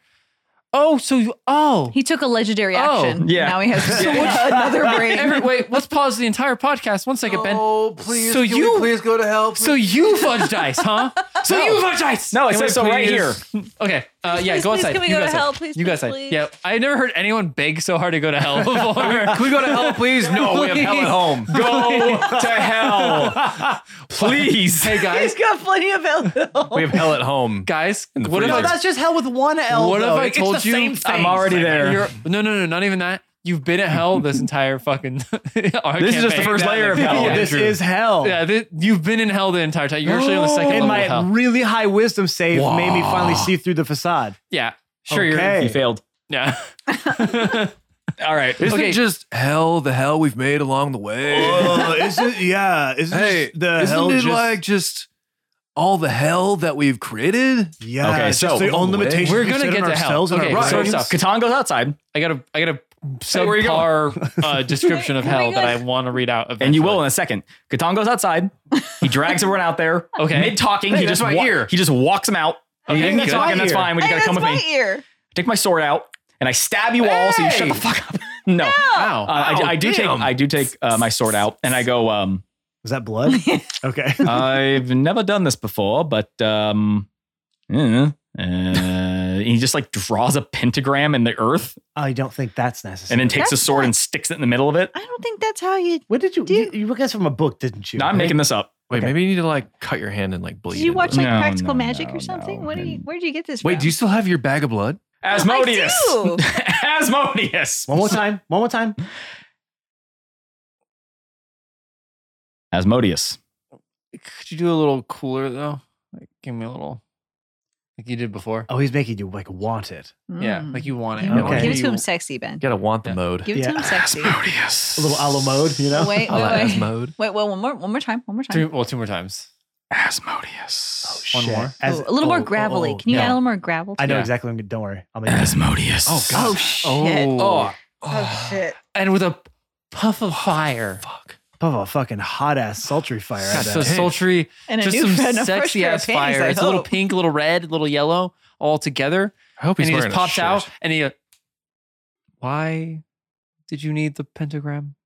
[SPEAKER 2] oh, so you. Oh.
[SPEAKER 1] He took a legendary
[SPEAKER 2] Oh,
[SPEAKER 1] action.
[SPEAKER 3] yeah.
[SPEAKER 1] Now he has
[SPEAKER 2] So what-
[SPEAKER 1] another brain.
[SPEAKER 2] Uh, Every, wait, let's pause the entire podcast. One second, Ben.
[SPEAKER 9] Oh, please.
[SPEAKER 2] So
[SPEAKER 9] can we
[SPEAKER 2] you-
[SPEAKER 9] please go to help.
[SPEAKER 2] So you fudge dice, huh? So you fudge dice.
[SPEAKER 3] No, it
[SPEAKER 2] Can
[SPEAKER 3] says
[SPEAKER 2] we
[SPEAKER 3] so right here.
[SPEAKER 2] please- Okay. Uh, yeah,
[SPEAKER 1] Please,
[SPEAKER 2] go
[SPEAKER 1] please,
[SPEAKER 2] outside.
[SPEAKER 1] can we
[SPEAKER 2] you
[SPEAKER 1] go to
[SPEAKER 2] outside.
[SPEAKER 1] hell? Please,
[SPEAKER 2] You go
[SPEAKER 1] please,
[SPEAKER 2] outside.
[SPEAKER 1] please.
[SPEAKER 2] Yeah, I never heard anyone beg so hard to go to hell before. Can we go to hell, please?
[SPEAKER 5] No, we have hell at home.
[SPEAKER 3] Go to hell, please.
[SPEAKER 2] Hey guys,
[SPEAKER 1] He's got plenty of health.
[SPEAKER 5] We have hell at home.
[SPEAKER 2] guys,
[SPEAKER 5] the
[SPEAKER 2] what if
[SPEAKER 4] No,
[SPEAKER 5] freezer.
[SPEAKER 2] I
[SPEAKER 4] that's just hell with one L.
[SPEAKER 2] What if
[SPEAKER 4] though.
[SPEAKER 2] I
[SPEAKER 4] It's
[SPEAKER 2] told
[SPEAKER 4] the
[SPEAKER 2] you
[SPEAKER 4] same thing.
[SPEAKER 3] I'm already there.
[SPEAKER 2] You're, no, no, no, not even that. You've been at hell this entire fucking. our
[SPEAKER 3] This is just the
[SPEAKER 2] campaign.
[SPEAKER 3] first layer of hell.
[SPEAKER 4] Oh, this
[SPEAKER 5] Andrew.
[SPEAKER 4] is hell.
[SPEAKER 2] Yeah, thi- you've been in hell the entire time. You're actually on the second level
[SPEAKER 4] and my
[SPEAKER 2] of hell.
[SPEAKER 4] really high wisdom save made me finally see through the facade.
[SPEAKER 2] Yeah, sure.
[SPEAKER 4] Okay.
[SPEAKER 2] You're,
[SPEAKER 3] You failed.
[SPEAKER 2] yeah.
[SPEAKER 3] All right.
[SPEAKER 5] Isn't
[SPEAKER 2] Okay.
[SPEAKER 5] it just hell, the hell we've made along the way?
[SPEAKER 9] Oh,
[SPEAKER 4] is it? Yeah. Is
[SPEAKER 5] hey, isn't it like just all the hell that we've created?
[SPEAKER 4] Yeah.
[SPEAKER 3] Okay,
[SPEAKER 4] it's
[SPEAKER 3] so-
[SPEAKER 4] just the own
[SPEAKER 5] We're
[SPEAKER 4] limitations
[SPEAKER 2] gonna
[SPEAKER 4] we set
[SPEAKER 2] get
[SPEAKER 4] on
[SPEAKER 2] to hell.
[SPEAKER 4] ourselves and
[SPEAKER 2] Okay,
[SPEAKER 4] our
[SPEAKER 2] so
[SPEAKER 4] brains.
[SPEAKER 2] stop.
[SPEAKER 3] Catan goes outside,
[SPEAKER 2] I got a I got a
[SPEAKER 3] where you
[SPEAKER 2] subpar uh, description of
[SPEAKER 1] Here we
[SPEAKER 2] hell that
[SPEAKER 1] go.
[SPEAKER 2] I want to read out. Eventually.
[SPEAKER 3] and you will in a second. Catan goes outside. He drags everyone out there.
[SPEAKER 2] Okay.
[SPEAKER 3] Mid talking,
[SPEAKER 5] Hey,
[SPEAKER 3] he
[SPEAKER 5] that's
[SPEAKER 3] just
[SPEAKER 5] my
[SPEAKER 3] wa-
[SPEAKER 5] ear.
[SPEAKER 3] he just walks him out.
[SPEAKER 2] Okay,
[SPEAKER 3] you can keep
[SPEAKER 2] good.
[SPEAKER 3] talking. That's
[SPEAKER 4] That's my
[SPEAKER 3] fine. We just
[SPEAKER 1] Hey,
[SPEAKER 3] gotta come
[SPEAKER 1] that's
[SPEAKER 3] with
[SPEAKER 1] my
[SPEAKER 3] me.
[SPEAKER 1] ear.
[SPEAKER 3] Take my sword out, and I stab you all so you shut the
[SPEAKER 2] Hey!
[SPEAKER 3] fuck up. no.
[SPEAKER 2] Wow.
[SPEAKER 3] Uh, I, I do
[SPEAKER 5] damn.
[SPEAKER 3] take I do take uh, my sword out and I go um
[SPEAKER 4] Is that blood? okay.
[SPEAKER 3] I've never done this before but um mm, uh, and he just like draws a pentagram in the earth
[SPEAKER 4] I don't think that's necessary.
[SPEAKER 3] and then takes
[SPEAKER 1] That's
[SPEAKER 3] a sword
[SPEAKER 1] not-
[SPEAKER 3] and sticks it in the middle of it.
[SPEAKER 1] I don't think that's how you.
[SPEAKER 4] what did you,
[SPEAKER 1] Do you-
[SPEAKER 4] you? You look at from a book, didn't you?
[SPEAKER 3] No, I'm making this up.
[SPEAKER 5] Wait,
[SPEAKER 4] Okay.
[SPEAKER 5] maybe you need to like cut your hand and like bleed.
[SPEAKER 1] Did you
[SPEAKER 5] into
[SPEAKER 1] watch
[SPEAKER 5] it.
[SPEAKER 1] like
[SPEAKER 3] No,
[SPEAKER 1] Practical
[SPEAKER 3] no,
[SPEAKER 1] Magic
[SPEAKER 3] no,
[SPEAKER 1] or something?
[SPEAKER 3] no,
[SPEAKER 1] What do you?
[SPEAKER 3] and-
[SPEAKER 1] Where did you get this?
[SPEAKER 5] Wait,
[SPEAKER 1] from?
[SPEAKER 5] do you still have your bag of blood?
[SPEAKER 3] Asmodeus.
[SPEAKER 1] do.
[SPEAKER 3] Asmodeus.
[SPEAKER 4] One more time. One more time.
[SPEAKER 3] Asmodeus.
[SPEAKER 2] Could you do a little cooler though? Like, give me a little, like you did before.
[SPEAKER 4] Oh, he's making you like want it.
[SPEAKER 2] Yeah,
[SPEAKER 1] Mm.
[SPEAKER 2] like you want it.
[SPEAKER 1] Give
[SPEAKER 4] Okay.
[SPEAKER 1] it- Give it
[SPEAKER 2] You-
[SPEAKER 1] to him sexy, Ben.
[SPEAKER 5] You gotta want the
[SPEAKER 2] Yeah.
[SPEAKER 5] mode.
[SPEAKER 1] Give it to
[SPEAKER 4] Yeah.
[SPEAKER 1] him sexy.
[SPEAKER 5] Asmodeus.
[SPEAKER 4] A little a la mode, you know?
[SPEAKER 1] Wait, wait,
[SPEAKER 5] A la
[SPEAKER 1] wait. Wait,
[SPEAKER 5] Asmode.
[SPEAKER 1] wait, one more, one more time, one more
[SPEAKER 2] Two,
[SPEAKER 1] time.
[SPEAKER 2] well, two more times.
[SPEAKER 5] Asmodeus.
[SPEAKER 4] Oh,
[SPEAKER 2] One
[SPEAKER 4] shit.
[SPEAKER 2] more.
[SPEAKER 4] As,
[SPEAKER 1] Oh, a little
[SPEAKER 5] oh,
[SPEAKER 1] more
[SPEAKER 5] oh,
[SPEAKER 1] gravelly.
[SPEAKER 5] oh,
[SPEAKER 1] Can you
[SPEAKER 2] yeah.
[SPEAKER 1] add a little more gravel? To
[SPEAKER 4] I know
[SPEAKER 2] Yeah.
[SPEAKER 4] exactly what I'm doing. I'm like,
[SPEAKER 5] Asmodeus. Oh
[SPEAKER 1] it?
[SPEAKER 5] god.
[SPEAKER 1] Oh shit!
[SPEAKER 2] Oh,
[SPEAKER 1] shit!
[SPEAKER 2] and with a puff of fire.
[SPEAKER 5] Fuck.
[SPEAKER 4] puff a fucking hot ass sultry fire.
[SPEAKER 2] God,
[SPEAKER 4] at
[SPEAKER 2] so
[SPEAKER 4] that.
[SPEAKER 2] sultry,
[SPEAKER 1] And a
[SPEAKER 2] just
[SPEAKER 1] new
[SPEAKER 2] some
[SPEAKER 1] friend, a fresh
[SPEAKER 2] sexy
[SPEAKER 1] pair Oh. of
[SPEAKER 2] ass
[SPEAKER 1] panties,
[SPEAKER 2] fire.
[SPEAKER 1] I
[SPEAKER 2] It's a little
[SPEAKER 1] hope.
[SPEAKER 2] pink, a little red, a little yellow, all together.
[SPEAKER 5] I hope he's
[SPEAKER 2] and he
[SPEAKER 5] wearing
[SPEAKER 2] just
[SPEAKER 5] a
[SPEAKER 2] pops
[SPEAKER 5] shirt.
[SPEAKER 2] out, and he. uh, Why did you need the pentagram?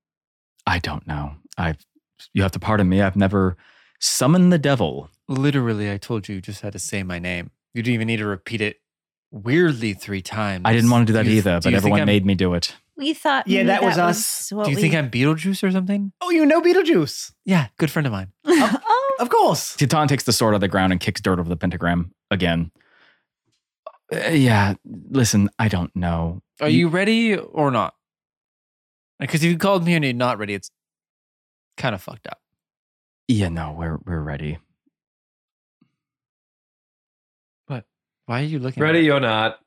[SPEAKER 3] I don't know. I've you have to pardon me. I've never summoned the devil.
[SPEAKER 2] Literally, I told you you just had to say my name. You didn't even need to repeat it weirdly three times.
[SPEAKER 3] I didn't want to do that
[SPEAKER 2] you-
[SPEAKER 3] either,
[SPEAKER 2] do
[SPEAKER 3] but
[SPEAKER 2] you think
[SPEAKER 3] everyone
[SPEAKER 2] I'm-
[SPEAKER 3] made me do it.
[SPEAKER 1] We thought.
[SPEAKER 4] Yeah,
[SPEAKER 1] maybe
[SPEAKER 4] that was
[SPEAKER 1] was
[SPEAKER 4] us.
[SPEAKER 1] what
[SPEAKER 2] Do you
[SPEAKER 1] we-
[SPEAKER 2] think I'm Beetlejuice or something?
[SPEAKER 4] oh, you know Beetlejuice.
[SPEAKER 2] Yeah, good friend of mine.
[SPEAKER 1] oh,
[SPEAKER 4] Of course.
[SPEAKER 3] Titan takes the sword out of the ground and kicks dirt over the pentagram again. Uh, yeah, listen, I don't know.
[SPEAKER 2] Are you ready or not? Because if you called me and you're not ready, it's kind of fucked up.
[SPEAKER 3] Yeah, no, we're we're ready.
[SPEAKER 2] Why are you looking? at
[SPEAKER 5] Ready
[SPEAKER 2] me?
[SPEAKER 5] or not,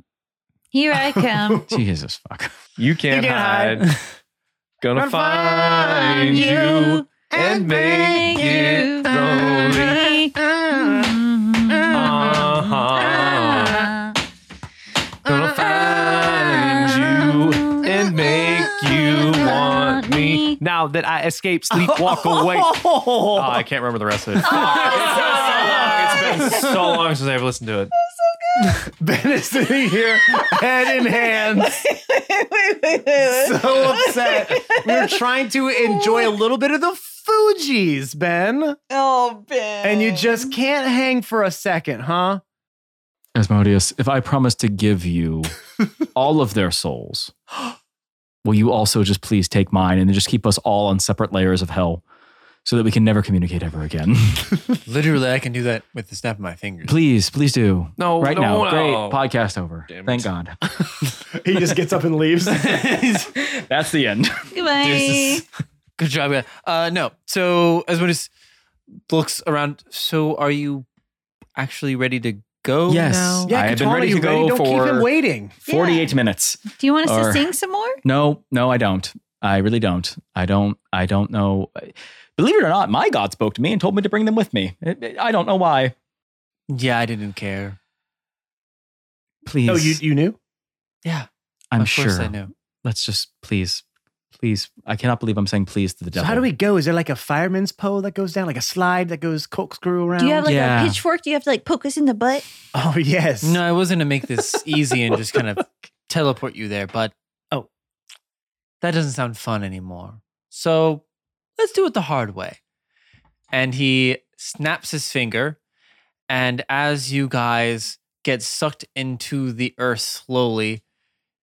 [SPEAKER 1] here I
[SPEAKER 4] Oh,
[SPEAKER 1] come.
[SPEAKER 2] Hmm.
[SPEAKER 3] Jesus fuck.
[SPEAKER 5] you can't,
[SPEAKER 4] You
[SPEAKER 5] hide.
[SPEAKER 4] can't
[SPEAKER 5] Gonna
[SPEAKER 4] Gonna
[SPEAKER 5] find you and make it lonely. Uh-huh. Gonna find you and make you want me. Now that I escape, sleep, walk away. Oh, I can't remember the rest of it.
[SPEAKER 1] Oh, it's so
[SPEAKER 5] it's been so long since I've listened to it.
[SPEAKER 4] Ben is sitting here, head in hand,
[SPEAKER 1] wait, wait, wait, wait.
[SPEAKER 4] so upset. We were trying to enjoy a little bit of the Fugees, Ben,
[SPEAKER 1] Oh, Ben.
[SPEAKER 4] and you just can't hang for a second, huh?
[SPEAKER 3] Asmodeus, if I promise to give you all of their souls, will you also just please take mine and then just keep us all on separate layers of hell so that we can never communicate ever again?
[SPEAKER 2] Literally, I can do that with the snap of my fingers.
[SPEAKER 3] please, please do.
[SPEAKER 5] No,
[SPEAKER 3] right
[SPEAKER 5] no,
[SPEAKER 3] now.
[SPEAKER 5] Oh, no.
[SPEAKER 3] Great. Podcast over.
[SPEAKER 5] Damn it.
[SPEAKER 3] Thank God.
[SPEAKER 8] He just gets up and leaves.
[SPEAKER 3] That's the end.
[SPEAKER 1] Goodbye.
[SPEAKER 2] Good job, guy. Uh, no. So Asmodeus looks around. So are you actually ready to go?
[SPEAKER 3] Yes.
[SPEAKER 2] now?
[SPEAKER 3] Yeah, I have been ready to go
[SPEAKER 4] Don't keep him
[SPEAKER 3] for-
[SPEAKER 4] waiting.
[SPEAKER 3] 48 minutes.
[SPEAKER 1] Do you want us to
[SPEAKER 3] Or-
[SPEAKER 1] sing some more?
[SPEAKER 3] No, no, I don't. I really don't. I don't. I don't know. Believe it or not, my God spoke to me and told me to bring them with me. I- I don't know why.
[SPEAKER 2] Yeah, I didn't care.
[SPEAKER 3] Please.
[SPEAKER 4] No, you you knew.
[SPEAKER 2] Yeah,
[SPEAKER 3] I'm
[SPEAKER 2] of
[SPEAKER 3] sure.
[SPEAKER 2] course I know.
[SPEAKER 3] Let's just please, please. I cannot believe I'm saying please to the
[SPEAKER 4] So
[SPEAKER 3] devil.
[SPEAKER 4] how do we go? Is there like a fireman's pole that goes down, like a slide that goes corkscrew around?
[SPEAKER 1] Do you have like
[SPEAKER 3] Yeah.
[SPEAKER 1] a pitchfork? Do you have to like poke us in the butt?
[SPEAKER 4] oh yes.
[SPEAKER 2] No, I was going to make this easy and just kind of teleport you there, but
[SPEAKER 4] Oh.
[SPEAKER 2] that doesn't sound fun anymore. So let's do it the hard way. And he snaps his finger, and as you guys get sucked into the earth slowly,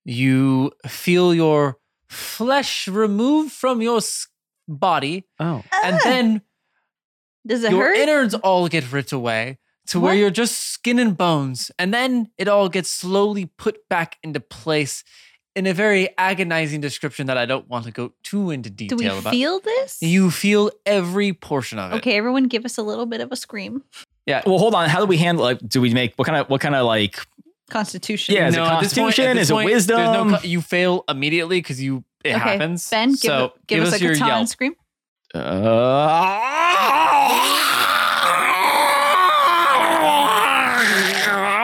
[SPEAKER 2] you feel your flesh removed from your s- body,
[SPEAKER 4] Oh.
[SPEAKER 2] and
[SPEAKER 1] Ah,
[SPEAKER 2] then
[SPEAKER 1] does it
[SPEAKER 2] your
[SPEAKER 1] hurt?
[SPEAKER 2] innards all get ripped away to where
[SPEAKER 1] What?
[SPEAKER 2] you're just skin and bones and then it all gets slowly put back into place in a very agonizing description that i don't want to go too into
[SPEAKER 1] Do
[SPEAKER 2] detail
[SPEAKER 1] we
[SPEAKER 2] about
[SPEAKER 1] feel this?
[SPEAKER 2] you feel every portion of it
[SPEAKER 1] Okay, everyone, give us a little bit of a scream.
[SPEAKER 3] Well, hold on. How do we handle? Like, do we make what kind of what kind of like?
[SPEAKER 1] Constitution.
[SPEAKER 3] Yeah, is it
[SPEAKER 2] No, at this point-
[SPEAKER 3] constitution?
[SPEAKER 2] at this
[SPEAKER 3] Is it
[SPEAKER 2] point, there's no
[SPEAKER 3] wisdom?
[SPEAKER 2] co- you fail immediately because you it
[SPEAKER 1] Okay,
[SPEAKER 2] happens
[SPEAKER 1] Ben, give,
[SPEAKER 2] so
[SPEAKER 1] give, us, a
[SPEAKER 2] your
[SPEAKER 1] Catan
[SPEAKER 2] yelp
[SPEAKER 1] scream.
[SPEAKER 3] Uh,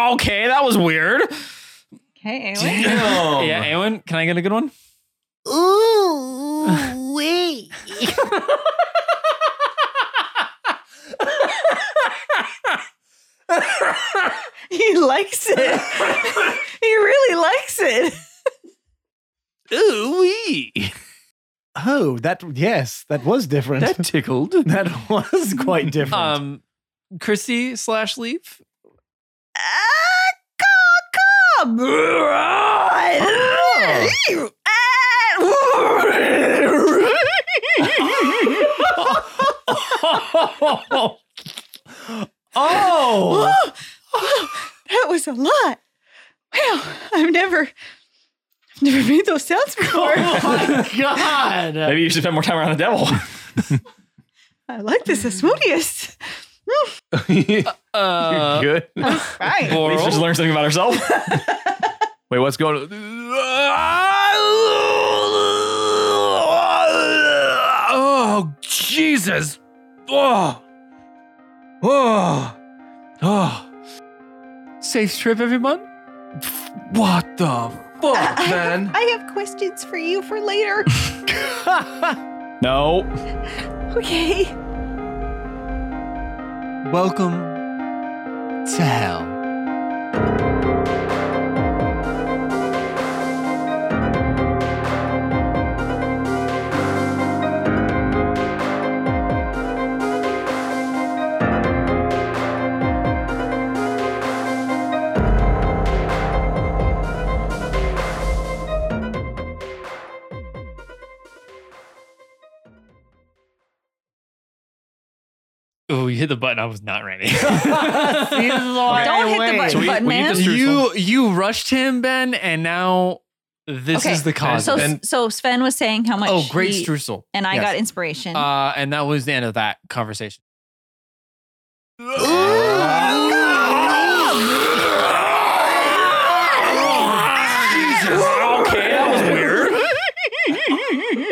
[SPEAKER 3] okay, that was weird.
[SPEAKER 1] Okay, Aelin.
[SPEAKER 3] Damn.
[SPEAKER 2] yeah Eowyn, can i get a good one
[SPEAKER 4] Ooh, wait.
[SPEAKER 1] he likes it. he really likes it.
[SPEAKER 4] Oh, that yes, that was different.
[SPEAKER 5] That tickled.
[SPEAKER 4] that was quite different.
[SPEAKER 2] um chrissy slash leaf
[SPEAKER 1] Ah, caw, caw.
[SPEAKER 4] oh,
[SPEAKER 1] that was a lot. Wow, I've never, I've never made those sounds before.
[SPEAKER 4] Um, God!
[SPEAKER 3] Maybe you should spend more time around the devil.
[SPEAKER 1] I like this Asmodeus.
[SPEAKER 2] uh
[SPEAKER 5] Good.
[SPEAKER 1] Right.
[SPEAKER 3] we should just learn something about herself.
[SPEAKER 5] Wait, what's going on? Oh, Jesus. Oh. Oh. Oh.
[SPEAKER 2] safe trip everyone
[SPEAKER 5] What the fuck,
[SPEAKER 1] I- I have-
[SPEAKER 5] man?
[SPEAKER 1] I have questions for you for later.
[SPEAKER 3] no.
[SPEAKER 1] okay.
[SPEAKER 2] Welcome to hell. Oh, you hit the button. I was not ready.
[SPEAKER 1] Don't hit the button,
[SPEAKER 5] So we-
[SPEAKER 1] button
[SPEAKER 5] we need
[SPEAKER 1] man.
[SPEAKER 5] this to-
[SPEAKER 2] you you rushed him, Ben, and now this
[SPEAKER 1] Okay.
[SPEAKER 2] is the cause.
[SPEAKER 1] so,
[SPEAKER 2] of it.
[SPEAKER 5] Ben-
[SPEAKER 1] so Sven was saying how much.
[SPEAKER 2] oh, great
[SPEAKER 1] he-
[SPEAKER 2] streusel.
[SPEAKER 1] And I
[SPEAKER 2] Yes.
[SPEAKER 1] got inspiration.
[SPEAKER 2] Uh, and that was the end of that conversation.
[SPEAKER 5] Oh,
[SPEAKER 2] Uh,
[SPEAKER 5] Jesus. Okay, that was weird.